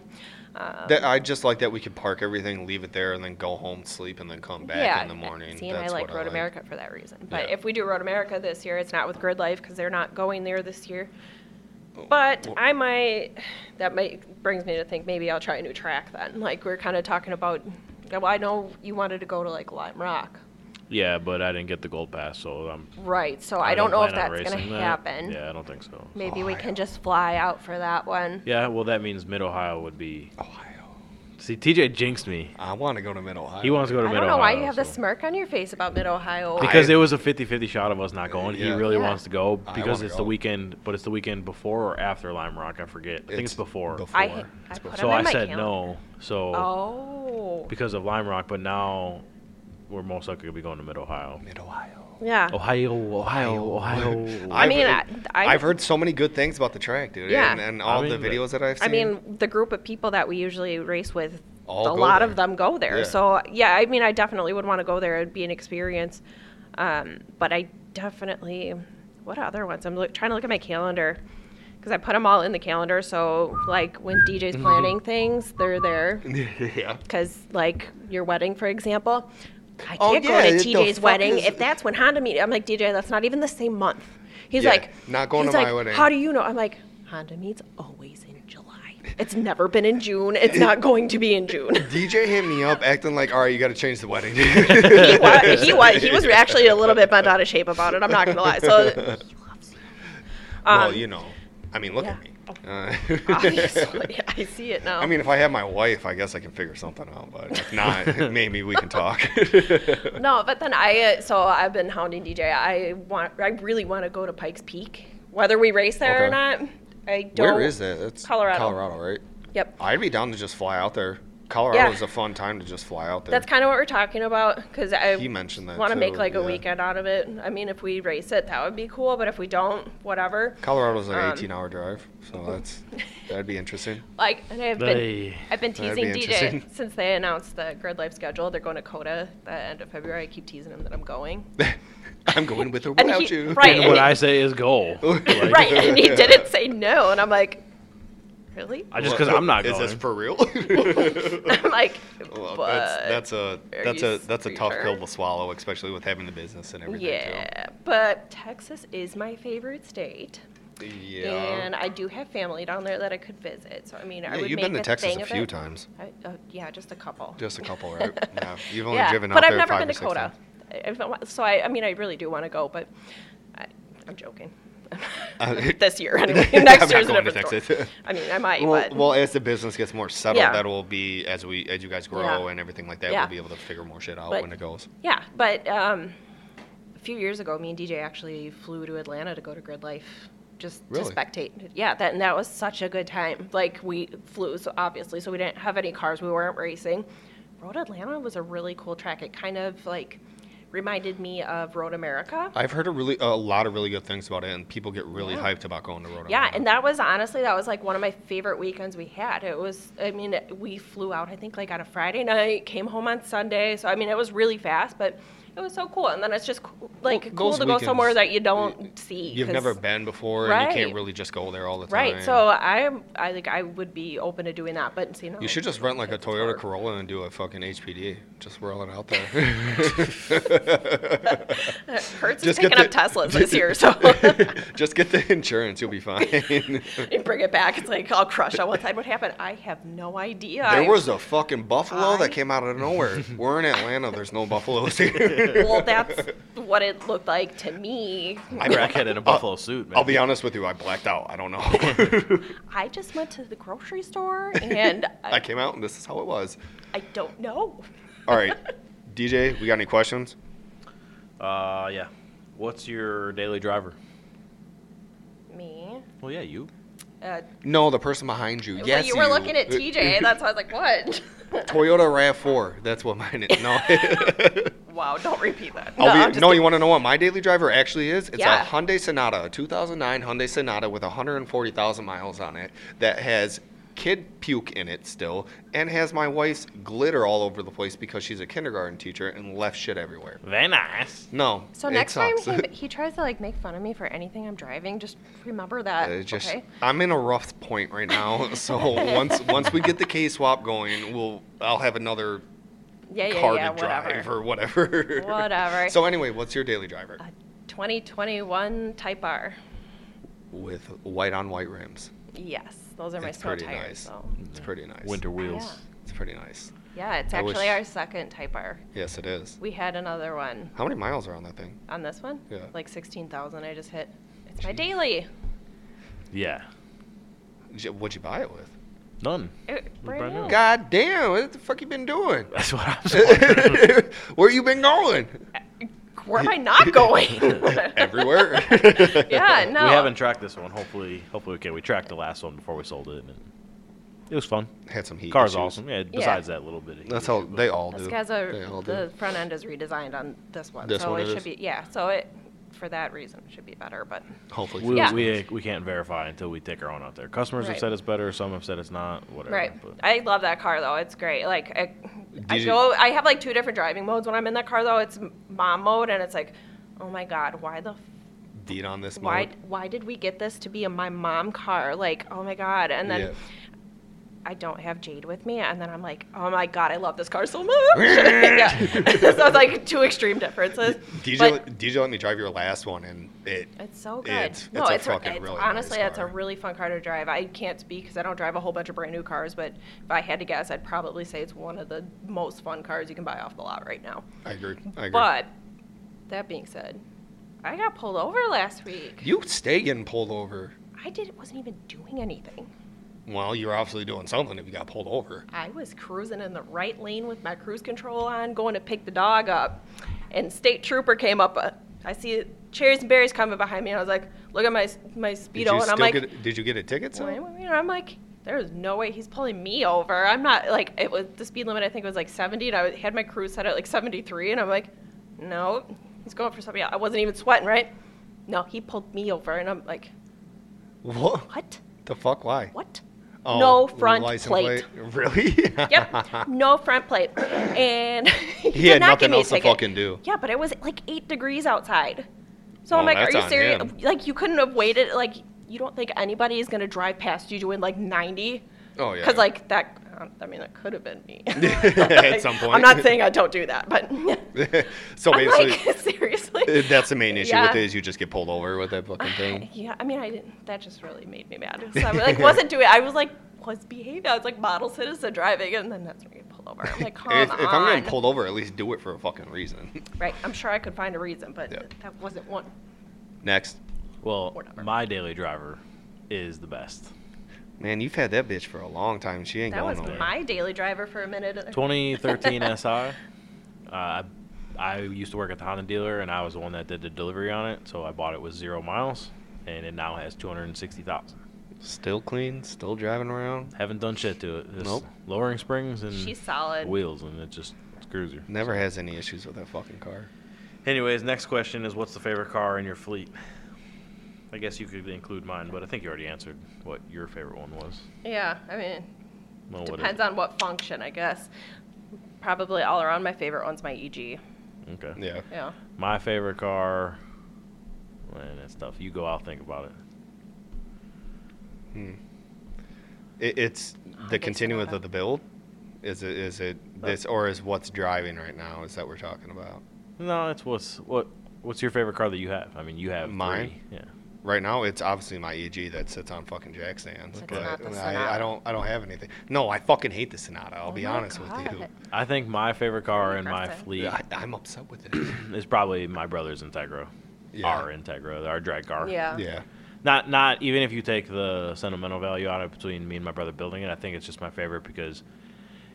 Speaker 1: that, I just like that we could park everything, leave it there, and then go home, sleep, and then come back in the
Speaker 3: and-
Speaker 1: morning.
Speaker 3: See, and I
Speaker 1: That's
Speaker 3: like
Speaker 1: what
Speaker 3: Road America for that reason. But
Speaker 1: Yeah.
Speaker 3: if we do Road America this year, it's not with Grid Life because they're not going there this year. But
Speaker 1: Oh, well-
Speaker 3: I might. That might brings me to think maybe I'll try a new track then. Like we're kind of talking about. Well, I know you wanted to go to like Lime Rock,
Speaker 2: Yeah, but I didn't get the gold pass, so I'm.
Speaker 3: right? So I, don't know if
Speaker 2: plan on
Speaker 3: that's gonna
Speaker 2: racing that.
Speaker 3: happen.
Speaker 2: Yeah, I don't think so.
Speaker 3: Maybe we can just fly out for that one.
Speaker 2: Yeah, well, that means Mid Ohio would be.
Speaker 1: Ohio.
Speaker 2: See, TJ jinxed me.
Speaker 1: I want to go to Mid Ohio.
Speaker 2: He wants to go to
Speaker 3: I
Speaker 2: Mid
Speaker 3: don't know
Speaker 2: Ohio.
Speaker 3: why you have
Speaker 2: so.
Speaker 3: the smirk on your face about Mid Ohio.
Speaker 2: Because
Speaker 1: I-
Speaker 2: it was a 50-50 shot of us not going. He
Speaker 1: Yeah.
Speaker 2: really
Speaker 3: Yeah.
Speaker 2: wants to go
Speaker 1: I
Speaker 2: because
Speaker 1: wanna
Speaker 2: it's
Speaker 1: go.
Speaker 2: the weekend, but it's the weekend before or after Lime Rock. I forget. I think it's before.
Speaker 3: I, I, put
Speaker 2: So
Speaker 3: him in
Speaker 2: I
Speaker 3: my
Speaker 2: said
Speaker 3: calendar.
Speaker 2: no. So
Speaker 3: Oh.
Speaker 2: because of Lime Rock, but now we're most likely gonna be going to Mid Ohio.
Speaker 1: Mid Ohio.
Speaker 3: Yeah.
Speaker 2: Ohio, Ohio, Ohio.
Speaker 3: I mean, I, I,
Speaker 1: I've heard so many good things about the track, dude,
Speaker 3: Yeah.
Speaker 1: and, and all
Speaker 2: I mean,
Speaker 1: the videos that I've
Speaker 3: I
Speaker 1: seen.
Speaker 3: mean, the group of people that we usually race with,
Speaker 1: All
Speaker 3: a
Speaker 1: go
Speaker 3: lot of
Speaker 1: there.
Speaker 3: them go there.
Speaker 1: Yeah.
Speaker 3: So yeah, I mean, I definitely would want to go there. It'd be an experience. Um, but I definitely, what other ones? I'm look, trying to look at my calendar because I put them all in the calendar. So like when DJ's
Speaker 1: Mm-hmm.
Speaker 3: planning things, they're there.
Speaker 1: yeah.
Speaker 3: Because like your wedding, for example, I can't
Speaker 1: Oh,
Speaker 3: go to
Speaker 1: yeah, the
Speaker 3: TJ's
Speaker 1: fuck
Speaker 3: wedding
Speaker 1: is-
Speaker 3: if that's when Honda meet. I'm like DJ, that's not even the same month. He's
Speaker 1: Yeah,
Speaker 3: like,
Speaker 1: not going
Speaker 3: he's
Speaker 1: to my
Speaker 3: like,
Speaker 1: wedding.
Speaker 3: How do you know? I'm like, Honda meets always in July. It's never been in June. It's not going to be in June.
Speaker 1: DJ hit me up acting like, all right, you got to change the wedding.
Speaker 3: he was, he was, he was actually a little bit bent out of shape about it. I'm not gonna lie. So he loves you.
Speaker 1: well,
Speaker 3: Um,
Speaker 1: you know, I mean, look
Speaker 3: yeah.
Speaker 1: at me. Uh,
Speaker 3: obviously, I see it now.
Speaker 1: I mean, if I had my wife, I guess I can figure something out. But if not, maybe we can talk. uh,
Speaker 3: No, but then I uh, so I've been hounding DJ. I want I really want to go to Pikes Peak, whether we race there or
Speaker 1: Okay.
Speaker 3: not. I don't.
Speaker 1: Where is that? It's
Speaker 3: Colorado.
Speaker 1: Colorado, right?
Speaker 3: Yep.
Speaker 1: I'd be down to just fly out there. Colorado
Speaker 3: Yeah.
Speaker 1: is a fun time to just fly out there.
Speaker 3: That's kind of what we're talking about because I
Speaker 1: He mentioned that
Speaker 3: want to make
Speaker 1: too,
Speaker 3: like a
Speaker 1: yeah.
Speaker 3: weekend out of it. I mean, if we race it, that would be cool. But if we don't, whatever.
Speaker 1: Colorado's like
Speaker 3: Um,
Speaker 1: 18 hour drive, so that's that'd be interesting.
Speaker 3: Like, and I've been
Speaker 2: They-
Speaker 3: I've been
Speaker 1: That'd
Speaker 3: teasing
Speaker 1: be
Speaker 3: DJ
Speaker 1: interesting.
Speaker 3: since they announced the Grid Life schedule. They're going to Coda the end of February. I keep teasing him that I'm going.
Speaker 1: I'm going with or
Speaker 3: And
Speaker 1: without
Speaker 3: he-
Speaker 1: you.
Speaker 3: right.
Speaker 2: And what I say is go. Like,
Speaker 3: right, and he didn't say no, and I'm like, really?
Speaker 2: I just because I'm not
Speaker 1: Is
Speaker 2: going.
Speaker 1: this for real?
Speaker 3: I'm like,
Speaker 1: Well,
Speaker 3: but
Speaker 1: that's, that's a
Speaker 3: are
Speaker 1: that's
Speaker 3: you
Speaker 1: a that's a
Speaker 3: s-
Speaker 1: tough
Speaker 3: sure?
Speaker 1: pill to swallow, especially with having the business and everything.
Speaker 3: yeah, but Texas is my favorite state,
Speaker 1: Too. Yeah.
Speaker 3: and I do have family down there that I could visit. So I mean, I
Speaker 1: yeah,
Speaker 3: would
Speaker 1: you've
Speaker 3: make
Speaker 1: been
Speaker 3: a
Speaker 1: to Texas
Speaker 3: thing
Speaker 1: a
Speaker 3: of
Speaker 1: few
Speaker 3: it.
Speaker 1: times.
Speaker 3: I, uh, yeah, just a couple.
Speaker 1: Just a couple, right? yeah. You've only
Speaker 3: yeah,
Speaker 1: driven out
Speaker 3: but I've
Speaker 1: there
Speaker 3: never
Speaker 1: five
Speaker 3: been
Speaker 1: or
Speaker 3: to
Speaker 1: six
Speaker 3: Coda. Uh,
Speaker 1: times.
Speaker 3: I- I've not- so I, I mean, I really do want to go, but I, I'm joking.
Speaker 1: Uh,
Speaker 3: this year, anyway.
Speaker 1: I'm
Speaker 3: Next
Speaker 1: not
Speaker 3: year's a
Speaker 1: going to
Speaker 3: different story.
Speaker 1: Texas.
Speaker 3: I mean, I might,
Speaker 1: Well,
Speaker 3: but
Speaker 1: well, as the business gets more settled,
Speaker 3: Yeah.
Speaker 1: that will be as we as you guys grow
Speaker 3: Yeah.
Speaker 1: and everything like that,
Speaker 3: Yeah.
Speaker 1: we'll be able to figure more shit out
Speaker 3: But-
Speaker 1: when it goes.
Speaker 3: Yeah, but um, a few years ago, me and DJ actually flew to Atlanta to go to Grid Life just
Speaker 1: Really?
Speaker 3: to spectate. Yeah, that and that was such a good time. Like we flew, so obviously, so we didn't have any cars. We weren't racing. Road Atlanta was a really cool track. It kind of like reminded me of Road America.
Speaker 1: I've heard a really a lot of really good things about it, and people get really
Speaker 3: Yeah.
Speaker 1: hyped about going to Rhode
Speaker 3: Yeah,
Speaker 1: Island.
Speaker 3: and that was honestly that was like one of my favorite weekends we had. It was I mean we flew out I think like on a Friday night, came home on Sunday. So I mean it was really fast, but it was so cool. And then it's just cool, like
Speaker 1: Well,
Speaker 3: cool
Speaker 1: those
Speaker 3: to go somewhere
Speaker 1: weekends,
Speaker 3: that you don't see.
Speaker 1: you've
Speaker 3: 'cause-
Speaker 1: never been before, and you
Speaker 3: Right.
Speaker 1: can't really just go there all the time.
Speaker 3: Right. So I am I think I would be open to doing that, but see no.
Speaker 1: you should just rent like a
Speaker 3: it's
Speaker 1: Toyota
Speaker 3: hard.
Speaker 1: Corolla and do a fucking HPD. Just roll it out there.
Speaker 3: Hertz is
Speaker 1: just get
Speaker 3: picking up
Speaker 1: the-
Speaker 3: Teslas this year, so
Speaker 1: just get the insurance, you'll be fine.
Speaker 3: you bring it back. It's like all crushed on one side. What happened? I have no idea. I-
Speaker 1: There was a fucking buffalo
Speaker 3: I-
Speaker 1: that came out of nowhere. We're in Atlanta. There's no buffaloes here.
Speaker 3: well, that's what it looked like to me
Speaker 2: Crackhead in a buffalo suit, man.
Speaker 1: I'll be honest with you. I blacked out. I don't know.
Speaker 3: I just went to the grocery store and
Speaker 1: I
Speaker 3: I,
Speaker 1: came out and this is how it was.
Speaker 3: I don't know.
Speaker 1: All right, DJ, we got any questions?
Speaker 2: Uh, yeah. What's your daily driver?
Speaker 3: Me?
Speaker 2: Well, yeah, you.
Speaker 3: Uh,
Speaker 1: No, the person behind you. yes,
Speaker 3: well, you were looking at TJ. That's why I was like, what?
Speaker 1: Toyota Rav4. That's what mine is. No.
Speaker 3: wow, don't repeat that.
Speaker 1: I'll
Speaker 3: I'm
Speaker 1: be,
Speaker 3: just
Speaker 1: no, you
Speaker 3: kidding.
Speaker 1: want to know what my daily driver actually is? It's
Speaker 3: Yeah.
Speaker 1: a Hyundai Sonata, a 2009 Hyundai Sonata with 140,000 miles on it that has kid puke in it still, and has my wife's glitter all over the place because she's a kindergarten teacher and left shit everywhere.
Speaker 2: Very nice.
Speaker 1: No.
Speaker 3: So
Speaker 1: it
Speaker 3: next time
Speaker 1: sucks.
Speaker 3: he, he tries to like make fun of me for anything I'm driving, just remember that.
Speaker 1: It Uh, just
Speaker 3: Uh, okay.
Speaker 1: I'm in a rough point right now. So once once we get the K swap going, we'll I'll have another
Speaker 3: Yeah, yeah,
Speaker 1: car
Speaker 3: yeah.
Speaker 1: to drive
Speaker 3: Whatever.
Speaker 1: or whatever.
Speaker 3: Whatever. Uh,
Speaker 1: So anyway, what's your daily driver?
Speaker 3: A 2021 Type R.
Speaker 1: With white on white rims.
Speaker 3: Yes, those are my
Speaker 1: it's
Speaker 3: snow
Speaker 1: pretty
Speaker 3: tires.
Speaker 1: nice.
Speaker 3: So.
Speaker 1: It's pretty nice.
Speaker 2: Winter wheels.
Speaker 1: It's pretty nice.
Speaker 3: Yeah, it's
Speaker 1: I wish-
Speaker 3: actually our second Type R.
Speaker 1: Yes, it is.
Speaker 3: We had another one
Speaker 1: How many miles are on that thing?
Speaker 3: on this one.
Speaker 1: Yeah.
Speaker 3: Like 16,000 I just hit. It's my
Speaker 1: Jeez.
Speaker 3: daily.
Speaker 2: Yeah.
Speaker 1: J- What'd you buy it with?
Speaker 2: None.
Speaker 3: It, brand,
Speaker 2: brand
Speaker 3: new.
Speaker 2: new.
Speaker 1: Oh. God damn! What the fuck you been doing?
Speaker 2: That's what I'm saying.
Speaker 1: Where you been going?
Speaker 3: Where am I not going?
Speaker 1: Everywhere.
Speaker 3: yeah, no.
Speaker 2: We haven't tracked this one. Hopefully, hopefully, okay. We tracked the last one before we sold it, and it was fun.
Speaker 1: Had some heat.
Speaker 2: Car's
Speaker 1: issues.
Speaker 2: awesome. Yeah. Besides that little bit. Of heat
Speaker 1: That's how
Speaker 2: issue,
Speaker 1: they all do.
Speaker 3: This guy's
Speaker 1: They all
Speaker 3: a,
Speaker 1: do.
Speaker 3: the front end is redesigned on this one,
Speaker 1: This
Speaker 3: so
Speaker 1: one
Speaker 3: it
Speaker 1: it is?
Speaker 3: should be yeah. So it for that reason it should be better, but
Speaker 1: Hopefully.
Speaker 2: but We,
Speaker 3: Yeah.
Speaker 2: we we can't verify until we take our own out there. Customers have
Speaker 3: Right.
Speaker 2: said it's better. Some have said it's not. Whatever.
Speaker 3: right.
Speaker 2: But
Speaker 3: I love that car though. It's great. Like I, I
Speaker 1: Did you-
Speaker 3: go. I have like two different driving modes when I'm in that car though. It's m- mom mode, and it's like, oh my god, why the. f-
Speaker 1: Deed on this
Speaker 3: Why,
Speaker 1: mode.
Speaker 3: why did we get this to be in my mom car? Like, oh my God. And then
Speaker 1: Yeah.
Speaker 3: I don't have Jade with me. And then I'm like, oh my God, I love this car so much. yeah. so it's like two extreme differences.
Speaker 1: DJ,
Speaker 3: But-
Speaker 1: DJ let me drive your last one, and it.
Speaker 3: It's so good.
Speaker 1: It's-
Speaker 3: no,
Speaker 1: it's a
Speaker 3: it's, a-
Speaker 1: fucking
Speaker 3: it's-
Speaker 1: really
Speaker 3: honestly,
Speaker 1: nice
Speaker 3: it's a
Speaker 1: car.
Speaker 3: really fun car to drive. I can't speak because I don't drive a whole bunch of brand new cars, but if I had to guess, I'd probably say it's one of the most fun cars you can buy off the lot right now.
Speaker 1: I agree. I agree.
Speaker 3: But that being said, I got pulled over last week.
Speaker 1: you stay getting pulled over.
Speaker 3: I did wasn't even doing anything.
Speaker 1: Well, you're obviously doing something if you got pulled over.
Speaker 3: I was cruising in the right lane with my cruise control on, going to pick the dog up, and state trooper came up. Uh, I see cherries and berries coming behind me, and I was like, "Look at my my
Speaker 1: Did
Speaker 3: speedo,"
Speaker 1: you
Speaker 3: and
Speaker 1: still
Speaker 3: I'm like,
Speaker 1: get? Did you get a ticket?
Speaker 3: So
Speaker 1: Sam?
Speaker 3: I'm like, there's no way he's pulling me over. I'm not like it was the speed limit. I think was like 70, and I had my cruise set at like 73, and I'm like, no, he's going for something. Else. I wasn't even sweating, right? No, he pulled me over, and I'm like,
Speaker 1: What
Speaker 3: what?
Speaker 1: the fuck? Why?
Speaker 3: What?
Speaker 1: Oh,
Speaker 3: no front
Speaker 1: license
Speaker 3: plate.
Speaker 1: Really?
Speaker 3: Yep, no front plate. And he,
Speaker 1: He
Speaker 3: did
Speaker 1: had
Speaker 3: not
Speaker 1: nothing
Speaker 3: give me a
Speaker 1: else to
Speaker 3: ticket.
Speaker 1: fucking do.
Speaker 3: Yeah, but it was like eight degrees outside. So I'm
Speaker 1: Well,
Speaker 3: like, are
Speaker 1: that's
Speaker 3: you
Speaker 1: on
Speaker 3: serious?
Speaker 1: him.
Speaker 3: Like, you couldn't have waited. Like, you don't think anybody is gonna drive past you doing like 90?
Speaker 1: Oh yeah.
Speaker 3: Because like that, I mean, that could have been me.
Speaker 1: At some point.
Speaker 3: I'm not saying I don't do that, but
Speaker 1: so
Speaker 3: I'm
Speaker 1: basically,
Speaker 3: like seriously.
Speaker 1: uh, that's the main issue
Speaker 3: Yeah.
Speaker 1: with it is you just get pulled over with that fucking thing.
Speaker 3: Yeah, I mean, I didn't. That just really made me mad. So I like wasn't doing. I was like was behaving. I was like model citizen driving, and then that's when you get pulled over. I'm like, come
Speaker 1: if,
Speaker 3: on.
Speaker 1: if I'm getting pulled over, at least do it for a fucking reason.
Speaker 3: right, I'm sure I could find a reason, but
Speaker 1: Yeah.
Speaker 3: that wasn't one.
Speaker 1: Next,
Speaker 2: well,
Speaker 3: Whatever.
Speaker 2: my daily driver is the best.
Speaker 1: man, you've had that bitch for a long time. She ain't
Speaker 3: That
Speaker 1: going
Speaker 3: was
Speaker 1: nowhere.
Speaker 3: my daily driver for a minute.
Speaker 2: 2013 SI. Uh, I- I used to work at the Honda dealer, and I was the one that did the delivery on it. So I bought it with zero miles, and it now has 260,000.
Speaker 1: Still clean, still driving around.
Speaker 2: Haven't done shit to it. Just
Speaker 1: Nope.
Speaker 2: Lowering springs and
Speaker 3: She's solid.
Speaker 2: wheels, and it just it's cruiser.
Speaker 1: Never has any issues with that fucking car.
Speaker 2: Anyways, next question is what's the favorite car in your fleet? I guess you could include mine, but I think you already answered what your favorite one was.
Speaker 3: Yeah, I mean,
Speaker 2: Well, what is
Speaker 3: depends
Speaker 2: it?
Speaker 3: on what function, I guess. Probably all around, my favorite one's my EG.
Speaker 2: Okay.
Speaker 1: Yeah.
Speaker 3: Yeah.
Speaker 2: My favorite car. Man, that's tough. You go. I'll think about it.
Speaker 1: Hmm. It, it's the
Speaker 3: Honda's
Speaker 1: continuance
Speaker 3: Sonata.
Speaker 1: of the build. Is it is it this or is what's driving right now? Is that we're talking about
Speaker 2: No, it's what's what. What's your favorite car that you have? I mean, you have
Speaker 1: Mine?
Speaker 2: Three. Yeah.
Speaker 1: right now? It's obviously my EG that sits on fucking jack stands.
Speaker 3: It's
Speaker 1: but
Speaker 3: not the
Speaker 1: I, I
Speaker 3: Sonata. Oh
Speaker 1: don't I don't have anything. No, I fucking hate the Sonata. I'll be honest with you.
Speaker 2: I think my favorite car in my
Speaker 3: Aggressive.
Speaker 2: fleet
Speaker 1: Yeah, I, I'm upset with it.
Speaker 2: is probably my brother's Integra.
Speaker 1: Yeah.
Speaker 2: Our Integra, our drag car.
Speaker 3: Yeah.
Speaker 1: yeah.
Speaker 2: Not not even if you take the sentimental value out of between me and my brother building it, I think it's just my favorite because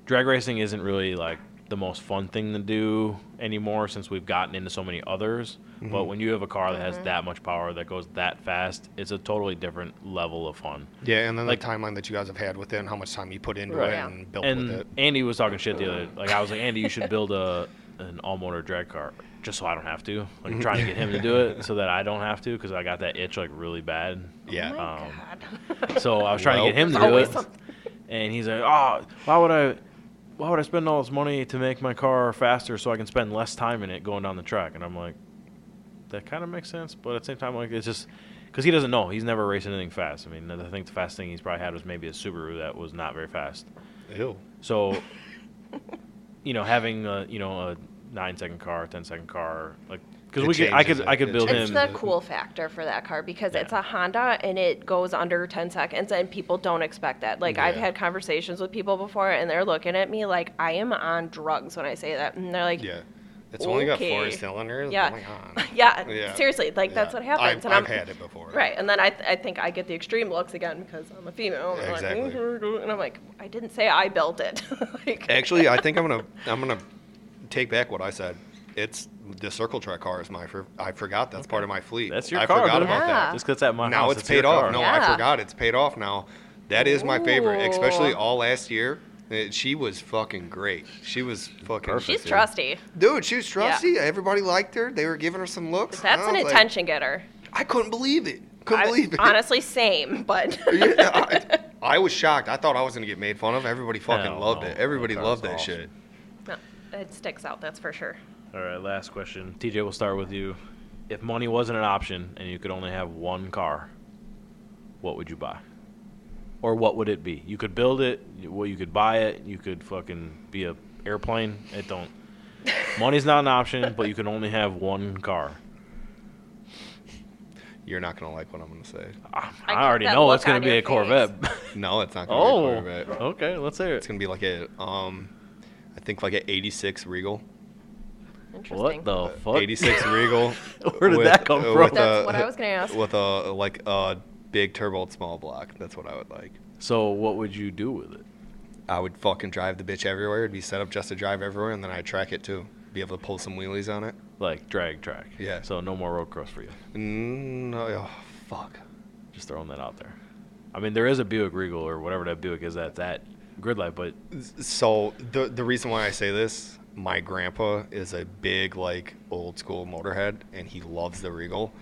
Speaker 2: drag racing isn't really like the most fun thing to do anymore since we've gotten into so many others.
Speaker 1: Mm-hmm.
Speaker 2: But when you have a car that has that much power that goes that fast, it's a totally different level of fun.
Speaker 1: Yeah, and then
Speaker 2: Like-
Speaker 1: the timeline that you guys have had with it and how much time you put into
Speaker 2: Right.
Speaker 1: it
Speaker 3: Yeah.
Speaker 1: and built with
Speaker 2: And
Speaker 1: it.
Speaker 2: Andy was talking shit the other like I was like Andy, you should build a an all motor drag car just so I don't have to. Like trying to get him to do it so that I don't have to because I got that itch like really bad.
Speaker 1: Yeah.
Speaker 3: Oh my
Speaker 2: Um,
Speaker 3: God.
Speaker 2: So I was trying to get
Speaker 1: Well,
Speaker 2: him to
Speaker 1: There's
Speaker 2: do
Speaker 1: always
Speaker 2: it.
Speaker 3: something.
Speaker 2: and he's like, "Oh, why would I, why would I spend all this money to make my car faster so I can spend less time in it going down the track?" And I'm like, "That kind of makes sense, but at the same time, like it's just because he doesn't know. He's never racing anything fast. I mean, I think the fastest thing he's probably had was maybe a Subaru that was not very fast.
Speaker 1: Ew.
Speaker 2: So, you know, having a you know a nine second car, ten second car, like because
Speaker 1: It
Speaker 2: we could, I
Speaker 1: changes
Speaker 2: could
Speaker 1: it.
Speaker 2: I could
Speaker 1: It
Speaker 2: build
Speaker 1: changes
Speaker 2: him.
Speaker 3: It's the
Speaker 1: him-
Speaker 3: cool factor for that car because
Speaker 2: Yeah.
Speaker 3: it's a Honda and it goes under 10 seconds and people don't expect that. Like I've
Speaker 1: Yeah.
Speaker 3: had conversations with people before and they're looking at me like I am on drugs when I say that and they're like
Speaker 1: Yeah. It's only got four
Speaker 3: Okay.
Speaker 1: cylinders.
Speaker 3: Yeah.
Speaker 1: Oh my God.
Speaker 3: yeah,
Speaker 1: Yeah.
Speaker 3: seriously, like
Speaker 1: Yeah.
Speaker 3: that's what
Speaker 1: I've,
Speaker 3: happens and I'm
Speaker 1: I've had it before.
Speaker 3: Right, and then I, th- I think I get the extreme looks again because I'm a female. And,
Speaker 1: Exactly.
Speaker 3: I'm like, "Mhm," and I'm like, I didn't say I built it. like,
Speaker 1: Actually, I think I'm gonna I'm gonna take back what I said. It's the circle track car is my. For, I forgot that's part of my fleet.
Speaker 2: That's your
Speaker 1: I
Speaker 2: car.
Speaker 1: forgot
Speaker 2: dude.
Speaker 1: about
Speaker 3: Yeah.
Speaker 1: that.
Speaker 2: Just 'cause it's at my
Speaker 1: now
Speaker 2: house,
Speaker 1: it's,
Speaker 2: your
Speaker 1: paid off.
Speaker 2: car.
Speaker 1: No,
Speaker 3: Yeah.
Speaker 1: I forgot. It's paid off now. That is my favorite, especially
Speaker 3: Ooh.
Speaker 1: all last year. Uh, She was fucking great. She was fucking.
Speaker 2: Perfect.
Speaker 3: she's
Speaker 2: dude.
Speaker 3: trusty.
Speaker 1: Dude, she was trusty. Everybody liked her. They were giving her some looks. and
Speaker 3: That's
Speaker 1: I
Speaker 3: an
Speaker 1: was like-
Speaker 3: attention getter.
Speaker 1: I couldn't believe it. Couldn't
Speaker 3: I-
Speaker 1: believe it.
Speaker 3: Honestly, same, but
Speaker 1: Yeah, I, I was shocked. I thought I was gonna get made fun of. Everybody fucking
Speaker 2: Hell
Speaker 1: loved
Speaker 2: no.
Speaker 1: it. Everybody
Speaker 2: That
Speaker 1: loved
Speaker 2: was
Speaker 1: that
Speaker 2: awesome.
Speaker 1: shit.
Speaker 3: No, it sticks out. That's for sure.
Speaker 2: All right, last question. TJ, we'll start with you. If money wasn't an option and you could only have one car, what would you buy? Or what would it be? You could build it, you- well, you could buy it, you could fucking be a airplane. It don't. Money's not an option, but you can only have one car.
Speaker 1: You're not gonna like what I'm gonna say.
Speaker 2: I,
Speaker 3: I
Speaker 2: Ah, I
Speaker 3: get
Speaker 2: already
Speaker 3: that
Speaker 2: know
Speaker 3: look
Speaker 2: it's gonna
Speaker 3: on
Speaker 2: be
Speaker 3: your
Speaker 2: a Corvette.
Speaker 1: No, it's not gonna
Speaker 2: oh,
Speaker 1: be a Corvette.
Speaker 2: okay, let's hear
Speaker 1: It's
Speaker 2: it.
Speaker 1: gonna be like a um, I think like a '86 Regal.
Speaker 3: Interesting.
Speaker 2: What the
Speaker 1: Uh,
Speaker 2: fuck?
Speaker 1: '86 Regal. uh,
Speaker 2: Where did that come from?
Speaker 3: That's what I was gonna ask.
Speaker 1: With a like a big turbo small block. That's what I would like.
Speaker 2: So, what would you do with it?
Speaker 1: I would fucking drive the bitch everywhere. It'd be set up just to drive everywhere, and then I'd track it too. Be able to pull some wheelies on it.
Speaker 2: Like drag track.
Speaker 1: Yeah.
Speaker 2: So no more road cross for you.
Speaker 1: Mm, oh, fuck.
Speaker 2: Just throwing that out there. I mean, there is a Buick Regal or whatever that Buick is that's at Grid Life, but
Speaker 1: So the the reason why I say this, my grandpa is a big like old school motorhead, and he loves the Regal,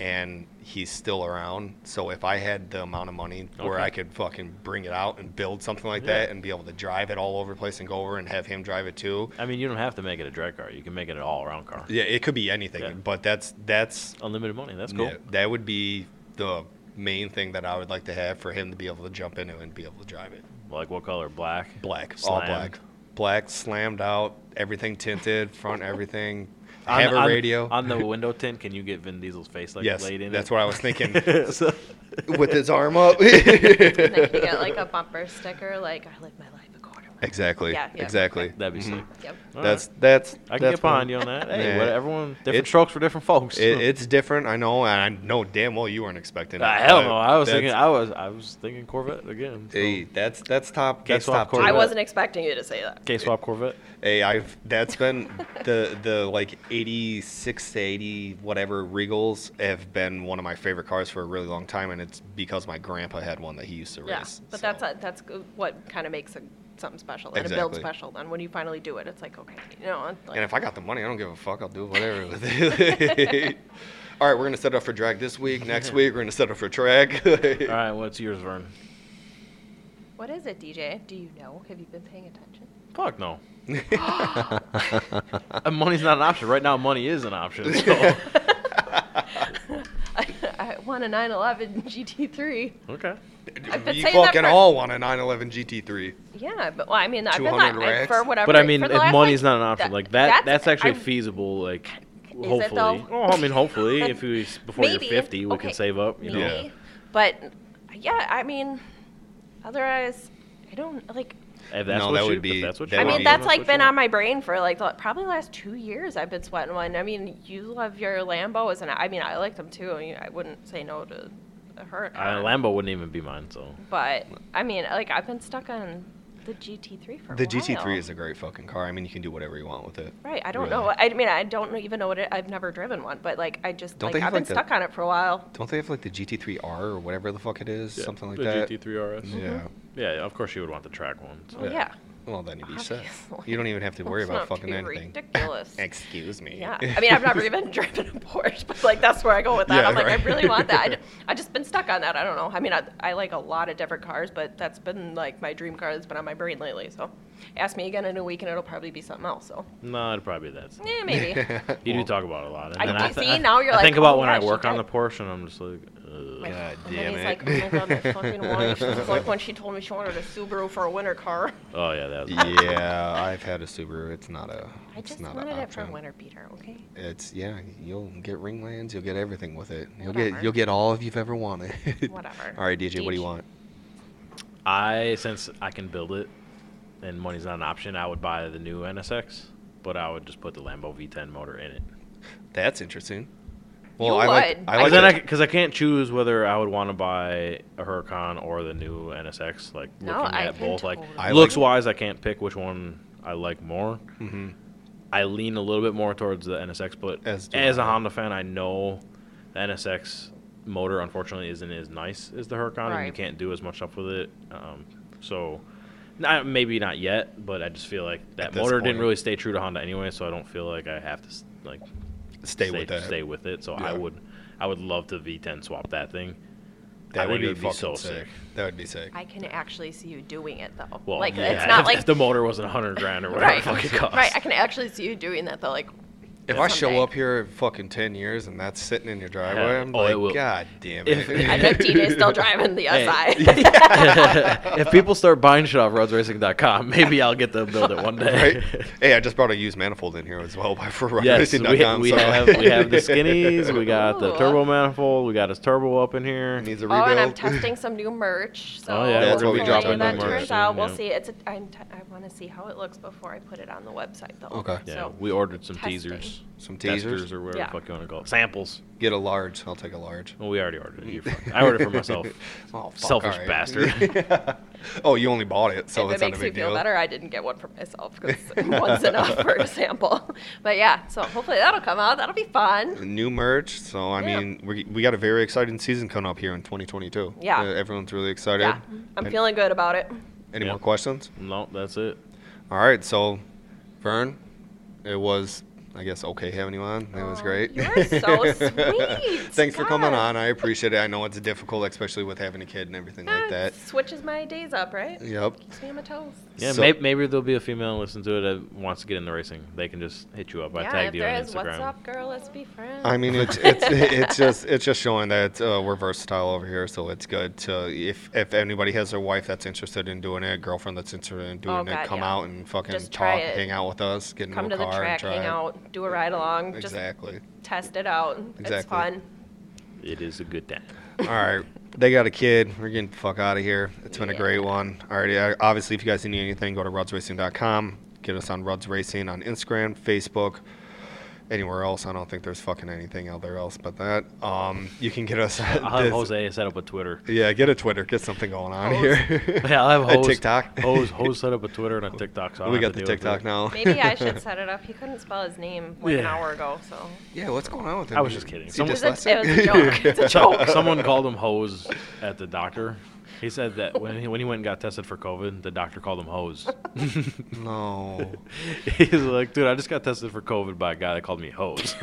Speaker 1: and he's still around. So if I had the amount of money where
Speaker 2: Okay.
Speaker 1: I could fucking bring it out and build something like
Speaker 2: Yeah.
Speaker 1: that, and be able to drive it all over the place and go over and have him drive it too,
Speaker 2: I mean, you don't have to make it a drag car. You can make it an all-around car.
Speaker 1: yeah, it could be anything.
Speaker 2: Yeah.
Speaker 1: But that's that's
Speaker 2: Unlimited money. That's cool.
Speaker 1: yeah, that would be the main thing that I would like to have for him to be able to jump into and be able to drive it.
Speaker 2: Like what color? Black.
Speaker 1: Black, all
Speaker 2: Slammed.
Speaker 1: black, black, slammed out, everything tinted, front everything.
Speaker 2: On-
Speaker 1: I have a
Speaker 2: on-
Speaker 1: radio.
Speaker 2: on the window tint. Can you get Vin Diesel's face like
Speaker 1: yes,
Speaker 2: laid in?
Speaker 1: that's
Speaker 2: it?
Speaker 1: what I was thinking.
Speaker 2: So-
Speaker 1: With his arm up.
Speaker 3: And then you get like a bumper sticker, like I live my life a quarter mile.
Speaker 1: exactly.
Speaker 3: Yeah, yeah.
Speaker 1: Exactly.
Speaker 2: That'd be sick.
Speaker 3: Yep.
Speaker 2: All
Speaker 1: Mm-hmm. That's
Speaker 2: right.
Speaker 1: that's.
Speaker 2: I can
Speaker 1: that's
Speaker 2: get behind
Speaker 1: one.
Speaker 2: you on that. Hey,
Speaker 1: Yeah.
Speaker 2: what, everyone, different
Speaker 1: It-
Speaker 2: strokes for different folks.
Speaker 1: It, it's different, I know, and I know damn well you weren't expecting it.
Speaker 2: Ah, hell
Speaker 1: but
Speaker 2: no! I was
Speaker 1: that's-
Speaker 2: thinking, I was, I was thinking Corvette again. so.
Speaker 1: Hey, that's that's top.
Speaker 2: Case
Speaker 1: That's
Speaker 2: swap
Speaker 1: top. tier.
Speaker 2: Corvette.
Speaker 3: I wasn't expecting you to say that.
Speaker 2: K swap Corvette.
Speaker 1: Hey, I've that's been the the like eighty six to eighty whatever Regals have been one of my favorite cars for a really long time, and it's because my grandpa had one that he used to
Speaker 3: Yeah,
Speaker 1: race.
Speaker 3: but
Speaker 1: so.
Speaker 3: that's a, that's g- what kind of makes a, something special and a build
Speaker 1: Exactly.
Speaker 3: special. Then when you finally do it, it's like okay, you know. it's Like,
Speaker 1: And if I got the money, I don't give a fuck. I'll do whatever with it. All right, we're gonna set up for drag this week. Next week, we're gonna set up for drag.
Speaker 2: All right, what's yours, Vern?
Speaker 3: what is it, DJ? Do you know? Have you been paying attention?
Speaker 2: Fuck no. Uh, Money's not an option right now. Money is an option. So.
Speaker 3: I won a 911 GT3.
Speaker 2: okay.
Speaker 3: I've been
Speaker 1: we
Speaker 3: saying that
Speaker 1: fucking
Speaker 3: for-
Speaker 1: all want a 911 GT3.
Speaker 3: Yeah, but well, I mean, I've been
Speaker 1: 200
Speaker 3: like, I- for
Speaker 1: racks?
Speaker 3: whatever.
Speaker 2: But I mean,
Speaker 3: for
Speaker 2: if
Speaker 3: the last,
Speaker 2: money's
Speaker 3: like,
Speaker 2: not an option,
Speaker 3: that-
Speaker 2: like that, that's, actually
Speaker 3: I-
Speaker 2: feasible. Like,
Speaker 3: it,
Speaker 2: hopefully.
Speaker 3: though?
Speaker 2: Well, I mean, hopefully, if we s- before
Speaker 3: Maybe.
Speaker 2: you're 50, we
Speaker 3: Okay.
Speaker 2: can save up. You know.
Speaker 1: Yeah.
Speaker 3: maybe. But yeah, I mean, otherwise, I don't like.
Speaker 2: If that's
Speaker 1: No,
Speaker 2: what
Speaker 1: that
Speaker 2: you,
Speaker 1: would
Speaker 2: if
Speaker 1: be-
Speaker 2: that's what
Speaker 1: that
Speaker 2: you
Speaker 3: I
Speaker 1: would be-
Speaker 2: want,
Speaker 3: mean, that's
Speaker 2: what
Speaker 3: like
Speaker 2: you
Speaker 3: been
Speaker 2: want.
Speaker 3: on my brain for like the, probably the last two years. I've been sweating one. I mean, you love your Lambos, and I mean, I like them too. and I wouldn't say no to a Huracan.
Speaker 2: Uh, Lambo wouldn't even be mine. So
Speaker 3: But I mean, like I've been stuck on the GT3 for a
Speaker 1: The
Speaker 3: while.
Speaker 1: GT3 is a great fucking car. I mean, you can do whatever you want with it.
Speaker 3: Right, I don't
Speaker 1: Really.
Speaker 3: know. I mean, I don't even know what it. I've never driven one, but like I just
Speaker 1: Don't
Speaker 3: like
Speaker 1: they
Speaker 3: I've
Speaker 1: have,
Speaker 3: been
Speaker 1: like, the-
Speaker 3: stuck on it for a while.
Speaker 1: Don't they have like the GT3R or whatever the fuck it is, something like that?
Speaker 2: GT3 RS.
Speaker 1: Yeah.
Speaker 3: Mm-hmm.
Speaker 2: Yeah, of course you would want the track one.
Speaker 3: Well,
Speaker 1: Yeah.
Speaker 3: yeah.
Speaker 1: Well, then you'd be set.
Speaker 3: Obviously.
Speaker 1: You don't even have to worry
Speaker 3: Let's
Speaker 1: about
Speaker 3: not
Speaker 1: fucking
Speaker 3: be
Speaker 1: anything.
Speaker 3: ridiculous.
Speaker 1: Excuse me.
Speaker 3: Yeah, I mean, I've never even driven a Porsche, but like that's where I go with that.
Speaker 1: Yeah,
Speaker 3: I'm like,
Speaker 1: right.
Speaker 3: I really want that. I, d- I just been stuck on that. I don't know. I mean, I, I like a lot of different cars, but that's been like my dream car that's been on my brain lately. So, ask me again in a week, and it'll probably be something else. So,
Speaker 2: No, it'd probably be that.
Speaker 3: yeah, maybe.
Speaker 2: You do talk about it a lot. And
Speaker 3: I
Speaker 2: then
Speaker 3: do-
Speaker 2: I th-
Speaker 3: see, now you're
Speaker 2: I
Speaker 3: like,
Speaker 2: think about
Speaker 3: oh,
Speaker 2: when
Speaker 3: yeah,
Speaker 2: I
Speaker 3: she
Speaker 2: work on the
Speaker 3: did.
Speaker 2: Porsche, and I'm just like, Ugh.
Speaker 3: My-
Speaker 1: God
Speaker 3: and
Speaker 1: damn
Speaker 3: then he's
Speaker 1: it.
Speaker 3: like, oh my god, my fucking wife. It's like when she told me she wanted a Subaru for a winter car.
Speaker 2: oh yeah, that. Was,
Speaker 1: yeah, I've had a Subaru. It's not a.
Speaker 3: I
Speaker 1: it's
Speaker 3: just
Speaker 1: not
Speaker 3: wanted
Speaker 1: an
Speaker 3: it for
Speaker 1: option.
Speaker 3: winter, Peter. Okay.
Speaker 1: It's yeah. You'll get ring lands. You'll get everything with it. You'll
Speaker 3: Whatever.
Speaker 1: get you'll get all if you've ever wanted.
Speaker 3: Whatever.
Speaker 1: all right, DJ, what do you
Speaker 3: DJ.
Speaker 1: want?
Speaker 2: I since I can build it, and money's not an option. I would buy the new NSX, but I would just put the Lambo V10 motor in it.
Speaker 1: That's interesting.
Speaker 3: You
Speaker 1: Well, I like
Speaker 3: would.
Speaker 1: I
Speaker 3: I
Speaker 1: like
Speaker 2: then
Speaker 1: that-
Speaker 2: because I, can't choose whether I would want to buy a Huracan or the new NSX. Like
Speaker 3: No,
Speaker 2: looking
Speaker 3: I
Speaker 2: at
Speaker 3: can
Speaker 2: both, like
Speaker 3: totally-
Speaker 1: I
Speaker 2: looks
Speaker 1: like-
Speaker 2: wise, I can't pick which one I like more.
Speaker 1: Mm-hmm.
Speaker 2: I lean a little bit more towards the NSX, but
Speaker 1: As
Speaker 2: as,
Speaker 1: do
Speaker 2: a
Speaker 1: I.
Speaker 2: Honda fan, I know the NSX motor unfortunately isn't as nice as the Huracan, and you
Speaker 3: Right.
Speaker 2: can't do as much stuff with it. Um, so. Not, maybe not yet, but I just feel like that
Speaker 1: this
Speaker 2: motor
Speaker 1: point.
Speaker 2: didn't really stay true to Honda anyway, so I don't feel like I have to s- like
Speaker 1: stay, with that.
Speaker 2: Stay with it. So I
Speaker 1: Yeah.
Speaker 2: would, I would love to V10 swap that thing. I
Speaker 1: that
Speaker 2: think
Speaker 1: would
Speaker 2: it
Speaker 1: be,
Speaker 2: would be
Speaker 1: fucking
Speaker 2: so
Speaker 1: sick.
Speaker 2: sick.
Speaker 1: That would be sick.
Speaker 3: I can actually see you doing it though.
Speaker 2: Well,
Speaker 3: like
Speaker 2: yeah,
Speaker 3: it's not
Speaker 2: if,
Speaker 3: like
Speaker 2: if the motor wasn't a hundred grand or whatever
Speaker 3: right,
Speaker 2: the fuck it cost.
Speaker 3: right. I can actually see you doing that though. Like,
Speaker 1: If I show
Speaker 3: someday.
Speaker 1: up here in fucking ten years and that's sitting in your driveway,
Speaker 2: Yeah.
Speaker 1: I'm
Speaker 2: Oh,
Speaker 1: like,
Speaker 2: it will.
Speaker 1: God damn it.
Speaker 2: If-
Speaker 3: I bet TJ's still driving the
Speaker 2: Hey.
Speaker 3: SI.
Speaker 2: if people start buying shit off roadsracing.com, maybe I'll get to build it one day.
Speaker 1: right? Hey, I just brought a used manifold in here as well by for
Speaker 2: Yes, we,
Speaker 1: racing.com,
Speaker 2: we
Speaker 1: so-
Speaker 2: have we have the skinnies, we got the
Speaker 3: Ooh.
Speaker 2: turbo manifold, we got his turbo up in here.
Speaker 1: needs a
Speaker 3: Oh,
Speaker 1: rebuild.
Speaker 3: and I'm testing some new merch. So
Speaker 2: Oh, yeah,
Speaker 1: That's what we
Speaker 3: hopefully
Speaker 1: dropped on
Speaker 3: that
Speaker 1: new merch
Speaker 3: turns
Speaker 2: soon,
Speaker 3: out. We'll
Speaker 2: yeah.
Speaker 3: see. It's a, I'm t- I want to see how it looks before I put it on the website though.
Speaker 1: Okay.
Speaker 2: Yeah,
Speaker 3: So
Speaker 2: we ordered some
Speaker 3: testing.
Speaker 2: teasers,
Speaker 1: Some teasers.
Speaker 2: testers or whatever
Speaker 3: Yeah.
Speaker 2: the fuck you want to call it. samples.
Speaker 1: Get a large. I'll take a large.
Speaker 2: Well, we already ordered it. You fuck. I ordered it for myself.
Speaker 1: Oh, fuck,
Speaker 2: Selfish
Speaker 1: alright.
Speaker 2: bastard.
Speaker 1: oh, you only bought it, so
Speaker 3: if it
Speaker 1: it's not a
Speaker 3: makes you
Speaker 1: big
Speaker 3: feel
Speaker 1: deal.
Speaker 3: better, I didn't get one for myself because one's enough, for example. But yeah, so hopefully that'll come out. That'll be fun.
Speaker 1: New merch. So I
Speaker 3: Yeah.
Speaker 1: mean, we we got a very exciting season coming up here in 2022.
Speaker 3: Yeah.
Speaker 1: Uh, everyone's really excited.
Speaker 3: Yeah, I'm
Speaker 1: An-
Speaker 3: feeling good about it.
Speaker 1: Any
Speaker 2: Yeah.
Speaker 1: more questions?
Speaker 2: no, that's it.
Speaker 1: All right. So, Vern, it was. I guess okay having you on. It was
Speaker 3: Aw,
Speaker 1: great.
Speaker 3: you're so sweet.
Speaker 1: Thanks for coming
Speaker 3: God.
Speaker 1: on. I appreciate it. I know it's difficult, especially with having a kid and everything like that.
Speaker 3: switches my days up, right?
Speaker 1: Yep.
Speaker 3: Keeps me on my toes.
Speaker 2: Yeah,
Speaker 1: So-
Speaker 2: may- maybe, there'll be a female listen to it that wants to get in the racing. They can just hit you up. I
Speaker 3: yeah, if
Speaker 2: tagged you
Speaker 3: there
Speaker 2: on
Speaker 3: is,
Speaker 2: Instagram.
Speaker 3: what's up, girl? Let's be friends.
Speaker 1: I mean, it's it's it's just it's just showing that uh, we're versatile over here, so it's good to if if anybody has their wife that's interested in doing it, girlfriend that's interested in doing
Speaker 3: Oh,
Speaker 1: it,
Speaker 3: God,
Speaker 1: come
Speaker 3: yeah.
Speaker 1: out and fucking
Speaker 3: Just try
Speaker 1: talk,
Speaker 3: it.
Speaker 1: hang out with us, get in
Speaker 3: Come
Speaker 1: the
Speaker 3: to the
Speaker 1: car,
Speaker 3: track,
Speaker 1: and try
Speaker 3: hang
Speaker 1: it.
Speaker 3: out, do a ride along,
Speaker 1: Exactly.
Speaker 3: just test it out. It's
Speaker 1: Exactly.
Speaker 3: fun.
Speaker 2: It is a good time.
Speaker 1: All right, they got a kid. We're getting the fuck out of here. It's been a great
Speaker 3: Yeah.
Speaker 1: one. All right, yeah, obviously, if you guys need anything, go to rudsracing.com. Get us on Ruds Racing on Instagram, Facebook. Anywhere else, I don't think there's fucking anything out there else but that. Um, you can get us.
Speaker 2: I'll have
Speaker 1: this-
Speaker 2: Uh, Jose set up a Twitter.
Speaker 1: Yeah, get a Twitter, get something going on
Speaker 3: Hose.
Speaker 1: here.
Speaker 2: Yeah, I'll have
Speaker 1: A
Speaker 2: Hose,
Speaker 1: TikTok.
Speaker 2: Hose, Hose set up a Twitter and a TikTok. So I
Speaker 1: we
Speaker 2: don't
Speaker 1: got
Speaker 2: have
Speaker 1: the
Speaker 2: to deal with
Speaker 1: TikTok
Speaker 2: it.
Speaker 1: now.
Speaker 3: Maybe I should set it up. He couldn't spell his name like an
Speaker 2: Yeah.
Speaker 3: hour ago, so
Speaker 1: yeah, what's going on with him?
Speaker 2: I was just kidding.
Speaker 1: Is he
Speaker 2: Someone-
Speaker 3: it was, a, it was
Speaker 1: dyslexic?
Speaker 3: a joke. It's a joke.
Speaker 2: Someone called him Hose at the doctor. He said that when he, when he went and got tested for COVID, the doctor called him Hose.
Speaker 1: no.
Speaker 2: He's like, dude, I just got tested for COVID by a guy that called me Hose.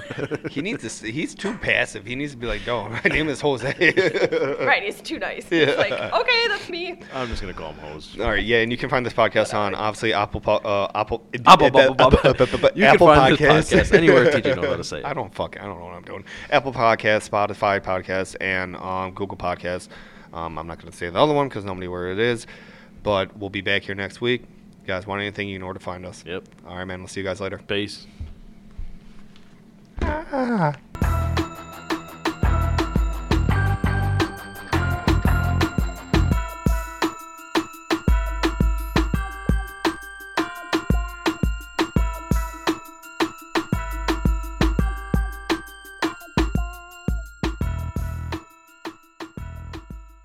Speaker 1: He needs to. s- He's too passive. He needs to be like, no, my name is Jose.
Speaker 3: right, he's too nice.
Speaker 1: Uh, Yeah.
Speaker 3: He's like, okay, that's me.
Speaker 2: I'm just gonna call him Hose.
Speaker 1: All right, yeah, and you can find this podcast on obviously Apple, po- uh, Apple,
Speaker 2: Apple, Apple, Apple, You can find this
Speaker 1: Podcasts.
Speaker 2: podcast anywhere TJ knows how to say it.
Speaker 1: I don't fuck. I don't know what I'm doing. Apple Podcasts, Spotify Podcasts, and um, Google Podcasts. Um, I'm not going to say the other one because nobody where it is. But we'll be back here next week. You guys want anything? You know where to find us.
Speaker 2: Yep.
Speaker 1: All right, man. We'll see you guys later.
Speaker 2: Peace.